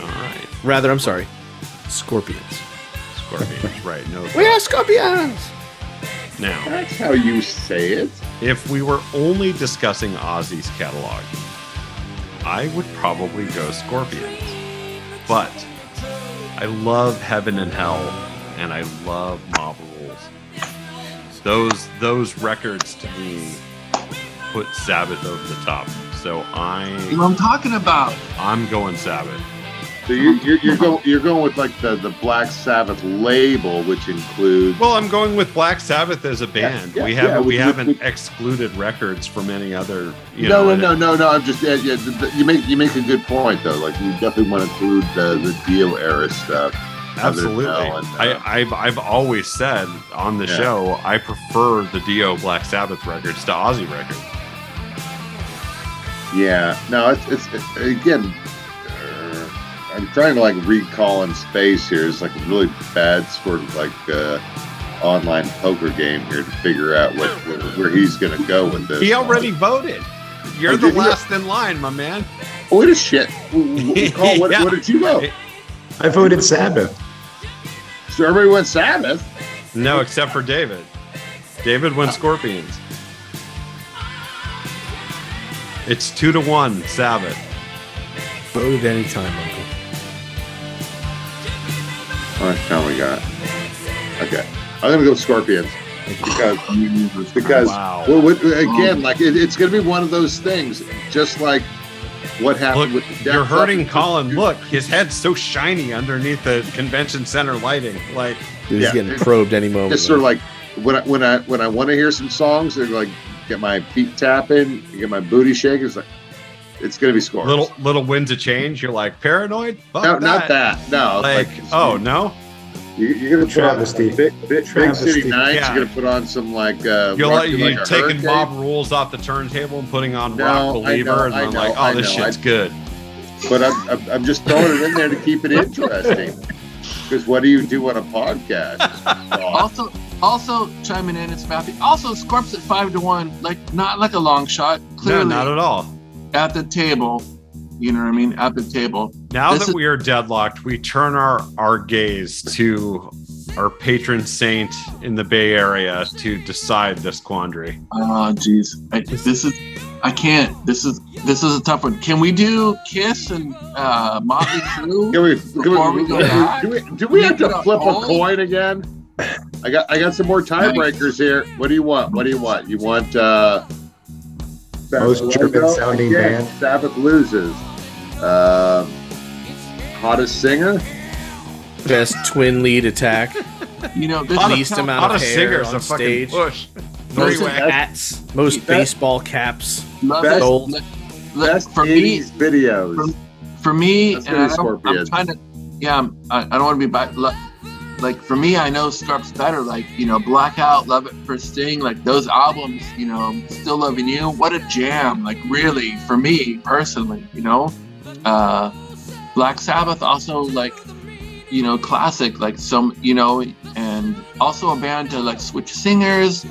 S1: All right,
S2: Rather, I'm sorry, scorpions.
S1: Scorpions. Right. No.
S2: We are scorpions.
S1: Now,
S4: That's how you say it.
S1: if we were only discussing Ozzy's catalog, I would probably go Scorpions. But I love Heaven and Hell, and I love Mob Rules. those those records to me put Sabbath over the top. So
S6: You know
S1: I
S6: what I'm talking about?
S1: I'm going Sabbath.
S4: So you're you're, you're going you're going with like the, the Black Sabbath label, which includes
S1: Well, I'm going with Black Sabbath as a band.
S4: yeah,
S1: we
S4: yeah,
S1: haven't we,
S4: we- we-
S1: haven't
S4: we-
S1: excluded records from any other. You
S4: no,
S1: know,
S4: no, no, no, no. I'm just yeah, yeah, th- th- you make you make a good point though. Like you definitely want to include the the Dio era stuff.
S1: Absolutely.
S4: Other than that one, uh,
S1: I, I've I've always said on the
S4: Yeah.
S1: show I prefer the Dio Black Sabbath records to Ozzy records.
S4: Yeah. No, it's it's it, again. uh, I'm trying to like recall in space here. It's like a really bad sort of like uh, online poker game here to figure out what where, where he's going to go with this.
S1: He already voted. You're
S4: Oh,
S1: the
S4: did he?
S1: last in line, my man.
S4: Oh, Wait a shit.
S1: Oh,
S4: W- w- Carl, what,
S1: Yeah.
S4: what did you vote?
S5: I voted Sabbath.
S4: So everybody went Sabbath.
S1: No, except for David. David went Scorpions. It's two to one, Sabbath.
S7: Vote at any time, Uncle.
S4: How much time we got? Okay. I'm going to go Scorpions. Because, because
S1: Wow.
S4: well, what, again, like it, it's going to be one of those things, just like what
S1: Look,
S4: happened with the Death
S1: you're hurting
S4: Leopard.
S1: Colin. Look, his head's so shiny underneath the convention center lighting. Like,
S7: Dude,
S4: Yeah.
S7: he's getting probed any moment.
S4: It's sort of like when I when I when I want to hear some songs, they're like get my feet tapping, get my booty shaking. It's like it's going to be Scorpions.
S1: little little winds of change. You're like paranoid. Fuck
S4: no,
S1: that.
S4: not that. No,
S1: Like, oh no,
S4: You, you're gonna put
S5: Travesty.
S4: on big, big, big
S5: Travesty.
S4: city nights.
S1: Yeah.
S4: You're gonna put on some like uh,
S1: you're
S4: rock-
S1: like, you're
S4: a
S1: taking
S4: hurricane.
S1: Bob rules off the turntable and putting on
S4: No,
S1: Rock
S4: I
S1: Believer,
S4: know,
S1: and
S4: I
S1: I'm like,
S4: know,
S1: oh,
S4: I
S1: this
S4: know, I-
S1: shit's good.
S4: But I'm, I'm, I'm just throwing it in there to keep it interesting. Because what do you do on a podcast? Oh,
S6: Also, also chiming in, it's Matthew. Also, Scorps at five to one, like not like a long shot. Clearly
S1: No, not at all.
S6: at the table. You know what I mean? At the table.
S1: Now
S6: This
S1: that
S6: is-
S1: we are deadlocked, we turn our, our gaze to our patron saint in the Bay Area to decide this quandary.
S6: Oh, jeez. I- This is. I can't. This is this is a tough one. Can we do Kiss and uh, Motley Crue?
S4: can we,
S6: Before
S4: can
S6: we
S4: we,
S6: go back,
S4: do, we, do we have to
S6: we
S4: flip a
S6: hold?
S4: coin again? I got I got some more tiebreakers here. What do you want? What do you want? You want uh,
S5: Most
S4: Sabbath
S5: German
S4: logo?
S5: sounding
S4: Again,
S5: band.
S4: Sabbath loses. Um hottest singer.
S2: Best twin lead attack.
S6: You know, this
S1: Lot
S6: is
S1: of-
S2: least
S6: tough.
S2: amount
S1: lot
S2: of
S1: of
S2: hair
S1: singers
S2: on
S1: a fucking
S2: stage.
S1: push.
S2: Most
S1: Three-way.
S2: hats. Most
S4: Best-
S2: baseball caps.
S6: Love
S4: Best-
S6: it.
S2: Gold.
S6: Look, look,
S4: Best
S6: for me,
S4: 80s videos.
S6: for- for me,
S4: That's
S6: and
S4: very
S6: I don't, I'm
S4: Scorpion.
S6: trying to, yeah, I'm, I, I don't want to be back. Like, like for me, I know Scarp's better. Like you know, Blackout, Love It for Sting, like those albums. You know, Still Loving You. What a jam! Like really, for me personally, you know, uh, Black Sabbath also like, you know, classic. Like some, you know, and also a band to like switch singers, to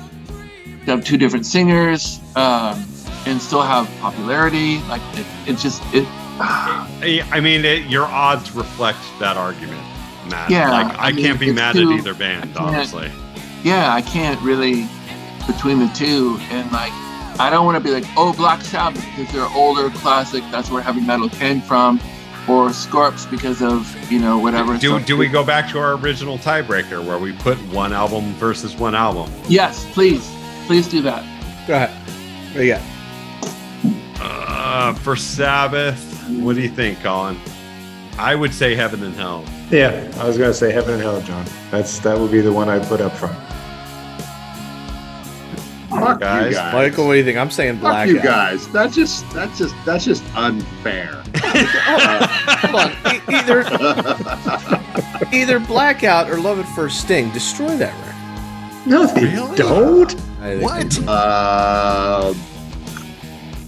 S6: have two different singers, um, and still have popularity. Like it, it just it.
S1: I I mean, it, your odds reflect that argument, Matt.
S6: Yeah,
S1: like, I,
S6: I mean,
S1: can't be
S6: it's
S1: mad
S6: too-
S1: at either band,
S6: can't-
S1: honestly.
S6: yeah, I can't really between the two, and like I don't want to be like, oh, Black Sabbath because they're older, classic. That's where heavy metal came from, or Scorps because of you know whatever.
S1: Do,
S6: some-
S1: do we go back to our original tiebreaker where we put one album versus one album?
S6: Yes, please, please do that.
S2: Go ahead. What do you got?
S1: Uh, for Sabbath, what do you think, Colin? I would say Heaven and Hell.
S5: Yeah, I was gonna say Heaven and Hell, John. That's that would be the one I put up front.
S4: Fuck
S1: guys.
S4: you guys.
S2: Michael, what do you think? I'm saying
S4: Fuck
S2: black.
S4: you guys. That's just that's just that's just unfair.
S2: Come on. E- either either blackout or love at first sting. Destroy that record.
S5: No, they
S1: Really?
S5: don't.
S2: I think
S7: What?
S4: uh,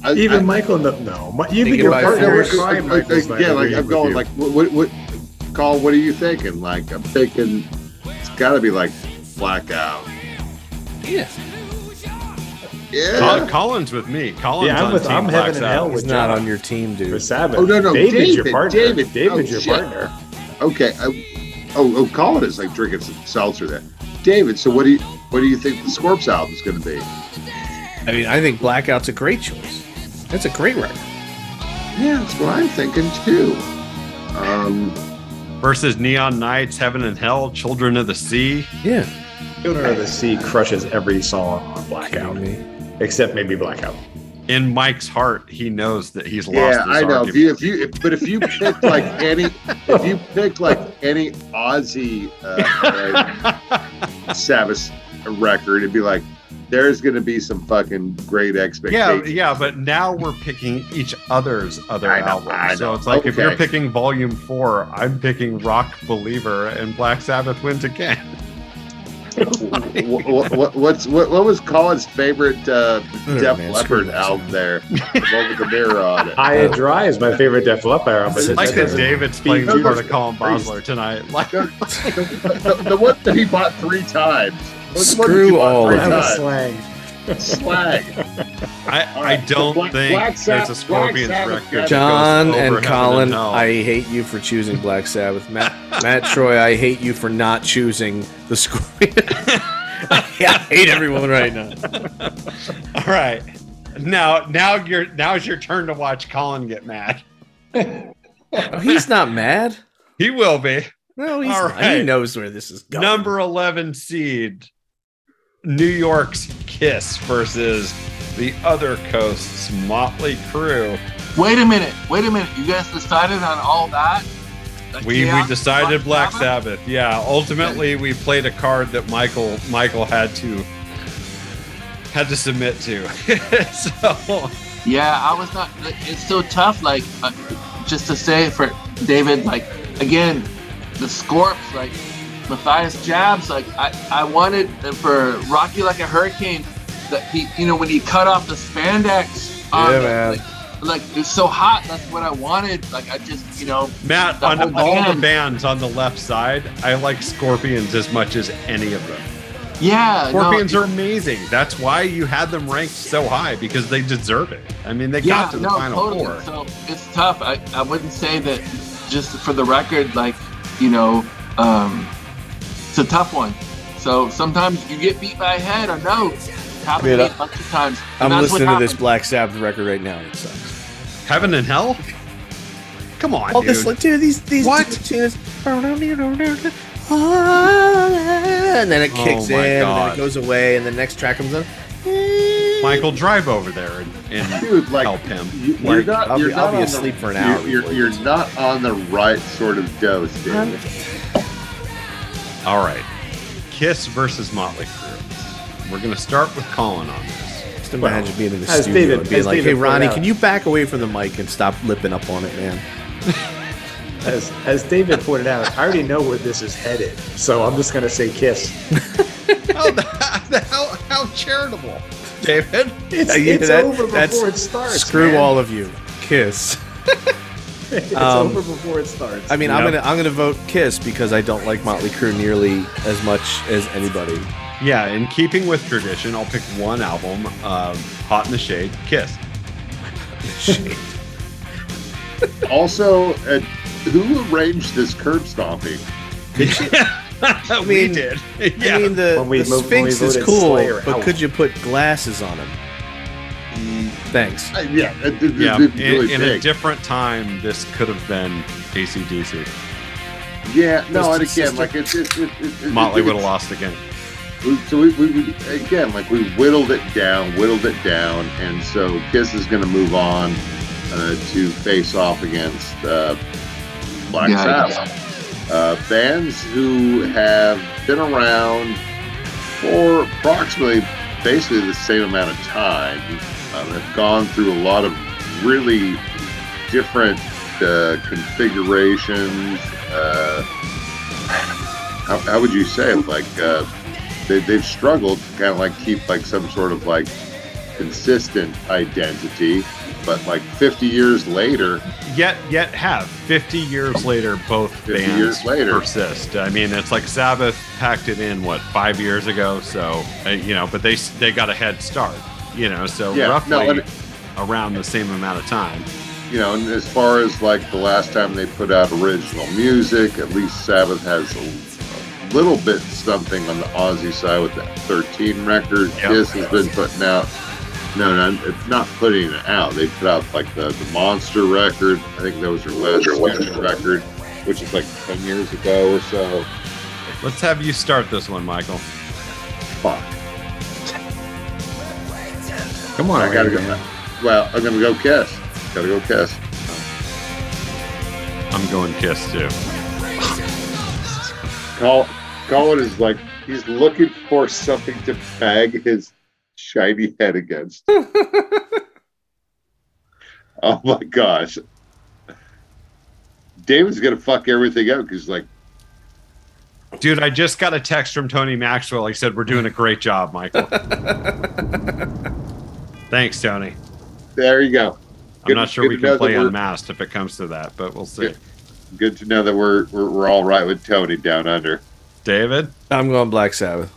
S4: I-
S5: Even
S4: I-
S5: Michael, no, no. Mi- You
S2: Thinking
S5: your
S2: about
S5: partner
S4: no,
S5: would
S2: Forrest.
S4: I- I-
S5: cry,
S4: I-
S5: Michael, if I
S4: yeah, like
S5: agreed
S4: I'm
S5: with
S4: going
S5: you.
S4: like what, what, what Carl, what are you thinking? Like I'm thinking it's gotta be like blackout.
S2: Yeah.
S1: Col-
S4: Yeah.
S1: Colin's with me. Colin's
S5: Yeah, I'm
S1: on
S5: with-
S1: Team
S5: I'm
S1: Black
S5: Heaven and
S1: Sabbath.
S5: Hell
S2: He's
S5: with
S2: not
S5: John.
S2: on your team,
S5: for
S2: dude.
S5: Sabbath.
S4: Oh, no, no,
S5: David's your
S4: David,
S5: partner.
S4: David.
S5: David's
S4: Oh,
S5: your
S4: shit.
S5: partner.
S4: Okay. I, oh oh Colin is like drinking some seltzer there. David, so what do you what do you think the Scorps album's gonna be?
S2: I mean, I think blackout's a great choice. That's a great record.
S4: Yeah, that's what I'm thinking too. Um
S1: versus Neon Knights, Heaven and Hell, Children of the Sea.
S2: Yeah.
S5: Children of the Sea crushes every song on Blackout, except maybe Blackout.
S1: In Mike's heart, he knows that he's lost.
S4: Yeah,
S1: his
S4: I know. If
S1: argument.
S4: you, if you, if, but if you pick like any, if you pick like any Aussie uh, uh, Savage record, it'd be like there's going to be some fucking great
S1: Yeah,
S4: expectations.
S1: yeah, but now we're picking each other's other
S4: I know,
S1: albums.
S4: I know.
S1: So it's like if you're
S4: Okay.
S1: picking Volume Four, I'm picking Rock Believer, and Black Sabbath wins again.
S4: what, what's what, what was Colin's favorite uh,
S2: Oh,
S4: Def
S2: man, screw
S4: Leppard
S2: that.
S4: out there? The one with the mirror on it.
S5: High and Dry is my favorite Def Leppard album. but
S1: It's
S5: that
S1: like that
S5: doesn't-
S1: David's playing the
S4: Jesus
S1: part of Colin
S4: Christ.
S1: Bosler tonight. Like,
S4: The, the one that he bought three times. What's the one that
S2: Screw
S4: you bought
S2: all
S4: three
S2: of
S5: that was
S4: times?
S5: slang.
S4: Slag.
S1: I,
S4: All
S1: I
S4: right, so
S1: don't
S4: Black-
S1: think
S4: Black
S1: there's a
S4: Sabbath- Black
S1: Scorpions
S4: Sabbath
S1: record.
S4: got
S1: that
S4: it.
S2: John
S1: goes over
S2: and
S1: heaven
S2: Colin,
S1: hell.
S2: I hate you for choosing Black Sabbath. Matt, Matt Troy, I hate you for not choosing the Scorpions. I hate everyone right now.
S1: All right. Now, now you're now it's your turn to watch Colin get mad.
S2: Oh, he's not mad.
S1: He will be.
S2: No, he's
S1: All
S2: not. he
S1: right.
S2: knows where this is going.
S1: Number 11 seed, New York's Kiss versus the other coast's Motley Crew.
S6: Wait a minute. Wait a minute. You guys decided on all that? Like
S1: We, we
S6: Chaos,
S1: decided Black
S6: Sabbath?
S1: Sabbath. Yeah, ultimately we played a card that Michael Michael had to had to submit to. so
S6: Yeah, I was not. like, It's so tough. Like, uh, just to say for David, like again, the Scorps, like Matthias Jabs, like I, I wanted for Rocky like a Hurricane. That he, you know, when he cut off the spandex. on
S2: Yeah,
S6: the-
S2: man.
S6: Like, like it's so hot. That's what I wanted. Like I just, you know,
S1: Matt,
S6: The
S1: on
S6: whole
S1: all the
S6: band.
S1: bands on the left side, I like Scorpions as much as any of them.
S6: yeah. no,
S1: Scorpions are amazing. That's why you had them ranked so high because they deserve it. I mean, they got to the final four.
S6: So it's tough. I, I wouldn't say that just for the record, like, you know, um, it's a tough one. So sometimes you get beat by a head or no. It's happened to me
S2: Dude,
S6: a bunch of times.
S2: I'm
S6: And that's what
S2: listening to this
S6: happened.
S2: Black Sabbath record right now. It sucks.
S1: Heaven and Hell? Come on,
S2: All
S1: dude.
S2: this, like, dude, these these
S1: What?
S2: tunes, and then it
S1: Oh
S2: kicks in,
S1: my
S2: and then
S1: God.
S2: it goes away, and the next track comes on.
S1: Michael, drive over there and, and
S4: Dude, like
S1: help him.
S4: You, are
S1: Like,
S4: not,
S2: I'll
S4: you're
S2: be- I'll
S4: not
S2: be
S4: on
S2: asleep
S4: the,
S2: for an hour
S4: You're,
S2: before
S4: you're,
S2: this.
S4: you're not on the right sort of dose, dude.
S1: all right. Kiss versus Motley Crue. We're going to start with Colin on this.
S2: Just imagine being in the
S5: as
S2: studio
S5: David-
S2: and being
S5: as
S2: like,
S5: David
S2: "Hey, Ronnie,
S5: pointed out-
S2: can you back away from the mic and stop lipping up on it, man?"
S5: As, as David pointed out, I already know where this is headed, so I'm just gonna say Kiss.
S1: how, how, how charitable, David.
S5: It's,
S2: Yeah,
S5: it's
S2: that-
S5: over
S2: that's-
S5: before it starts.
S2: Screw
S5: man.
S2: all of you. Kiss.
S5: It's
S2: um,
S5: over before it starts.
S2: I mean, I'm
S1: Yep.
S2: gonna I'm gonna vote Kiss because I don't like Motley Crue nearly as much as anybody.
S1: Yeah, in keeping with tradition, I'll pick one album, um, Hot in the Shade, Kiss.
S4: Also, uh, who arranged this curb stomping?
S1: we
S2: mean,
S1: did. Yeah.
S2: I mean, the,
S5: When we
S2: the
S5: mo- when we
S2: Sphinx is
S5: voted
S2: cool,
S5: Slayer
S2: but
S5: out.
S2: could you put glasses on him? Thanks.
S4: Uh, yeah, uh, th- th-
S1: yeah,
S4: th-
S1: in,
S4: really
S1: in a
S4: big.
S1: different time, this could have been ACDC.
S4: yeah, no,
S2: Twisted
S4: and again,
S2: Sister.
S4: like it's it, it, it, it,
S1: Motley
S4: it-
S1: would have lost again.
S4: we- So we, we, we again, like we whittled it down, whittled it down, and so Kiss is going to move on uh, to face off against uh, Black
S6: Yeah, I-
S4: Sabbath. uh, bands who have been around for approximately basically the same amount of time um, have gone through a lot of really different uh, configurations uh, how, how would you say it? like uh, they, they've struggled to kind of like keep like some sort of like consistent identity but like 50 years later
S1: Yet, yet have 50 years later, both
S4: 50
S1: bands
S4: years later.
S1: persist. I mean, it's like Sabbath packed it in what five years ago, so uh, you know, but they s- they got a head start, you know, so
S4: Yeah,
S1: roughly
S4: no, and-
S1: around the same amount of time.
S4: you know, and as far as like the last time they put out original music, at least Sabbath has a, a little bit something on the Aussie side with that 13 record.
S1: Yeah.
S4: Kiss has been putting out. No, no, it's not putting it out. They put out like the, the Monster record. I think that was their last studio record, which is like 10 years ago or so.
S1: Let's have you start this one, Michael.
S4: Fuck.
S5: Come on,
S4: I gotta go.
S5: Raven.
S4: Well, I'm gonna go kiss. Gotta go kiss.
S1: I'm going kiss too.
S4: Col- Colin is like he's looking for something to bag his shiny head against. oh my gosh. David's gonna fuck everything up because like
S1: Dude, I just got a text from Tony Maxwell. He said, We're doing a great job, Michael. Thanks, Tony.
S4: there you go.
S1: I'm
S4: Good-
S1: not sure
S4: good
S1: we
S4: to
S1: can
S4: know
S1: play
S4: that we're-
S1: unmasked if it comes to that, but we'll see.
S4: Yeah. Good to know that we're we're, we're all right with Tony down under.
S1: David
S2: I'm going Black Sabbath.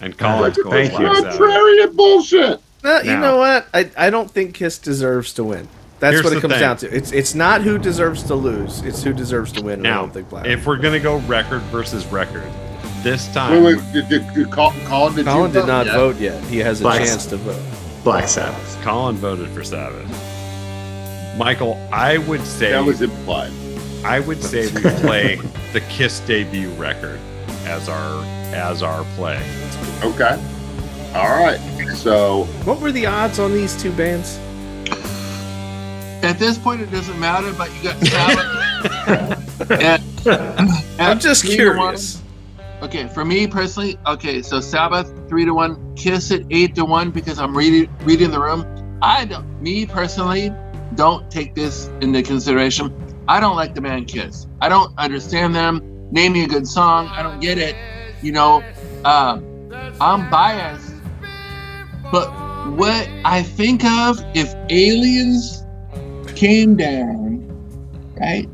S1: and Colin's
S4: Look at
S1: going
S4: this
S5: thank you.
S1: Black Sabbath.
S4: Contrarian bullshit.
S2: No, Uh, you
S1: Now-
S2: know what? I, I don't think Kiss deserves to win. That's
S1: Here's
S2: what it
S1: the
S2: comes
S1: thing.
S2: down to. It's it's not who deserves to lose. It's who deserves to win. and I
S1: Now,
S2: don't think Black.
S1: if we're going to go record versus record, this time,
S4: Wait, wait, did, did, did Col- Colin, did
S2: Colin
S4: you
S2: did not
S4: yet?
S2: vote yet. He has a
S5: Black-
S2: chance to vote.
S5: Black Sabbath.
S1: Colin voted for Sabbath. Michael, I would say
S4: That was implied.
S1: I would say we play the Kiss debut record as our as our play.
S4: Okay. All right. So
S2: What were the odds on these two bands?
S6: At this point, it doesn't matter, but you got Sabbath. and,
S2: I'm just
S6: three to one.
S2: curious.
S6: Okay, for me personally, okay, so Sabbath three to one, Kiss it eight to one because I'm reading reading the room. I don't, me personally, don't take this into consideration. I don't like the band Kiss. I don't understand them. Name me a good song. I don't get it. You know, uh, I'm biased, but what I think of if aliens came down, right?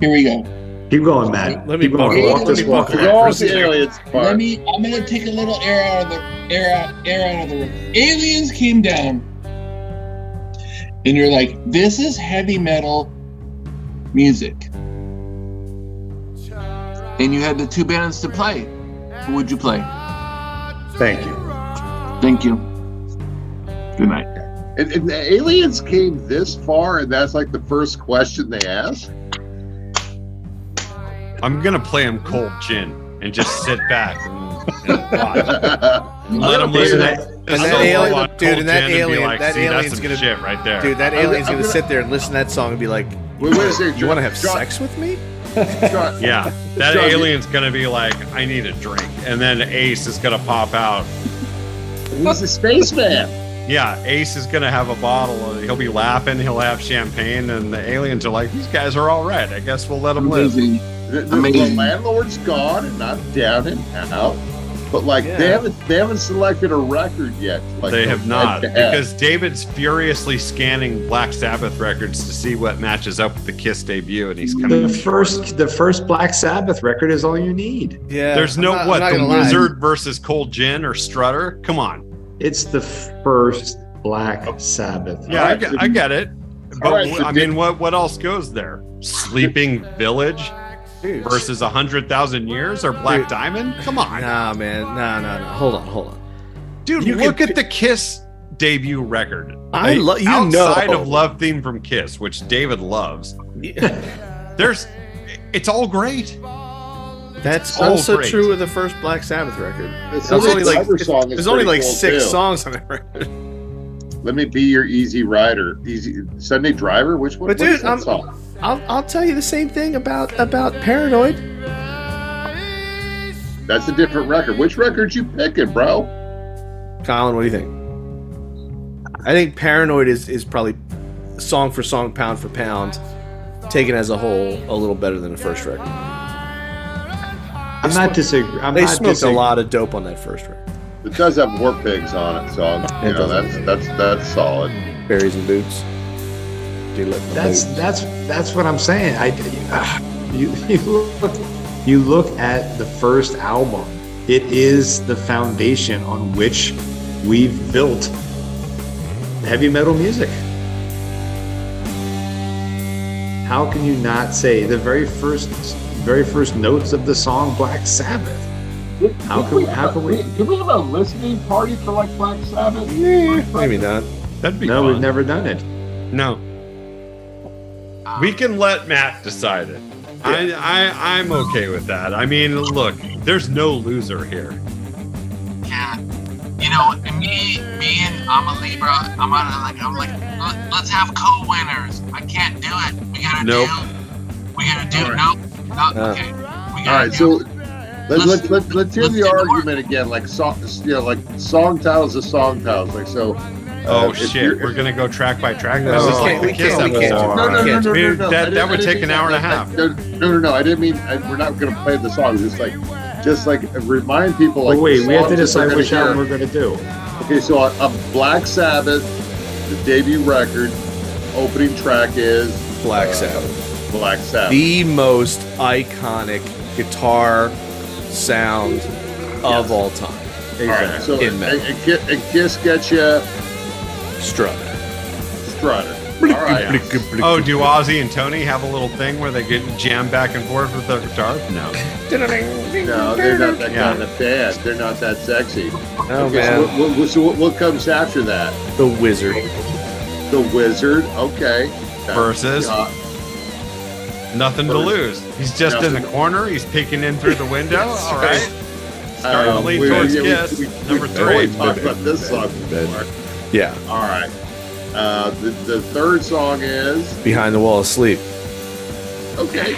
S6: Here we go.
S5: Keep going, Matt.
S2: Let me
S5: Keep going.
S6: borrow-
S5: Walk
S6: let
S5: this
S6: me
S5: walk.
S2: borrow-
S5: Matt,
S4: all
S5: for a
S4: the
S5: second.
S4: aliens
S6: Let
S4: part.
S6: me. I'm gonna take a little air out of the air out air out of the room. Aliens came down, and you're like, "This is heavy metal music," and you had the two bands to play. Who would you play?
S5: Thank you.
S6: Thank you. Good night.
S4: And, and the aliens came this far, and that's like the first question they asked.
S1: I'm gonna play him cold gin and just sit back and, and watch.
S4: That's
S1: Let him
S4: play
S1: listen.
S2: that-
S1: to
S2: and that
S1: solo
S2: alien-
S1: on
S2: dude,
S1: Cold
S2: and that
S1: Gin be
S2: alien-
S1: like,
S2: that
S1: "See, that's
S2: alien's
S1: some
S2: gonna-
S1: shit right there.
S2: Dude, that
S4: I'm
S2: alien's
S4: gonna-
S2: gonna sit there and listen to that song and be like,
S4: Wait, wait a second,
S2: "You want to
S4: John-
S2: have
S4: John-
S2: sex with me?"
S4: John,
S1: yeah, that
S4: Johnny-
S1: alien's gonna be like, I need a drink, and then Ace is gonna pop out.
S4: he's a spaceman.
S1: Yeah, Ace is gonna have a bottle. and He'll be laughing. He'll have champagne, and the aliens are like, "These guys are all right. I guess we'll let them live."
S6: Amazing.
S4: The, the, the
S6: Amazing.
S4: landlord's gone, and I'm down and out. But like they
S2: Yeah.
S4: haven't they haven't selected a record yet. Like
S1: they
S4: to
S1: have not
S4: head to head.
S1: because David's furiously scanning Black Sabbath records to see what matches up with the Kiss debut, and he's coming.
S5: The
S1: up
S5: first, the first Black Sabbath record is all you need.
S2: Yeah.
S1: There's
S2: I'm
S1: no
S2: not- I'm
S1: what
S2: not
S1: the
S2: gonna lie.
S1: Wizard versus Cold Gin or Strutter. Come on,
S5: It's the first
S2: Oh.
S5: Black Sabbath.
S1: yeah, I,
S4: Alright,
S1: get,
S4: so-
S1: I get it, but
S4: Alright,
S1: wh-
S4: so
S1: I
S4: did-
S1: mean, what what else goes there? Sleeping Village
S2: Dude.
S1: versus a hundred thousand years or Black
S2: Dude.
S1: Diamond? Come on,
S2: Nah, man. Nah, nah, nah. Hold on, hold on.
S1: dude,
S2: you
S1: look
S2: could-
S1: at the Kiss debut record.
S2: I
S1: Like,
S2: love you
S1: outside
S2: know.
S1: of Love Theme from Kiss, which David loves. There's, it's all great.
S2: That's
S1: so
S2: also
S1: great.
S2: true of the first Black Sabbath record.
S4: It's
S2: There's
S4: only
S2: only like-
S4: cover song is
S2: There's only
S4: pretty
S2: like
S4: cool,
S2: six
S4: too.
S2: songs on that record.
S4: Let me be your easy rider, easy Sunday driver. Which one? what
S2: But dude,
S4: is that
S2: I'm-
S4: song?
S2: I'll, I'll tell you the same thing about about Paranoid.
S4: That's a different record. Which record you picking, bro?
S2: Colin, what do you think? I think Paranoid is is probably song for song, pound for pound, taken as a whole, a little better than the first record.
S5: I'm not disagreeing. I'm
S2: They
S5: not
S2: smoked a
S5: disag-
S2: lot of dope on that first record.
S4: It does have War Pigs on it, so I'm- you
S2: It
S4: know
S2: does.
S4: that's that's that's solid.
S2: Berries and boots. Dude, look, my
S5: That's
S2: boots.
S5: that's that's what I'm saying. I ah, you you look, you look at the first album. It is the foundation on which we've built heavy metal music. How can you not say the very first very first notes of the song Black Sabbath? How can we- how can we-
S4: Can we have a listening party for like Black Sabbath?
S2: maybe not.
S1: That'd be
S5: no,
S1: fun.
S5: we've never done it.
S1: No. We can let Matt decide it. I, I I'm okay with that. I mean, look, there's no loser here.
S6: you know, and me being I'm a Libra, I'm on a, like I'm like "Let- let's have co-winners. I can't do it. We gotta
S1: Nope.
S6: do. We gotta do.
S4: All right.
S6: Nope. Not,
S2: Uh,
S6: okay. We gotta
S4: All right,
S6: do.
S4: so let, let, let, let's hear
S6: Let's
S4: the
S6: do the
S4: argument again. Like song, you know, like song titles is song titles. Like so. uh,
S1: Oh
S4: if
S1: shit,
S4: you're-
S1: we're gonna go track by track.
S2: No,
S1: this is
S2: we
S1: like
S2: can't-
S1: the
S2: we
S1: Kiss
S2: can't- we can't.
S1: episode.
S4: No, no, no, no,
S1: Dude,
S4: no, no.
S1: that-
S4: I didn't-
S1: that would
S4: I didn't
S1: take an
S4: mean
S1: hour and a
S4: that.
S1: half.
S4: No, no, no, no. I didn't mean I, we're not going to play the songs. It's like, just like remind people. Like,
S5: But wait,
S4: the
S5: we have to
S4: songs that
S5: decide
S4: they're
S5: which
S4: gonna
S5: album
S4: hear.
S5: we're going to do.
S4: Okay, so on, on Black Sabbath, the debut record, opening track is
S2: Black
S4: uh,
S2: Sabbath.
S4: Black Sabbath.
S2: The most iconic guitar sound of all time.
S4: All right,
S5: Exactly.
S4: so
S2: In
S4: and,
S2: metal.
S4: and, Ki- and Kiss gets you
S2: Strut.
S4: Strutter. All right.
S1: Oh, do Ozzy and Tony have a little thing where they get jam back and forth with their guitar? No.
S4: No, they're not that
S1: Yeah.
S4: kind of band. They're not that sexy.
S2: Oh
S4: Okay, so
S2: man,
S4: what, what, so what, what comes after that?
S2: the wizard.
S4: The Wizard. Okay. That's-
S1: Versus?
S4: uh,
S1: Nothing to lose. He's just in the
S4: Nothing.
S1: corner. He's peeking in through the window. All right. Starting to
S4: Um,
S1: lead
S4: we-
S1: towards
S4: yeah, we-
S1: Kiss.
S4: we-
S1: Number
S4: we
S1: three.
S4: totally talked about this song before.
S2: Yeah,
S4: All right. Uh, the, the third song is
S2: behind the wall of sleep.
S4: okay.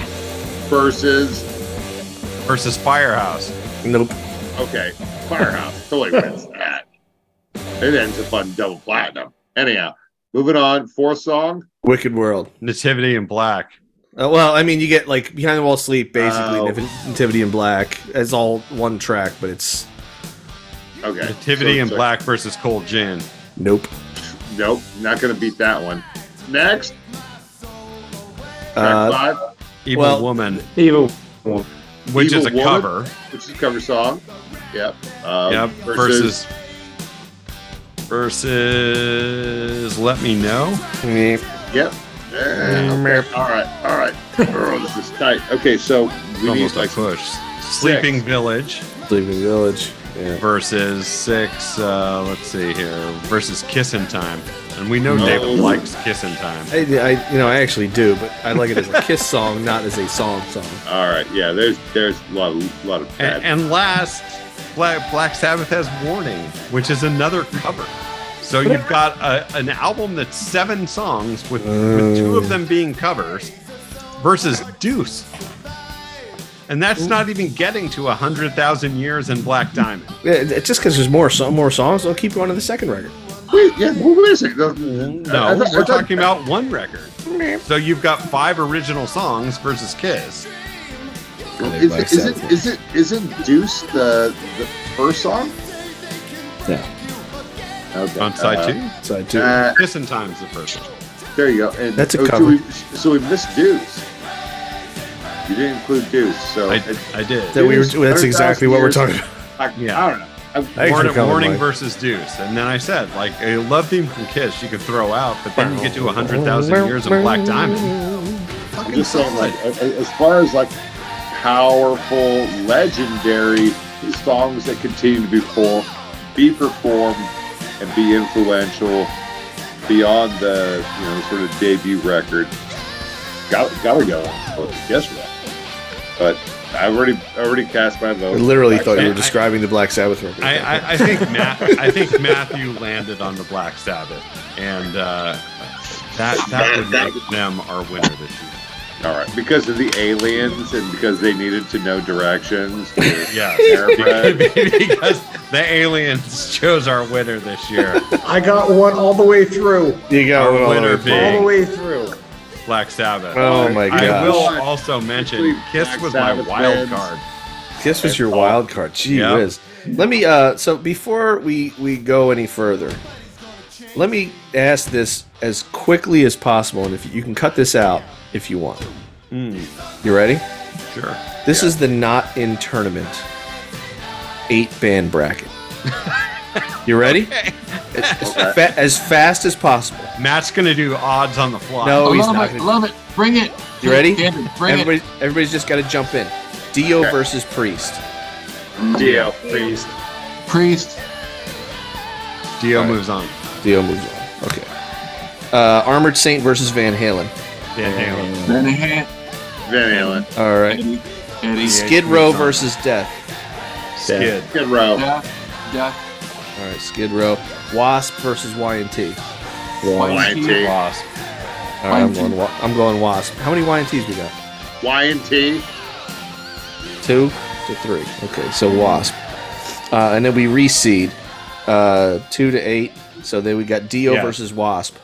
S4: Versus
S1: Versus Firehouse.
S2: Nope.
S4: okay. Firehouse totally wins that. It ends up on double platinum. Anyhow, moving on. Fourth song.
S2: Wicked World.
S1: Nativity in Black.
S2: Uh, well, I mean, you get like behind the wall of sleep, basically
S4: Oh.
S2: Nat- Nativity in Black. It's all one track, but it's
S4: Okay.
S1: Nativity
S4: So-
S1: in
S4: so-
S1: Black versus Cold Gin.
S2: nope.
S4: Nope, not gonna beat that one. Next, track
S2: Uh,
S4: five,
S1: Evil
S2: Well-
S1: Woman,
S5: Evil.
S1: which
S4: Evil
S1: is a
S4: Woman?
S1: cover.
S4: which is a cover song. Yep. Um,
S1: yep. Versus. Versus. Let Me Know.
S2: meh.
S4: Yep. Eh, okay. All right. All right. Oh, this is tight. Okay, so we need
S1: Almost a
S4: like
S1: push. Sleeping Village.
S2: Sleeping Village. Yeah.
S1: versus six. Uh, let's see here. Versus Kissin' Time, and we know
S4: No.
S1: David likes Kissin' Time.
S2: I, I, you know, I actually do, but I like it as a Kiss song, not as a song song.
S4: All right. Yeah. There's there's a lot of lot of bad.
S1: And, and last, Black, Black Sabbath has Warning, which is another cover. So you've got a, an album that's seven songs with, with two of them being covers versus Deuce. And that's not even getting to a 100,000 years in Black Diamond.
S2: Yeah, it- just because there's more so, more songs, I'll keep going to the second record.
S4: wait, yeah. Well, wait a second.
S1: No,
S4: I- I thought- I
S1: we're
S4: thought-
S1: talking about one record. So you've got five original songs versus Kiss.
S4: Is, it- is it is it is it Deuce the the first song?
S2: Yeah.
S4: Okay.
S1: On side
S4: uh,
S1: two,
S2: Side two.
S4: uh,
S1: Kissing Time's the first one.
S4: there you go. And
S2: That's a
S4: oh, so
S2: cover.
S4: we- So we, missed Deuce. You didn't include Deuce. So
S1: I,
S4: it-
S1: I did.
S2: that we were,
S4: Deuce,
S2: that's exactly what we're
S4: 100,000
S2: talking about.
S4: I,
S1: Yeah.
S4: I don't know. I-
S2: Thanks for
S1: Warning,
S2: coming,
S1: warning
S2: Mike.
S1: versus Deuce. And then I said, like, a love theme from Kiss you could throw out, but then you get to 100,000 years of Black Diamond.
S4: I'm just saying, like, a- a- as far as like powerful, legendary songs that continue to be for, be performed, and be influential beyond the you know sort of debut record, got gotta go with the Kiss record. But I already I already cast my
S2: I
S4: vote.
S2: literally thought you
S1: Sabbath.
S2: were describing the Black Sabbath record.
S1: I, I, I think Matt, I think Matthew landed on the Black Sabbath. And uh, that, that would make them our winner this year.
S4: All right, because of the aliens and because they needed to know directions.
S1: Yeah.
S4: Airbrake.
S1: because the aliens chose our winner this year.
S5: I got one all the way through.
S2: you got
S1: Our
S2: one all
S1: winner
S2: over.
S1: being-
S5: All the way through.
S1: Black Sabbath.
S2: Oh my
S1: I
S2: gosh.
S1: will also mention Kiss was my
S4: Black Sabbath
S1: wild
S4: fans.
S1: card.
S2: This was your wild card. Gee
S1: Yeah.
S2: whiz. Let me uh so before we we go any further, let me ask this as quickly as possible, and if you can cut this out if you want.
S6: Hmm.
S2: You ready?
S1: Sure.
S2: This is the not in tournament eight band bracket. you ready? As, as fa- as fast as possible.
S1: Matt's gonna do odds on the fly.
S2: No,
S6: I
S2: oh, he's
S6: love
S2: not.
S6: it.
S2: Gonna,
S6: Love it. Bring it.
S2: You ready?
S6: Damn it, Bring
S2: everybody, everybody's just got to jump in. Dio
S4: Okay.
S2: versus Priest.
S4: Deal.
S5: Priest.
S6: it. Priest.
S1: Dio moves on.
S2: Dio moves on. Okay. Uh, Armored Saint versus Van Halen.
S1: Van Halen.
S6: Van Halen.
S4: Van Halen.
S2: All right.
S6: Eddie. Eddie.
S2: Skid Row versus Death.
S1: Skid.
S4: Skid Row.
S6: Death. Death.
S2: All right, Skid Row. Wasp versus Y&T.
S6: Why
S4: Y&T.
S6: is he-
S2: Wasp. All right, I'm
S6: Y&T.
S2: going, wa- I'm going Wasp. How many Y&Ts we got?
S4: Y and T.
S2: Two to three. Okay, so Wasp. Uh, and then we reseed uh, two to eight. So then we got Dio
S1: Yeah. Oh.
S2: versus Wasp.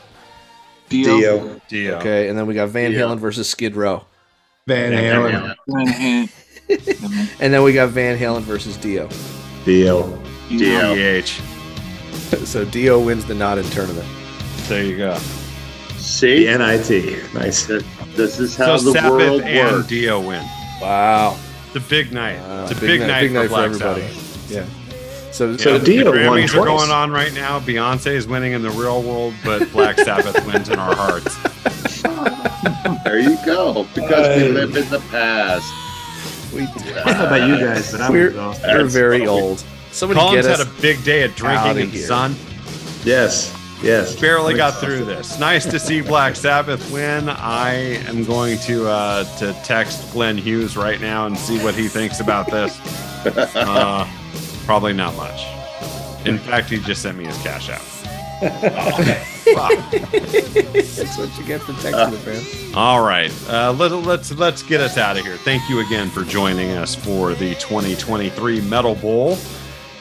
S6: Dio.
S5: Dio.
S1: Dio.
S2: Okay, and then we got Van
S4: Dio.
S2: Halen versus Skid Row.
S5: Van Halen.
S6: Van Halen.
S2: And then we got Van Halen versus Dio.
S5: Dio.
S4: Dio.
S1: DH.
S2: So Dio wins the Nodden tournament.
S1: There you go.
S4: See,
S5: The NIT. Nice.
S4: Th- this is
S1: So
S4: how the world
S1: Sabbath and
S4: works.
S1: Dio win.
S2: Wow.
S1: It's a big night.
S2: Wow.
S1: it's a big, night, for Black Sabbath.
S2: Yeah. So,
S5: So
S1: Yeah, the
S5: Dio won
S1: Grammys are
S5: twice.
S1: going on right now. Beyonce is winning in the real world, but Black Sabbath wins in our hearts.
S4: There you go. Because we
S5: Hey.
S4: live in the past.
S2: we,
S5: I don't know about you guys, but I'm
S2: We're-
S5: exhausted.
S2: are very old. Somebody
S1: Collins
S2: get
S1: had
S2: us.
S1: a big day of
S2: outta
S1: drinking and
S2: here.
S1: sun.
S5: Yes. Yes.
S1: Barely got through this. Nice to see Black Sabbath win. I am going to uh, to text Glenn Hughes right now and see what he thinks about this. Uh, probably not much. In fact, he just sent me his cash out.
S2: That's what you get for texting the fan.
S1: All right, uh, let, let's let's get us out of here. Thank you again for joining us for the 2023 Metal Bowl.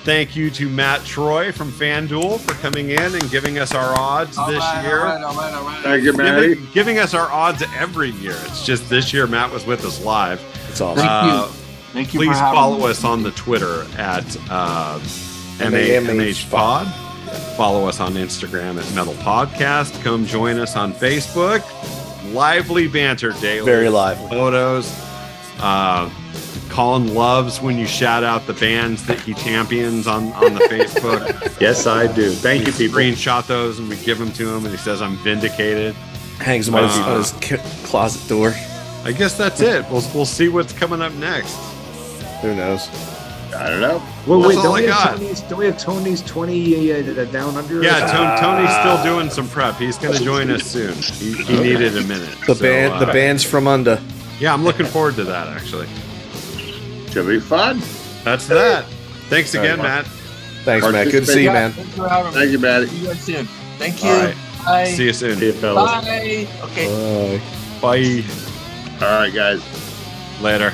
S1: Thank you to Matt Troy from FanDuel for coming in and giving us our odds
S6: All
S1: this
S6: right,
S1: year.
S6: all right, all right, all right.
S4: Thank you, Maddie.
S1: Giving, giving us our odds every year. It's just this year Matt was with us live.
S2: It's awesome.
S6: Thank
S1: Uh,
S6: Thank you for
S1: please
S6: having
S1: follow
S6: me.
S1: us on the Twitter at uh,
S2: MAMH
S1: MAMH Pod. Follow us on Instagram at Metal Podcast. Come join us on Facebook. Lively banter daily.
S2: Very lively.
S1: Photos. Uh, Colin loves when you shout out the bands that he champions on, on the Facebook.
S5: Yes, I do. Thank you,
S1: we
S5: people.
S1: screenshot those and we give them to him, and he says, I'm vindicated.
S2: Hangs him on his,
S1: Uh,
S2: on his ca- closet door.
S1: I guess that's it. We'll, we'll see what's coming up next.
S2: Who knows?
S4: I don't know.
S5: Well,
S1: That's
S5: wait,
S1: all
S5: don't
S1: I
S5: we,
S1: got.
S5: have Tony's, don't we have Tony's 20 uh, uh, down under? or
S1: Yeah,
S5: something?
S1: Tony, Tony's still doing some prep. He's going to join us soon. He, he needed a minute.
S2: The
S1: so,
S2: band, the
S1: uh,
S2: band's from under.
S1: Yeah, I'm looking forward to that. Actually,
S4: Should be fun.
S1: that's that. Thanks again, Matt.
S2: Thanks, Matt. Good to see you,
S6: Yeah,
S2: man.
S6: Thanks for having me.
S4: Thank you, Maddie.
S6: See you guys soon. Thank you.
S1: All right.
S6: Bye.
S1: See you soon.
S5: See you, fellas.
S6: Bye. Okay.
S1: Bye.
S4: All right, guys.
S1: Later.